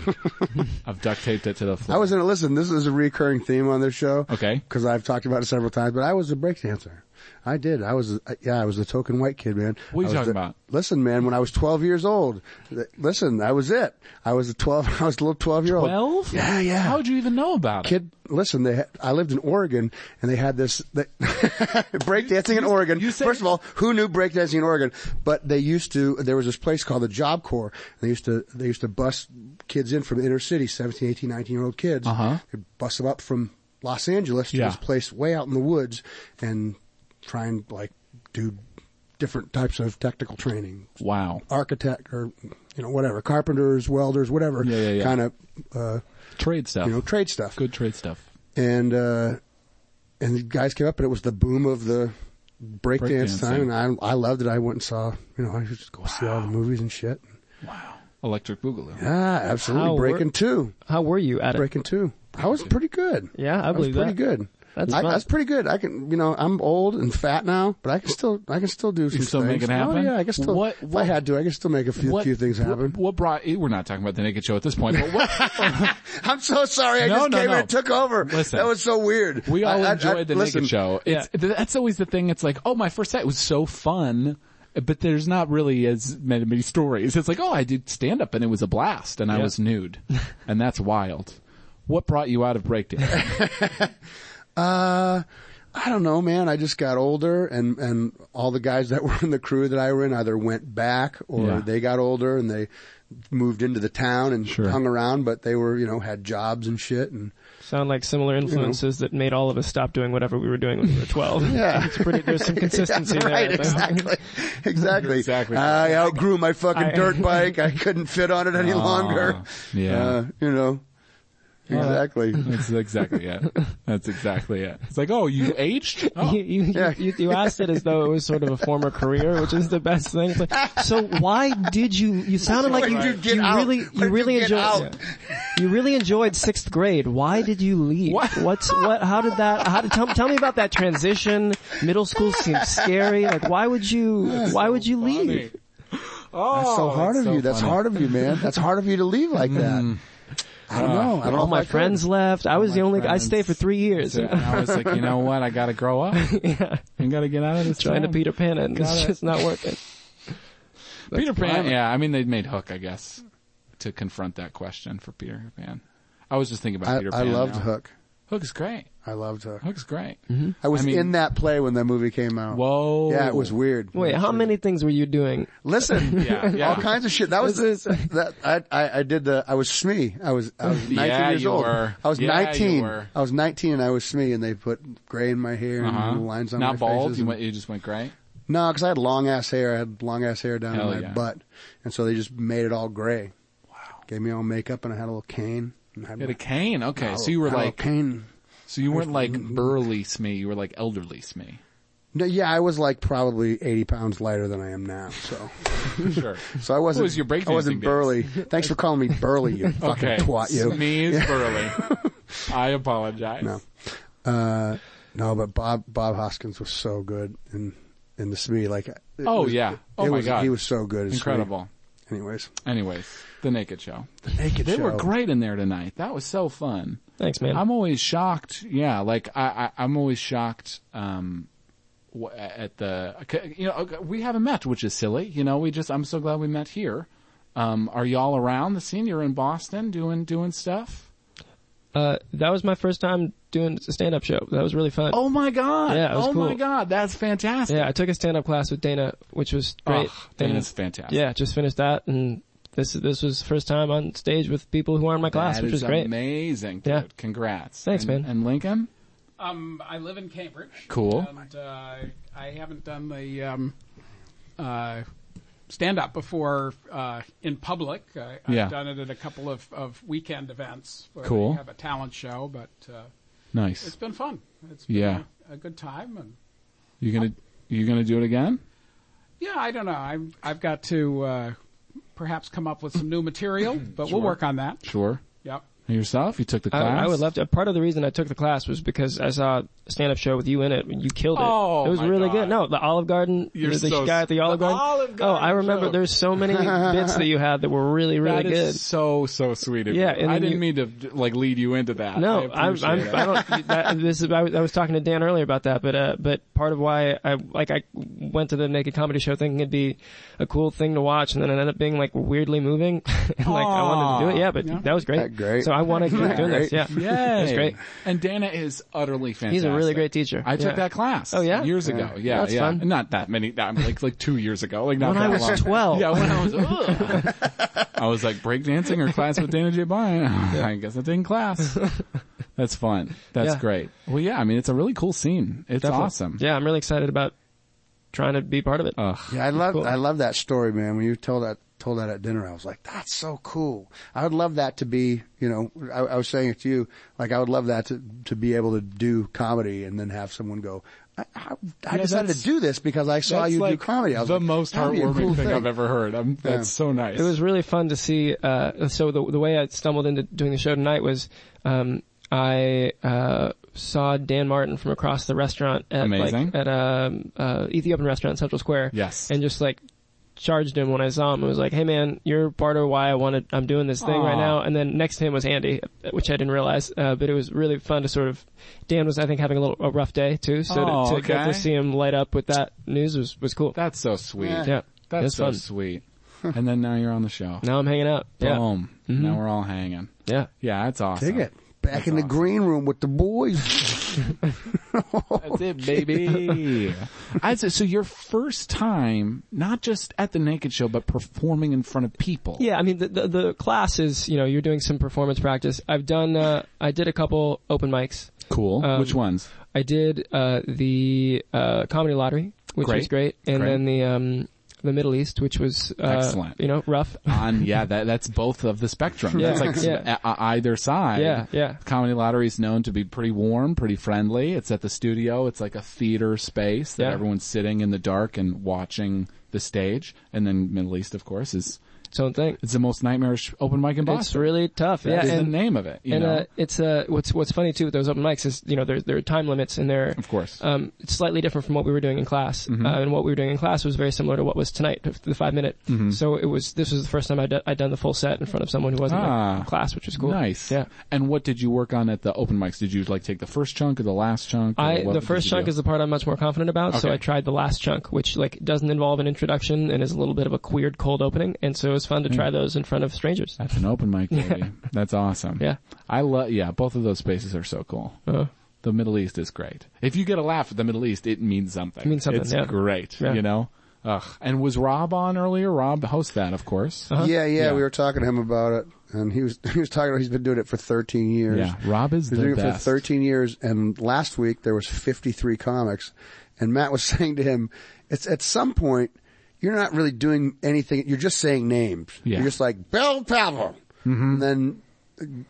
[SPEAKER 10] I've duct taped it to the floor.
[SPEAKER 7] I was in a, listen, this is a recurring theme on this show.
[SPEAKER 10] Okay.
[SPEAKER 7] Cause I've talked about it several times, but I was a breakdancer. I did. I was, uh, yeah, I was the token white kid, man.
[SPEAKER 10] What
[SPEAKER 7] I
[SPEAKER 10] are you
[SPEAKER 7] was
[SPEAKER 10] talking
[SPEAKER 7] the-
[SPEAKER 10] about?
[SPEAKER 7] Listen, man, when I was 12 years old, th- listen, that was it. I was a 12, [laughs] I was a little 12 year old.
[SPEAKER 10] 12?
[SPEAKER 7] Yeah, yeah.
[SPEAKER 10] How'd you even know about it?
[SPEAKER 7] Kid, listen. They, had, I lived in Oregon, and they had this they, [laughs] breakdancing in Oregon. First of all, who knew breakdancing in Oregon? But they used to. There was this place called the Job Corps. They used to. They used to bust kids in from the inner city, 17, 18, 19 year old kids.
[SPEAKER 10] Uh-huh.
[SPEAKER 7] They'd bust them up from Los Angeles to
[SPEAKER 10] Yeah.
[SPEAKER 7] this place way out in the woods, and try and like do different types of technical training
[SPEAKER 10] Wow.
[SPEAKER 7] architect or you know whatever carpenters welders whatever
[SPEAKER 10] Yeah, yeah, yeah.
[SPEAKER 7] kind of uh,
[SPEAKER 10] Trade stuff.
[SPEAKER 7] you know trade stuff
[SPEAKER 10] Good trade stuff.
[SPEAKER 7] and uh and the guys came up and it was the boom of the breakdance
[SPEAKER 10] Breakdancing.
[SPEAKER 7] time and I I loved it. I went and saw you know, I used to go see all the movies and shit.
[SPEAKER 10] Electric Boogaloo.
[SPEAKER 7] Yeah, absolutely.
[SPEAKER 4] How
[SPEAKER 7] breaking
[SPEAKER 4] were-
[SPEAKER 7] two.
[SPEAKER 4] How were you at it?
[SPEAKER 7] Breaking two. I was pretty good.
[SPEAKER 4] Yeah, I believe
[SPEAKER 7] was
[SPEAKER 4] that.
[SPEAKER 7] pretty good.
[SPEAKER 4] That's
[SPEAKER 7] I,
[SPEAKER 4] fun.
[SPEAKER 7] I was pretty good. I can, you know, I'm old and fat now, but I can still, I can still do some
[SPEAKER 10] still
[SPEAKER 7] things.
[SPEAKER 10] make it happen?
[SPEAKER 7] Oh yeah, I can still.
[SPEAKER 10] What-
[SPEAKER 7] if I had to, I can still make a few, few things happen.
[SPEAKER 10] What, what brought? We're not talking about the naked show at this point. [laughs] But what,
[SPEAKER 7] I'm so [laughs] sorry. I
[SPEAKER 10] No,
[SPEAKER 7] just
[SPEAKER 10] no,
[SPEAKER 7] came
[SPEAKER 10] no.
[SPEAKER 7] in and took over.
[SPEAKER 10] Listen.
[SPEAKER 7] that was so weird.
[SPEAKER 10] we
[SPEAKER 7] I-
[SPEAKER 10] all
[SPEAKER 7] I- I-
[SPEAKER 10] enjoyed the
[SPEAKER 7] listen,
[SPEAKER 10] naked show. It's that's always the thing. It's like, oh, my first set was so fun, but there's not really as many, many stories. It's like, oh, I did stand up and it was a blast, and I
[SPEAKER 4] Yeah.
[SPEAKER 7] [laughs]
[SPEAKER 10] was nude, and that's wild. What brought you out of breakdance?
[SPEAKER 7] [laughs] Uh, I don't know, man. I just got older and, and all the guys that [laughs] were in the crew that I were in either went back or
[SPEAKER 10] Yeah.
[SPEAKER 7] they got older and they moved into the town and
[SPEAKER 10] Sure.
[SPEAKER 7] hung around, but they were, you know, had jobs and shit.
[SPEAKER 10] [laughs]
[SPEAKER 7] And
[SPEAKER 4] Sound like similar influences that made all of us stop doing whatever we were doing when we were 12.
[SPEAKER 7] [laughs] Yeah.
[SPEAKER 4] It's pretty, there's some consistency
[SPEAKER 7] Yeah,
[SPEAKER 4] there.
[SPEAKER 7] right,
[SPEAKER 4] I think.
[SPEAKER 7] exactly. Exactly.
[SPEAKER 10] [laughs] Exactly.
[SPEAKER 7] I outgrew my fucking
[SPEAKER 4] I-
[SPEAKER 10] [laughs]
[SPEAKER 7] dirt bike. I couldn't fit on it any longer.
[SPEAKER 10] yeah.
[SPEAKER 7] Uh, you know, exactly.
[SPEAKER 10] [laughs] that's exactly it. That's exactly it. It's like, oh, you aged? Oh,
[SPEAKER 4] [laughs] You, you,
[SPEAKER 7] Yeah.
[SPEAKER 4] you, you asked it as though it was sort of a former career, which is the best thing. It's like, so why did you? You sounded like
[SPEAKER 7] When
[SPEAKER 4] you,
[SPEAKER 7] did you get
[SPEAKER 4] you
[SPEAKER 7] out?
[SPEAKER 4] really,
[SPEAKER 7] When
[SPEAKER 4] you
[SPEAKER 7] did
[SPEAKER 4] really
[SPEAKER 7] you get
[SPEAKER 4] enjoyed.
[SPEAKER 7] out?
[SPEAKER 4] You really enjoyed sixth grade. Why did you leave?
[SPEAKER 10] What?
[SPEAKER 4] What's what? How did that? How did tell, tell me about that transition? Middle school seems scary. Like why would you? Why would you leave?
[SPEAKER 7] That's so hard of
[SPEAKER 10] Oh, so
[SPEAKER 7] you. That's
[SPEAKER 10] funny. Mm.
[SPEAKER 7] hard of you, man. That's hard of you to leave like that. I don't
[SPEAKER 10] Ah,
[SPEAKER 7] know. I don't know
[SPEAKER 4] All
[SPEAKER 7] if I
[SPEAKER 4] my
[SPEAKER 7] could.
[SPEAKER 4] friends left. I was the only. I
[SPEAKER 10] friends.
[SPEAKER 4] stayed for three years.
[SPEAKER 10] And I was like, you know what? I got to grow up.
[SPEAKER 4] yeah,
[SPEAKER 10] I got to get out of this.
[SPEAKER 4] trying to
[SPEAKER 10] town.
[SPEAKER 4] Peter Pan it, and
[SPEAKER 10] Got
[SPEAKER 4] [laughs] it's
[SPEAKER 10] it.
[SPEAKER 4] just not working.
[SPEAKER 10] [laughs] Peter Pan. Yeah, I mean they made Hook, I guess, to confront that question for Peter Pan. I was just thinking about
[SPEAKER 7] I,
[SPEAKER 10] Peter
[SPEAKER 7] I
[SPEAKER 10] Pan.
[SPEAKER 7] loved
[SPEAKER 10] now.
[SPEAKER 7] Hook.
[SPEAKER 10] Hook's great.
[SPEAKER 7] I loved Hook.
[SPEAKER 10] Hook's great.
[SPEAKER 7] I was
[SPEAKER 10] I mean-
[SPEAKER 7] in that play when that movie came out.
[SPEAKER 10] Whoa.
[SPEAKER 7] Yeah, it was weird.
[SPEAKER 4] Wait, how many things were you doing?
[SPEAKER 7] Listen,
[SPEAKER 10] [laughs]
[SPEAKER 11] [laughs]
[SPEAKER 10] Yeah, yeah.
[SPEAKER 7] all kinds of shit. That was
[SPEAKER 4] This
[SPEAKER 7] the, [laughs] that I, I I did the I was Smee. I was I was 19
[SPEAKER 10] Yeah,
[SPEAKER 7] years
[SPEAKER 10] you
[SPEAKER 7] old.
[SPEAKER 10] were.
[SPEAKER 7] I was
[SPEAKER 10] Yeah, you
[SPEAKER 7] 19.
[SPEAKER 10] were.
[SPEAKER 7] I was 19 and I was Smee, and they put gray in my hair and
[SPEAKER 10] Uh-huh.
[SPEAKER 7] little lines on
[SPEAKER 10] Not
[SPEAKER 7] my
[SPEAKER 10] bald.
[SPEAKER 7] faces.
[SPEAKER 10] You,
[SPEAKER 7] and-
[SPEAKER 10] went, you just went gray.
[SPEAKER 7] No, because I had long ass hair. I had long ass hair down to
[SPEAKER 10] Hell
[SPEAKER 7] my
[SPEAKER 10] yeah.
[SPEAKER 7] butt, and so they just made it all gray. Wow. Gave me all makeup, and I had a little cane. And had
[SPEAKER 10] You had
[SPEAKER 7] my-
[SPEAKER 10] a cane. Okay,
[SPEAKER 7] had a-
[SPEAKER 10] so you were
[SPEAKER 7] had a little
[SPEAKER 10] like,
[SPEAKER 7] cane. Mm-hmm.
[SPEAKER 10] so you weren't like burly Smee. You were like elderly Smee.
[SPEAKER 7] No, yeah, I was like probably 80 pounds lighter than I am now.
[SPEAKER 10] [laughs]
[SPEAKER 7] So,
[SPEAKER 10] Sure.
[SPEAKER 7] so I wasn't.
[SPEAKER 10] was your breakdancing
[SPEAKER 7] I wasn't
[SPEAKER 10] days?
[SPEAKER 7] burly. Thanks for calling me burly,
[SPEAKER 10] [laughs]
[SPEAKER 7] you [laughs] fucking
[SPEAKER 10] Okay.
[SPEAKER 7] twat, you.
[SPEAKER 10] Me is burly.
[SPEAKER 7] [laughs]
[SPEAKER 10] I apologize.
[SPEAKER 7] No. Uh, no, but Bob Bob Hoskins was so good in in the Smee. Like, it
[SPEAKER 10] Oh,
[SPEAKER 7] was-
[SPEAKER 10] yeah. Oh,
[SPEAKER 7] it
[SPEAKER 10] my
[SPEAKER 7] was,
[SPEAKER 10] God.
[SPEAKER 7] he was so good. in Smee.
[SPEAKER 10] Incredible.
[SPEAKER 7] Anyways,
[SPEAKER 10] Anyways, the Naked Show.
[SPEAKER 7] the naked
[SPEAKER 10] They
[SPEAKER 7] show.
[SPEAKER 10] were great in there tonight. That was so fun.
[SPEAKER 4] Thanks, man.
[SPEAKER 10] I'm always shocked. Yeah, like I, I I'm always shocked. Um, wh- at the you know we haven't met, which is silly. You know, we just I'm so glad we met here. Um, are y'all around the scene? You're in Boston doing doing stuff.
[SPEAKER 4] [laughs] uh, that was my first time doing a stand-up show. That was really fun.
[SPEAKER 10] Oh my god!
[SPEAKER 4] Yeah, it was
[SPEAKER 10] oh my
[SPEAKER 4] cool.
[SPEAKER 10] god, that's fantastic.
[SPEAKER 4] Yeah, I took a stand-up class with Dana, which was great.
[SPEAKER 10] Ugh,
[SPEAKER 4] And-
[SPEAKER 10] Dana's fantastic.
[SPEAKER 4] Yeah, just finished that, and this this was the first time on stage with people who are in my class,
[SPEAKER 10] That
[SPEAKER 4] which
[SPEAKER 10] is
[SPEAKER 4] was great.
[SPEAKER 10] amazing. Dude.
[SPEAKER 4] Yeah.
[SPEAKER 10] Congrats.
[SPEAKER 4] Thanks,
[SPEAKER 10] And-
[SPEAKER 4] man.
[SPEAKER 10] And Lincoln.
[SPEAKER 5] Um, I live in Cambridge.
[SPEAKER 10] Cool.
[SPEAKER 5] And uh, I haven't done the um, uh, stand up before uh, in public. I, I've
[SPEAKER 10] Yeah.
[SPEAKER 5] done it at a couple of, of weekend events where
[SPEAKER 10] Cool.
[SPEAKER 5] they have a talent show, but uh, it's
[SPEAKER 10] Nice.
[SPEAKER 5] been fun. It's been
[SPEAKER 10] Yeah.
[SPEAKER 5] a, a good time. And
[SPEAKER 10] You gonna you gonna do it again?
[SPEAKER 5] yeah, I don't know. I'm, I've got to uh, perhaps come up with some new
[SPEAKER 10] [laughs]
[SPEAKER 5] material, but we'll work on that.
[SPEAKER 10] Sure.
[SPEAKER 5] Yep.
[SPEAKER 10] And yourself? You took the class.
[SPEAKER 4] I, I would love to. Part of the reason I took the class was because I saw a stand-up show with you in it, and you killed it.
[SPEAKER 10] Oh,
[SPEAKER 4] it was
[SPEAKER 10] my
[SPEAKER 4] really
[SPEAKER 10] God.
[SPEAKER 4] good. No, the Olive Garden.
[SPEAKER 10] You're
[SPEAKER 4] the, the
[SPEAKER 10] so-
[SPEAKER 4] guy at the Olive
[SPEAKER 10] the
[SPEAKER 4] Garden.
[SPEAKER 10] Olive
[SPEAKER 4] oh,
[SPEAKER 10] Garden
[SPEAKER 4] I remember.
[SPEAKER 10] joke.
[SPEAKER 4] There's so
[SPEAKER 10] [laughs]
[SPEAKER 4] many bits that you had that were really, really
[SPEAKER 10] That is
[SPEAKER 4] good.
[SPEAKER 10] so so sweet of
[SPEAKER 4] Yeah,
[SPEAKER 10] you.
[SPEAKER 4] and
[SPEAKER 10] I
[SPEAKER 4] then
[SPEAKER 10] didn't
[SPEAKER 4] you-
[SPEAKER 10] mean to like lead you into that.
[SPEAKER 4] No, I'm,
[SPEAKER 10] I appreciate
[SPEAKER 4] I'm,
[SPEAKER 10] it.
[SPEAKER 4] I don't. That, this is. I, was- I was talking to Dan earlier about that, but uh, but part of why I like I went to the Naked Comedy Show thinking it'd be a cool thing to watch, and then it ended up being like weirdly moving. [laughs] and, like I wanted to do it, yeah, but that was great.
[SPEAKER 7] That great.
[SPEAKER 4] So I want to
[SPEAKER 7] [laughs]
[SPEAKER 4] keep doing this. Yeah,
[SPEAKER 10] Yay.
[SPEAKER 4] that's great.
[SPEAKER 10] And Dana is utterly fantastic.
[SPEAKER 4] He's a really great teacher.
[SPEAKER 10] I took
[SPEAKER 4] Yeah.
[SPEAKER 10] that class.
[SPEAKER 4] Oh, yeah?
[SPEAKER 10] years ago. Yeah,
[SPEAKER 4] That's
[SPEAKER 10] yeah.
[SPEAKER 4] fun.
[SPEAKER 10] Not that many. I'm like like two years ago. Like not
[SPEAKER 4] When
[SPEAKER 10] that
[SPEAKER 4] I was
[SPEAKER 10] long.
[SPEAKER 4] 12.
[SPEAKER 10] Yeah, when I was. ugh. I was like breakdancing or class with Dana J.
[SPEAKER 4] [laughs]
[SPEAKER 10] Bryan. [laughs] I guess I didn't class. That's fun. That's
[SPEAKER 4] Yeah.
[SPEAKER 10] great. Well, yeah. I mean, it's a really cool scene. It's
[SPEAKER 4] Definitely.
[SPEAKER 10] awesome.
[SPEAKER 4] Yeah, I'm really excited about trying to be part of it.
[SPEAKER 10] Ugh.
[SPEAKER 7] Yeah, I love
[SPEAKER 4] Cool.
[SPEAKER 7] I love that story, man. When you told that told that at dinner, I was like, "That's so cool." I would love that to be, you know, I, I was saying it to you, like I would love that to to be able to do comedy and then have someone go, "I, I, I
[SPEAKER 10] Yeah,
[SPEAKER 7] decided
[SPEAKER 10] that's-
[SPEAKER 7] to do this because I saw
[SPEAKER 10] That's
[SPEAKER 7] you
[SPEAKER 10] like
[SPEAKER 7] do comedy." I was
[SPEAKER 10] the
[SPEAKER 7] like,
[SPEAKER 10] most
[SPEAKER 7] "That'd be a
[SPEAKER 10] heartwarming
[SPEAKER 7] cool
[SPEAKER 10] thing, I've ever heard. I'm, That's so nice.
[SPEAKER 4] It was really fun to see. Uh, so the, the way I stumbled into doing the show tonight was um, I uh, saw Dan Martin from across the restaurant at
[SPEAKER 10] Amazing.
[SPEAKER 4] like at um, uh, Ethiopian restaurant in Central Square.
[SPEAKER 10] Yes.
[SPEAKER 4] and just like charged him when I saw him. I was like, "Hey man, you're part of why I wanted. I'm doing this thing right
[SPEAKER 10] Aw.
[SPEAKER 4] now." And then next to him was Andy, which I didn't realize. Uh, but it was really fun to sort of. Dan was I think having a little a rough day too, so
[SPEAKER 10] Oh,
[SPEAKER 4] to, to get
[SPEAKER 10] okay.
[SPEAKER 4] to see him light up with that news was was cool.
[SPEAKER 10] That's so sweet.
[SPEAKER 4] yeah, it
[SPEAKER 10] That's
[SPEAKER 4] was
[SPEAKER 10] so
[SPEAKER 4] fun.
[SPEAKER 10] sweet. and then now you're on the show.
[SPEAKER 4] Now I'm hanging out. Yeah, Mm-hmm.
[SPEAKER 10] Boom. Now we're all hanging.
[SPEAKER 4] yeah.
[SPEAKER 10] Yeah, that's awesome.
[SPEAKER 7] Dig it. Back in the green room with the boys.
[SPEAKER 10] That's it, baby. I said, so your first time, not just at the Naked Show, but performing in front of people.
[SPEAKER 4] Yeah, I mean the, the the class is you know you're doing some performance practice. I've done uh, I did a couple open mics.
[SPEAKER 10] Cool.
[SPEAKER 4] Um,
[SPEAKER 10] Which ones?
[SPEAKER 4] I did uh, the uh, comedy lottery, which
[SPEAKER 10] Great.
[SPEAKER 4] was great, and
[SPEAKER 10] Great.
[SPEAKER 4] then the um, the Middle East, which was uh,
[SPEAKER 10] Excellent.
[SPEAKER 4] You know, rough.
[SPEAKER 10] On yeah, that that's both of the spectrum.
[SPEAKER 4] Yeah,
[SPEAKER 10] That's like
[SPEAKER 4] yeah.
[SPEAKER 10] a- a- either side.
[SPEAKER 4] Yeah, yeah.
[SPEAKER 10] Comedy Lottery is known to be pretty warm, pretty friendly. It's at the studio. It's like a theater space that
[SPEAKER 4] Yeah.
[SPEAKER 10] everyone's sitting in the dark and watching the stage. And then Middle East, of course, is
[SPEAKER 4] Its own thing.
[SPEAKER 10] it's the most nightmarish open mic in Boston.
[SPEAKER 4] It's really tough.
[SPEAKER 10] That
[SPEAKER 4] yeah,
[SPEAKER 10] is
[SPEAKER 4] and,
[SPEAKER 10] the name of it. You
[SPEAKER 4] and
[SPEAKER 10] know,
[SPEAKER 4] uh, it's uh, what's what's funny too with those open mics is you know there there are time limits and they're
[SPEAKER 10] of course. Mm-hmm.
[SPEAKER 4] um, it's slightly different from what we were doing in class. Uh, and what we were doing in class was very similar to what was tonight, the- the five minute.
[SPEAKER 10] Mm-hmm.
[SPEAKER 4] So it was this was the first time I'd, do- I'd done the full set in front of someone who wasn't
[SPEAKER 10] Ah.
[SPEAKER 4] in class, which was cool.
[SPEAKER 10] Nice.
[SPEAKER 4] Yeah.
[SPEAKER 10] And what did you work on at the open mics? Did you like take the first chunk or the last chunk? or
[SPEAKER 4] I
[SPEAKER 10] what
[SPEAKER 4] the
[SPEAKER 10] did
[SPEAKER 4] first
[SPEAKER 10] you
[SPEAKER 4] chunk
[SPEAKER 10] do?
[SPEAKER 4] is the part I'm much more confident about, so
[SPEAKER 10] Okay.
[SPEAKER 4] I tried the last chunk, which like doesn't involve an introduction and is a little bit of a weird cold opening, and so it was fun to try those in front of strangers.
[SPEAKER 10] Hmm. That's an open mic, baby. That's awesome.
[SPEAKER 4] Yeah.
[SPEAKER 10] I love. Yeah, both of those spaces are so cool.
[SPEAKER 4] Uh,
[SPEAKER 10] The Middle East is great. If you get a laugh at the Middle East, it means something.
[SPEAKER 4] It means something,
[SPEAKER 10] It's
[SPEAKER 4] yeah.
[SPEAKER 10] great.
[SPEAKER 4] Yeah.
[SPEAKER 10] You know. Ugh. And was Rob on earlier? Rob hosts that, of course.
[SPEAKER 4] Uh-huh.
[SPEAKER 7] Yeah, yeah,
[SPEAKER 10] Uh-huh. Yeah.
[SPEAKER 7] We were talking to him about it, and he was [laughs] he was talking. He's been doing it for 13 years.
[SPEAKER 10] Yeah, Rob
[SPEAKER 7] He's
[SPEAKER 10] is the
[SPEAKER 7] doing it for
[SPEAKER 10] best.
[SPEAKER 7] 13 years, and last week there was 53 comics, and Matt was [laughs] saying to him, "It's at some point you're not really doing anything. You're just saying names.
[SPEAKER 10] Yeah. Mm-hmm.
[SPEAKER 7] You're just like Bill Pavel, and then."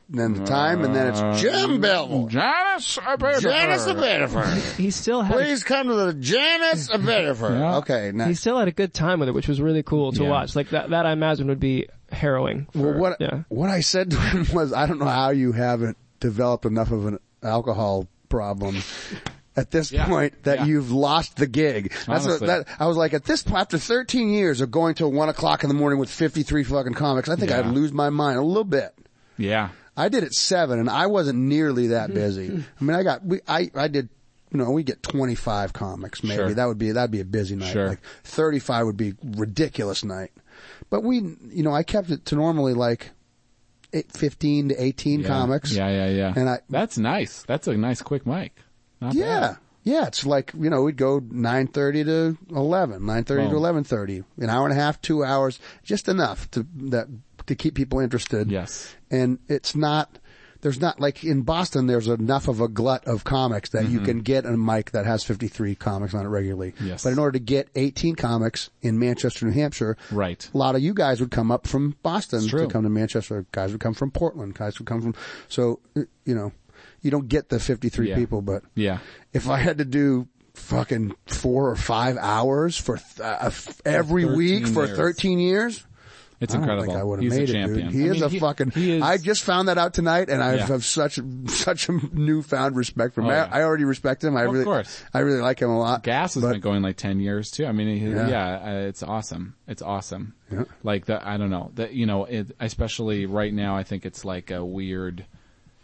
[SPEAKER 7] then the time, and then it's Jim Bevel.
[SPEAKER 10] [laughs] Janice Abedifer.
[SPEAKER 7] Janice Abedifer.
[SPEAKER 4] He still had
[SPEAKER 7] Please come to the Janice
[SPEAKER 10] [laughs]
[SPEAKER 7] Abedifer.
[SPEAKER 10] Yeah.
[SPEAKER 7] Okay,
[SPEAKER 4] he
[SPEAKER 7] nice.
[SPEAKER 4] still had a good time with it, which was really cool to
[SPEAKER 10] Yeah.
[SPEAKER 4] watch. Like that, that I imagine would be harrowing. for-
[SPEAKER 7] Well, what
[SPEAKER 4] Yeah.
[SPEAKER 7] what I said to him [laughs] was, I don't know how you haven't developed enough of an alcohol problem at this
[SPEAKER 10] Yeah.
[SPEAKER 7] point that
[SPEAKER 10] Yeah.
[SPEAKER 7] you've lost the gig. That's what
[SPEAKER 10] Honestly.
[SPEAKER 7] that I was like at this point after 13 years of going till one o'clock in the morning with 53 fucking comics. I think
[SPEAKER 10] Yeah.
[SPEAKER 7] I'd lose my mind a little bit.
[SPEAKER 10] Yeah.
[SPEAKER 7] I did at seven, and I wasn't nearly
[SPEAKER 10] Mm-hmm.
[SPEAKER 7] that busy. I mean, I got we I I did. You know, we get 25 comics maybe.
[SPEAKER 10] Sure.
[SPEAKER 7] That would be, that'd be a busy night.
[SPEAKER 10] Sure.
[SPEAKER 7] Like 35 would be ridiculous night. But we, you know, I kept it to normally like eight, 15 to 18
[SPEAKER 10] Yeah.
[SPEAKER 7] comics.
[SPEAKER 10] Yeah, yeah, yeah.
[SPEAKER 7] And I,
[SPEAKER 10] That's nice. That's a nice quick mic. Not
[SPEAKER 7] yeah.
[SPEAKER 10] bad.
[SPEAKER 7] Yeah, it's like, you know, we'd go 9.30 to 11, 9.30 to
[SPEAKER 10] Boom.
[SPEAKER 7] 11.30, an hour and a half, two hours, just enough to, that, to keep people interested.
[SPEAKER 10] Yes.
[SPEAKER 7] And it's not, there's not, like in Boston, there's enough of a glut of comics that you can get a mic that has 53 comics on it regularly.
[SPEAKER 10] Mm-hmm. Yes.
[SPEAKER 7] But in order to get 18 comics in Manchester, New Hampshire,
[SPEAKER 10] Right.
[SPEAKER 7] a lot of you guys would come up from Boston
[SPEAKER 10] It's
[SPEAKER 7] to
[SPEAKER 10] true.
[SPEAKER 7] come to Manchester. Guys would come from Portland. Guys would come from, so, you know, you don't get the 53
[SPEAKER 10] Yeah.
[SPEAKER 7] people, but
[SPEAKER 10] Yeah.
[SPEAKER 7] if I had to do fucking four or five hours for th- uh, f- every
[SPEAKER 10] 13
[SPEAKER 7] week for
[SPEAKER 10] years.
[SPEAKER 7] 13 years,
[SPEAKER 10] It's
[SPEAKER 7] I don't
[SPEAKER 10] incredible.
[SPEAKER 7] think I would have
[SPEAKER 10] He's
[SPEAKER 7] made
[SPEAKER 10] a
[SPEAKER 7] it,
[SPEAKER 10] champion.
[SPEAKER 7] dude. He
[SPEAKER 10] I
[SPEAKER 7] is
[SPEAKER 10] mean,
[SPEAKER 7] a fucking.
[SPEAKER 10] He is,
[SPEAKER 7] I just found that out tonight, and I
[SPEAKER 10] Yeah.
[SPEAKER 7] have such such a newfound respect for him.
[SPEAKER 10] Oh, yeah.
[SPEAKER 7] I, I already respect him. I
[SPEAKER 10] of
[SPEAKER 7] really,
[SPEAKER 10] course.
[SPEAKER 7] I really like him a lot.
[SPEAKER 10] Gas has
[SPEAKER 7] but-
[SPEAKER 10] been going like ten years too. I mean, he,
[SPEAKER 7] Yeah.
[SPEAKER 10] yeah, uh, it's awesome. It's awesome.
[SPEAKER 7] Yeah.
[SPEAKER 10] Like the, I don't know that you know, it, especially right now, I think it's like a weird.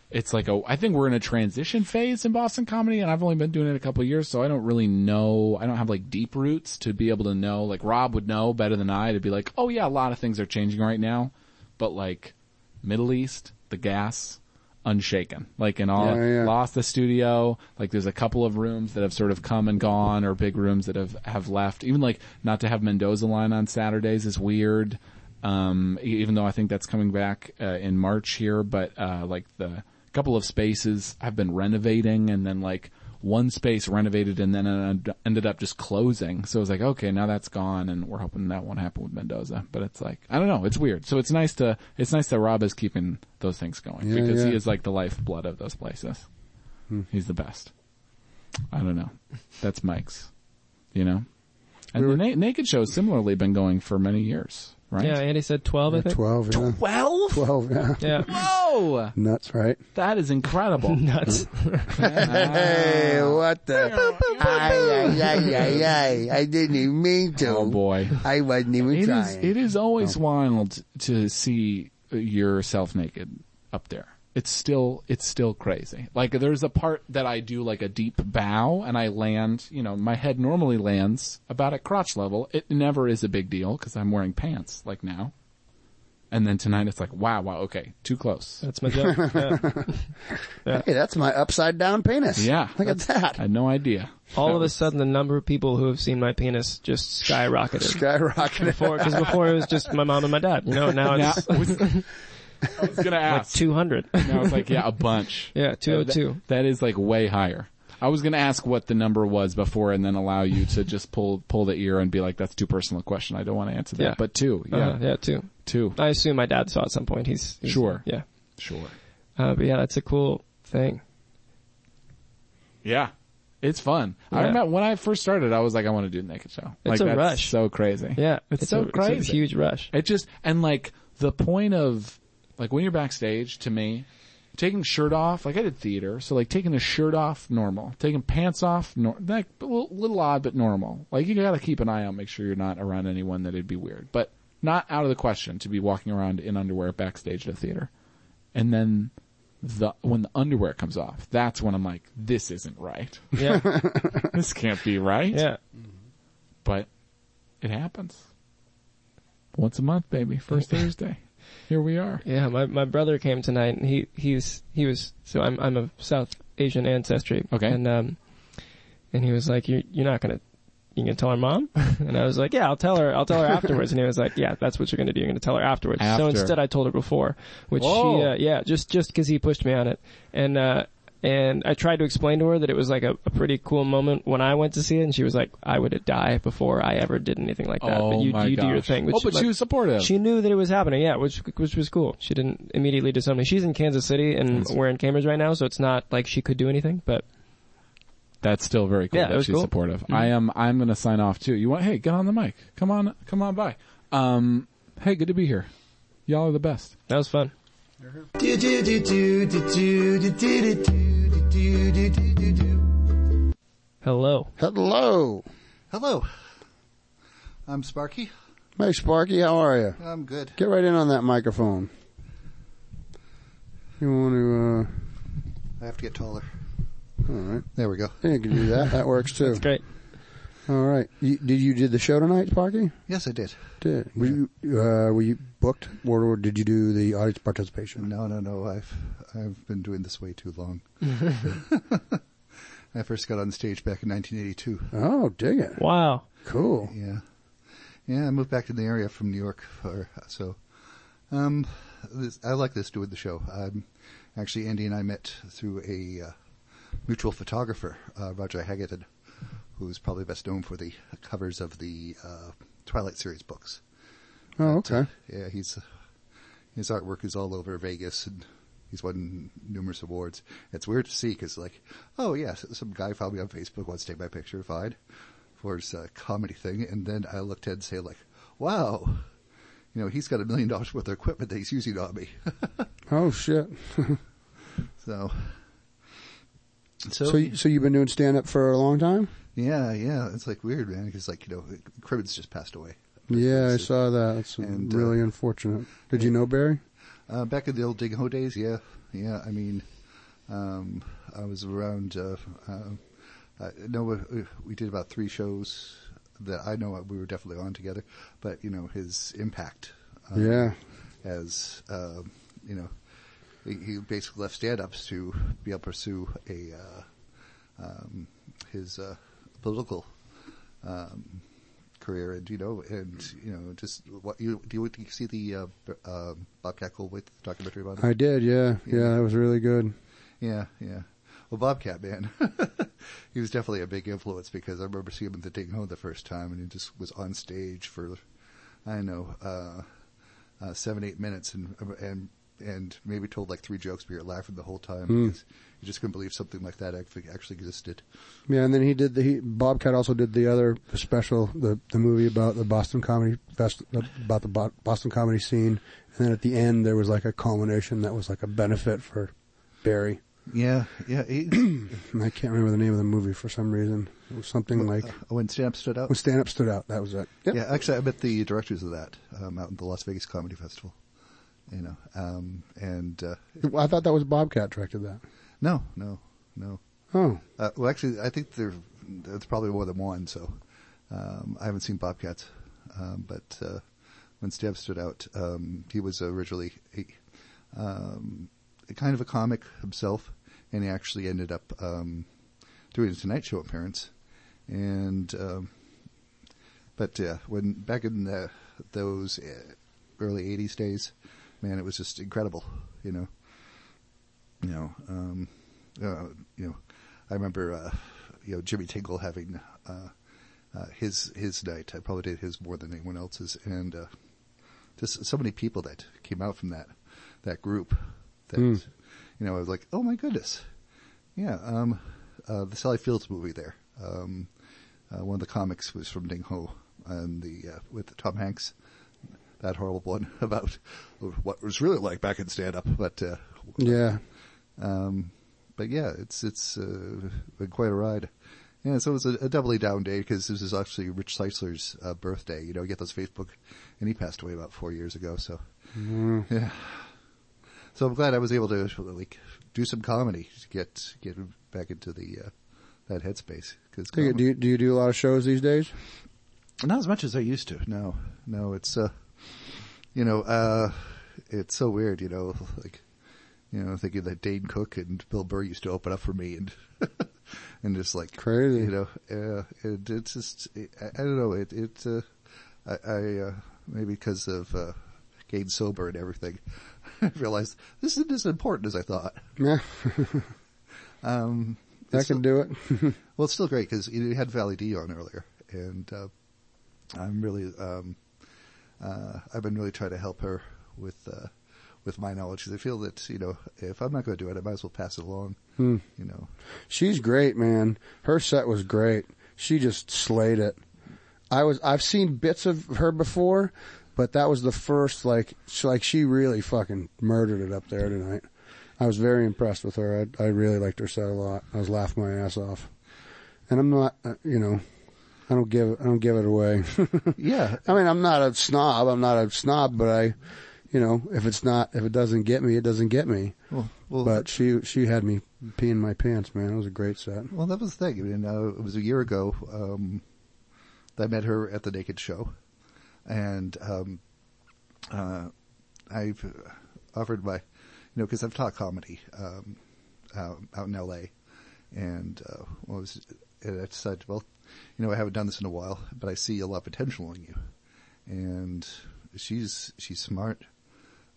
[SPEAKER 10] It's like a. I think we're in a transition phase in Boston comedy, and I've only been doing it a couple of years, so I don't really know. I don't have like deep roots to be able to know. Like Rob would know better than I to be like, oh yeah, a lot of things are changing right now, but like Middle East, the gas, unshaken. Like in all,
[SPEAKER 7] Yeah, yeah.
[SPEAKER 10] lost the studio. Like there's a couple of rooms that have sort of come and gone or big rooms that have, have left. Even like not to have Mendoza line on Saturdays is weird. Um, e- even though I think that's coming back, uh, in March here, but, uh, like the couple of spaces have been renovating and then like, one space renovated and then en- ended up just closing. So it was like, okay, now that's gone and we're hoping that won't happen with Mendoza. But it's like, I don't know, it's weird. So it's nice to, it's nice that Rob is keeping those things going
[SPEAKER 7] Yeah,
[SPEAKER 10] because
[SPEAKER 7] yeah.
[SPEAKER 10] he is like the lifeblood of those places.
[SPEAKER 7] Hmm.
[SPEAKER 10] He's the best. I don't know. That's Mike's, you know? And the na- Naked Show's similarly been going for many years, right?
[SPEAKER 4] Yeah, Andy said twelve. I think.
[SPEAKER 7] Twelve, yeah.
[SPEAKER 10] 12?
[SPEAKER 7] twelve, yeah,
[SPEAKER 4] Yeah.
[SPEAKER 10] Whoa!
[SPEAKER 7] nuts, right?
[SPEAKER 10] That is incredible.
[SPEAKER 4] [laughs] Nuts.
[SPEAKER 7] [laughs] Hey, what the? ay, ay, ay, ay, ay. I didn't even mean to.
[SPEAKER 10] oh boy.
[SPEAKER 7] I wasn't even
[SPEAKER 10] It
[SPEAKER 7] trying.
[SPEAKER 10] is, it is
[SPEAKER 7] Oh.
[SPEAKER 10] always wild to see yourself naked up there. It's still, it's still crazy. Like there's a part that I do like a deep bow and I land, you know, my head normally lands about at crotch level. It never is a big deal because I'm wearing pants like now. And then tonight it's like, wow, wow, okay, too close.
[SPEAKER 4] That's my joke. Yeah.
[SPEAKER 7] [laughs] Hey, that's my upside down penis.
[SPEAKER 10] Yeah.
[SPEAKER 7] [laughs] Look at that.
[SPEAKER 10] I had no idea.
[SPEAKER 4] All of a sudden, the number of people who have seen my penis just skyrocketed.
[SPEAKER 7] Skyrocketed.
[SPEAKER 4] Before, because before it was just my mom and my dad. You know, now
[SPEAKER 10] Now,
[SPEAKER 4] it's
[SPEAKER 10] I was, I was gonna ask.
[SPEAKER 4] two hundred.
[SPEAKER 10] [laughs] And I was like, yeah, a bunch.
[SPEAKER 4] [laughs] Yeah, 202.
[SPEAKER 10] Uh, that- that is like way higher. I was going to ask what the number was before and then allow you to just pull, pull the ear and be like, that's too personal a question. I don't want to answer that.
[SPEAKER 4] Yeah.
[SPEAKER 10] But two. Yeah.
[SPEAKER 4] Uh, yeah, two.
[SPEAKER 10] Two.
[SPEAKER 4] I assume my dad saw at some point. He's, he's-
[SPEAKER 10] Sure.
[SPEAKER 4] Yeah,
[SPEAKER 10] Sure.
[SPEAKER 4] uh, but yeah, that's a cool thing.
[SPEAKER 10] Yeah. It's fun. I
[SPEAKER 4] Yeah.
[SPEAKER 10] remember when I first started, I was like, I want to do the naked show. like
[SPEAKER 4] a
[SPEAKER 10] that's
[SPEAKER 4] rush.
[SPEAKER 10] so crazy.
[SPEAKER 4] Yeah,
[SPEAKER 10] It's, so
[SPEAKER 4] a,
[SPEAKER 10] crazy.
[SPEAKER 4] It's a huge rush.
[SPEAKER 10] It just and like the point of like when you're backstage to me, taking shirt off. Like I did theater, so like taking a shirt off, normal. Taking pants off, nor- like a little, little odd but normal. Like you gotta keep an eye out, make sure you're not around anyone that'd be weird, but not out of the question to be walking around in underwear backstage at a theater. And then the when the underwear comes off, that's when I'm like, this isn't right.
[SPEAKER 4] Yeah,
[SPEAKER 10] [laughs] this can't be right.
[SPEAKER 4] yeah.
[SPEAKER 10] But it happens. Once a month, baby. First Thursday. Here we are.
[SPEAKER 4] Yeah, my, my brother came tonight and he, he's, he was, so I'm, I'm of South Asian ancestry.
[SPEAKER 10] Okay.
[SPEAKER 4] And, um, and he was like, you're, you're not gonna, you gonna tell her
[SPEAKER 10] [laughs]
[SPEAKER 4] mom? And I was like, yeah, I'll tell her, I'll tell her afterwards. And he was like, yeah, that's what you're gonna do. You're gonna tell her afterwards.
[SPEAKER 10] After.
[SPEAKER 4] So instead I told her before, which
[SPEAKER 10] Whoa.
[SPEAKER 4] she, uh, yeah, just, just cause he pushed me on it. And, uh, And I tried to explain to her that it was like a, a pretty cool moment when I went to see it, and she was like, "I would die before I ever did anything like that."
[SPEAKER 10] Oh
[SPEAKER 4] but you,
[SPEAKER 10] my
[SPEAKER 4] you do your
[SPEAKER 10] gosh.
[SPEAKER 4] thing.
[SPEAKER 10] Oh, but she was supportive.
[SPEAKER 4] She knew that it was happening, yeah, which which was cool. She didn't immediately disown me. She's in Kansas City, and we're in Cambridge right now, so it's not like she could do anything. But
[SPEAKER 10] That's still very cool
[SPEAKER 4] Yeah, that
[SPEAKER 10] that
[SPEAKER 4] was
[SPEAKER 10] she's
[SPEAKER 4] cool.
[SPEAKER 10] supportive. I am I'm gonna sign off too. You want hey, get on the mic. Come on come on by. Um hey, good to be here. Y'all are the best.
[SPEAKER 4] that was fun. [laughs] Hello.
[SPEAKER 1] Hello.
[SPEAKER 11] Hello. I'm Sparky.
[SPEAKER 1] Hey, Sparky, how are you?
[SPEAKER 11] I'm good.
[SPEAKER 1] Get right in on that microphone. You uh, want
[SPEAKER 11] I have to get taller.
[SPEAKER 1] to, uh, alright.
[SPEAKER 11] There we go.
[SPEAKER 1] Yeah, you can do that. That
[SPEAKER 11] [laughs]
[SPEAKER 1] works too.
[SPEAKER 4] That's great.
[SPEAKER 1] Alright. You, did you did the show tonight, Sparky?
[SPEAKER 11] Yes, I did.
[SPEAKER 1] Did. Were you, uh, were you booked or, or did you do the audience participation?
[SPEAKER 11] No, no, no. I've I've been doing this way too
[SPEAKER 1] [laughs]
[SPEAKER 11] long. I first got on stage back in 1982.
[SPEAKER 1] Oh, dig it.
[SPEAKER 4] Wow.
[SPEAKER 1] Cool.
[SPEAKER 11] Yeah, yeah. I moved back to the area from New York, for, so um, this, I like this doing the show. Um, actually, Andy and I met through a uh, mutual photographer, uh, Roger Haggerton, who's probably best known for the covers of the uh, Twilight series books.
[SPEAKER 1] Oh,
[SPEAKER 11] But, uh,
[SPEAKER 1] okay.
[SPEAKER 11] yeah, he's his artwork is all over Vegas, and he's won numerous awards. It's weird to see because, like, oh yeah, s- some guy found me on Facebook wants to take my picture. Fine, for his uh, comedy thing, and then I looked at it and say like, wow, you know, he's got a million dollars worth of equipment that he's using on me. [laughs]
[SPEAKER 1] Oh shit.
[SPEAKER 11] so,
[SPEAKER 1] So, you- so you've been doing stand up for a long time?
[SPEAKER 11] yeah, yeah, it's like weird, man, because like you know, Cribbins just passed away.
[SPEAKER 1] Yeah, I saw that. That's
[SPEAKER 11] And, uh,
[SPEAKER 1] really unfortunate. Did you know Barry?
[SPEAKER 11] Uh, back in the old Dig Ho days, yeah, yeah. I mean, um, I was around. Uh, uh, uh, no, we, we did about three shows that I know we were definitely on together. But you know, his impact. Uh,
[SPEAKER 1] Yeah.
[SPEAKER 11] As uh, you know, he, he basically left stand-ups to be able to pursue a uh, um, his uh, political um, career, and you know, and you know, just what you do. You, do you see the uh, b- uh, Bobcat Goldthwait documentary about him?
[SPEAKER 1] I did, yeah. Yeah, that was really good.
[SPEAKER 11] Yeah, yeah. Well, Bobcat, man, [laughs] he was definitely a big influence because I remember seeing him at the Ding Ho the first time, and he just was on stage for, I don't know, uh, uh, seven, eight minutes, and and and maybe told like three jokes, but you're laughing the whole time
[SPEAKER 1] Hmm.
[SPEAKER 11] because you just couldn't believe something like that actually actually existed.
[SPEAKER 1] Yeah, and then he did the he, Bobcat also did the other special, the the movie about the Boston comedy fest, about the Bo- Boston comedy scene, and then at the end there was like a culmination that was like a benefit for Barry.
[SPEAKER 11] Yeah, yeah. He,
[SPEAKER 1] And [clears throat] I can't remember the name of the movie for some reason. It was something like
[SPEAKER 11] when Stamp stood up.
[SPEAKER 1] when Stand Up stood out. That was it. Yep.
[SPEAKER 11] Yeah, actually, I met the directors of that um, out in the Las Vegas Comedy Festival. You know, um, and uh,
[SPEAKER 1] I thought that was Bobcat directed that.
[SPEAKER 11] no, no, no.
[SPEAKER 1] Oh,
[SPEAKER 11] Uh, well, actually, I think there there's probably more than one. So um, I haven't seen Bobcats, um, but uh, when Stab stood out, um, he was originally a, um, a kind of a comic himself, and he actually ended up um, doing a Tonight Show appearance. And um, but yeah, when back in the, those uh, early '80s days, man, it was just incredible. You know, you know, um, uh, you know, I remember, uh, you know, Jimmy Tingle having, uh, uh, his, his night. I probably did his more than anyone else's. And, uh, just so many people that came out from that, that group that, you know, I was like, oh my goodness. Yeah. Um, uh, the Sally Fields movie there. Um, uh, one of the comics was from Ding Ho and the, uh, with Tom Hanks that horrible one [laughs] about what it was really like back in stand up. But, uh,
[SPEAKER 1] yeah.
[SPEAKER 11] um, but yeah, it's, it's, uh, been quite a ride. Yeah, so it was a, a doubly down day because this is actually Rich Seisler's uh, birthday. You know, you get those Facebook, and he passed away about four years ago. So, yeah. So I'm glad I was able to like do some comedy to get get back into the uh, that headspace. Because
[SPEAKER 1] Take it. Do you, do you do a lot of shows these days?
[SPEAKER 11] not as much as I used to. No, no, it's, uh, you know, uh, it's so weird, you know, like, you know, thinking that Dane Cook and Bill Burr used to open up for me and, [laughs] and just like,
[SPEAKER 1] Crazy.
[SPEAKER 11] you know, uh, it, it's just, I, I don't know, it, it, uh, I, I, uh, maybe because of, uh, getting sober [laughs] and everything, I realized this isn't as important as I thought.
[SPEAKER 1] Yeah.
[SPEAKER 11] Um,
[SPEAKER 7] That
[SPEAKER 11] it's
[SPEAKER 7] can
[SPEAKER 11] still-
[SPEAKER 7] do it.
[SPEAKER 11] [laughs]
[SPEAKER 7] [laughs]
[SPEAKER 11] well, it's still great because you had Valley D on earlier, and uh, I'm really, um, uh, I've been really trying to help her with uh, with my knowledge 'cause I feel that you know if I'm not going to do it, I might as well pass it along.
[SPEAKER 7] Hmm.
[SPEAKER 11] You know,
[SPEAKER 7] She's great, man. Her set was great. She just slayed it. I was I've seen bits of her before, but that was the first like she, like she really fucking murdered it up there tonight. I was very impressed with her. I I really liked her set a lot. I was laughing my ass off. And I'm not, uh, you know, I don't give I don't give it away. [laughs]
[SPEAKER 11] yeah.
[SPEAKER 7] I mean, I'm not a snob. I'm not a snob, but I you know, if it's not if it doesn't get me, it doesn't get me.
[SPEAKER 11] Well- well-
[SPEAKER 7] but she she had me peeing my pants, man. It was a great set.
[SPEAKER 11] Well, that was the thing. I mean, uh, it was a year ago um, that I met her at the Naked Show, and um, uh, I've offered my, you know, because I've taught comedy um, out, out in L.A. and uh, well, I was, and I decided, well, you know, I haven't done this in a while, but I see a lot of potential in you, and she's she's smart,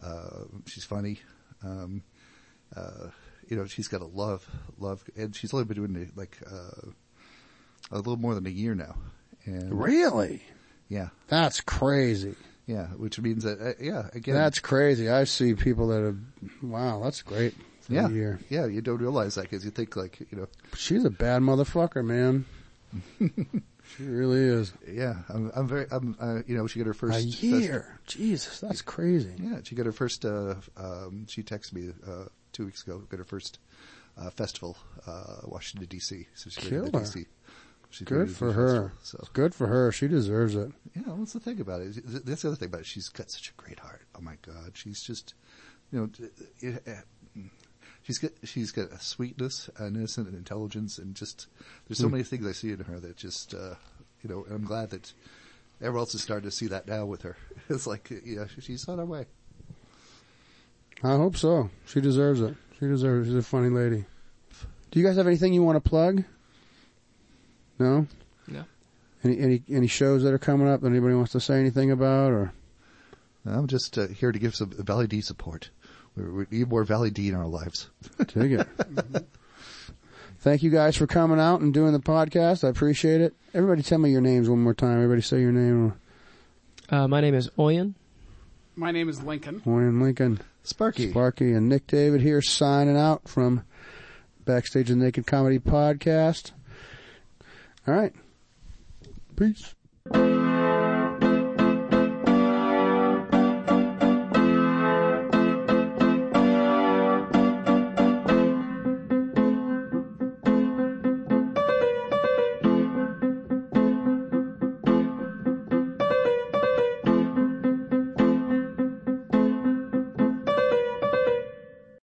[SPEAKER 11] uh, she's funny. Um, uh, you know, she's got a love, love, and she's only been doing it like, uh, a little more than a year now. And
[SPEAKER 7] Really?
[SPEAKER 11] Yeah.
[SPEAKER 7] That's crazy.
[SPEAKER 11] Yeah. Which means that, uh, yeah, again.
[SPEAKER 7] That's crazy. I see people that have, wow, that's great. For
[SPEAKER 11] yeah.
[SPEAKER 7] A year.
[SPEAKER 11] Yeah. You don't realize that because you think like, you know,
[SPEAKER 7] She's a bad motherfucker, man. she really is.
[SPEAKER 11] yeah, I'm, I'm very, I'm, uh, you know, she got her first
[SPEAKER 7] A
[SPEAKER 11] fest-
[SPEAKER 7] year. Jesus, that's crazy.
[SPEAKER 11] Yeah, she got her first. Uh, um, she texted me uh, two weeks ago. Got her first uh, festival, uh, Washington D.C. So she's going to
[SPEAKER 7] Killer.
[SPEAKER 11] D.C. She's going
[SPEAKER 7] Good
[SPEAKER 11] to
[SPEAKER 7] for
[SPEAKER 11] the
[SPEAKER 7] her.
[SPEAKER 11] festival, so
[SPEAKER 7] Good for her. She deserves it.
[SPEAKER 11] yeah, what's the thing about it? Th- That's the other thing about it. She's got such a great heart. Oh my God, she's just, you know, d- it, uh, she's got she's got a sweetness, an innocent, and intelligence, and just there's so
[SPEAKER 7] Hmm.
[SPEAKER 11] many things I see in her that just, uh, you know, and I'm glad that everyone else is starting to see that now with her. [laughs] It's like, yeah, she's on her way.
[SPEAKER 7] I hope so. She deserves it. She deserves it. She's a funny lady. Do you guys have anything you want to plug? No?
[SPEAKER 4] No.
[SPEAKER 7] Any, any, any shows that are coming up that anybody wants to say anything about or?
[SPEAKER 11] I'm just uh, here to give some Valley D support. We, we need more Valley D in our lives.
[SPEAKER 7] Dig it.
[SPEAKER 11] [laughs]
[SPEAKER 7] Thank you guys for coming out and doing the podcast. I appreciate it. Everybody tell me your names one more time. Everybody say your name.
[SPEAKER 4] Uh, my name is Oyen.
[SPEAKER 5] My name is Lincoln.
[SPEAKER 7] Warren Lincoln.
[SPEAKER 11] Sparky.
[SPEAKER 7] Sparky and Nick David here signing out from Backstage of the Naked Comedy Podcast. All right. Peace.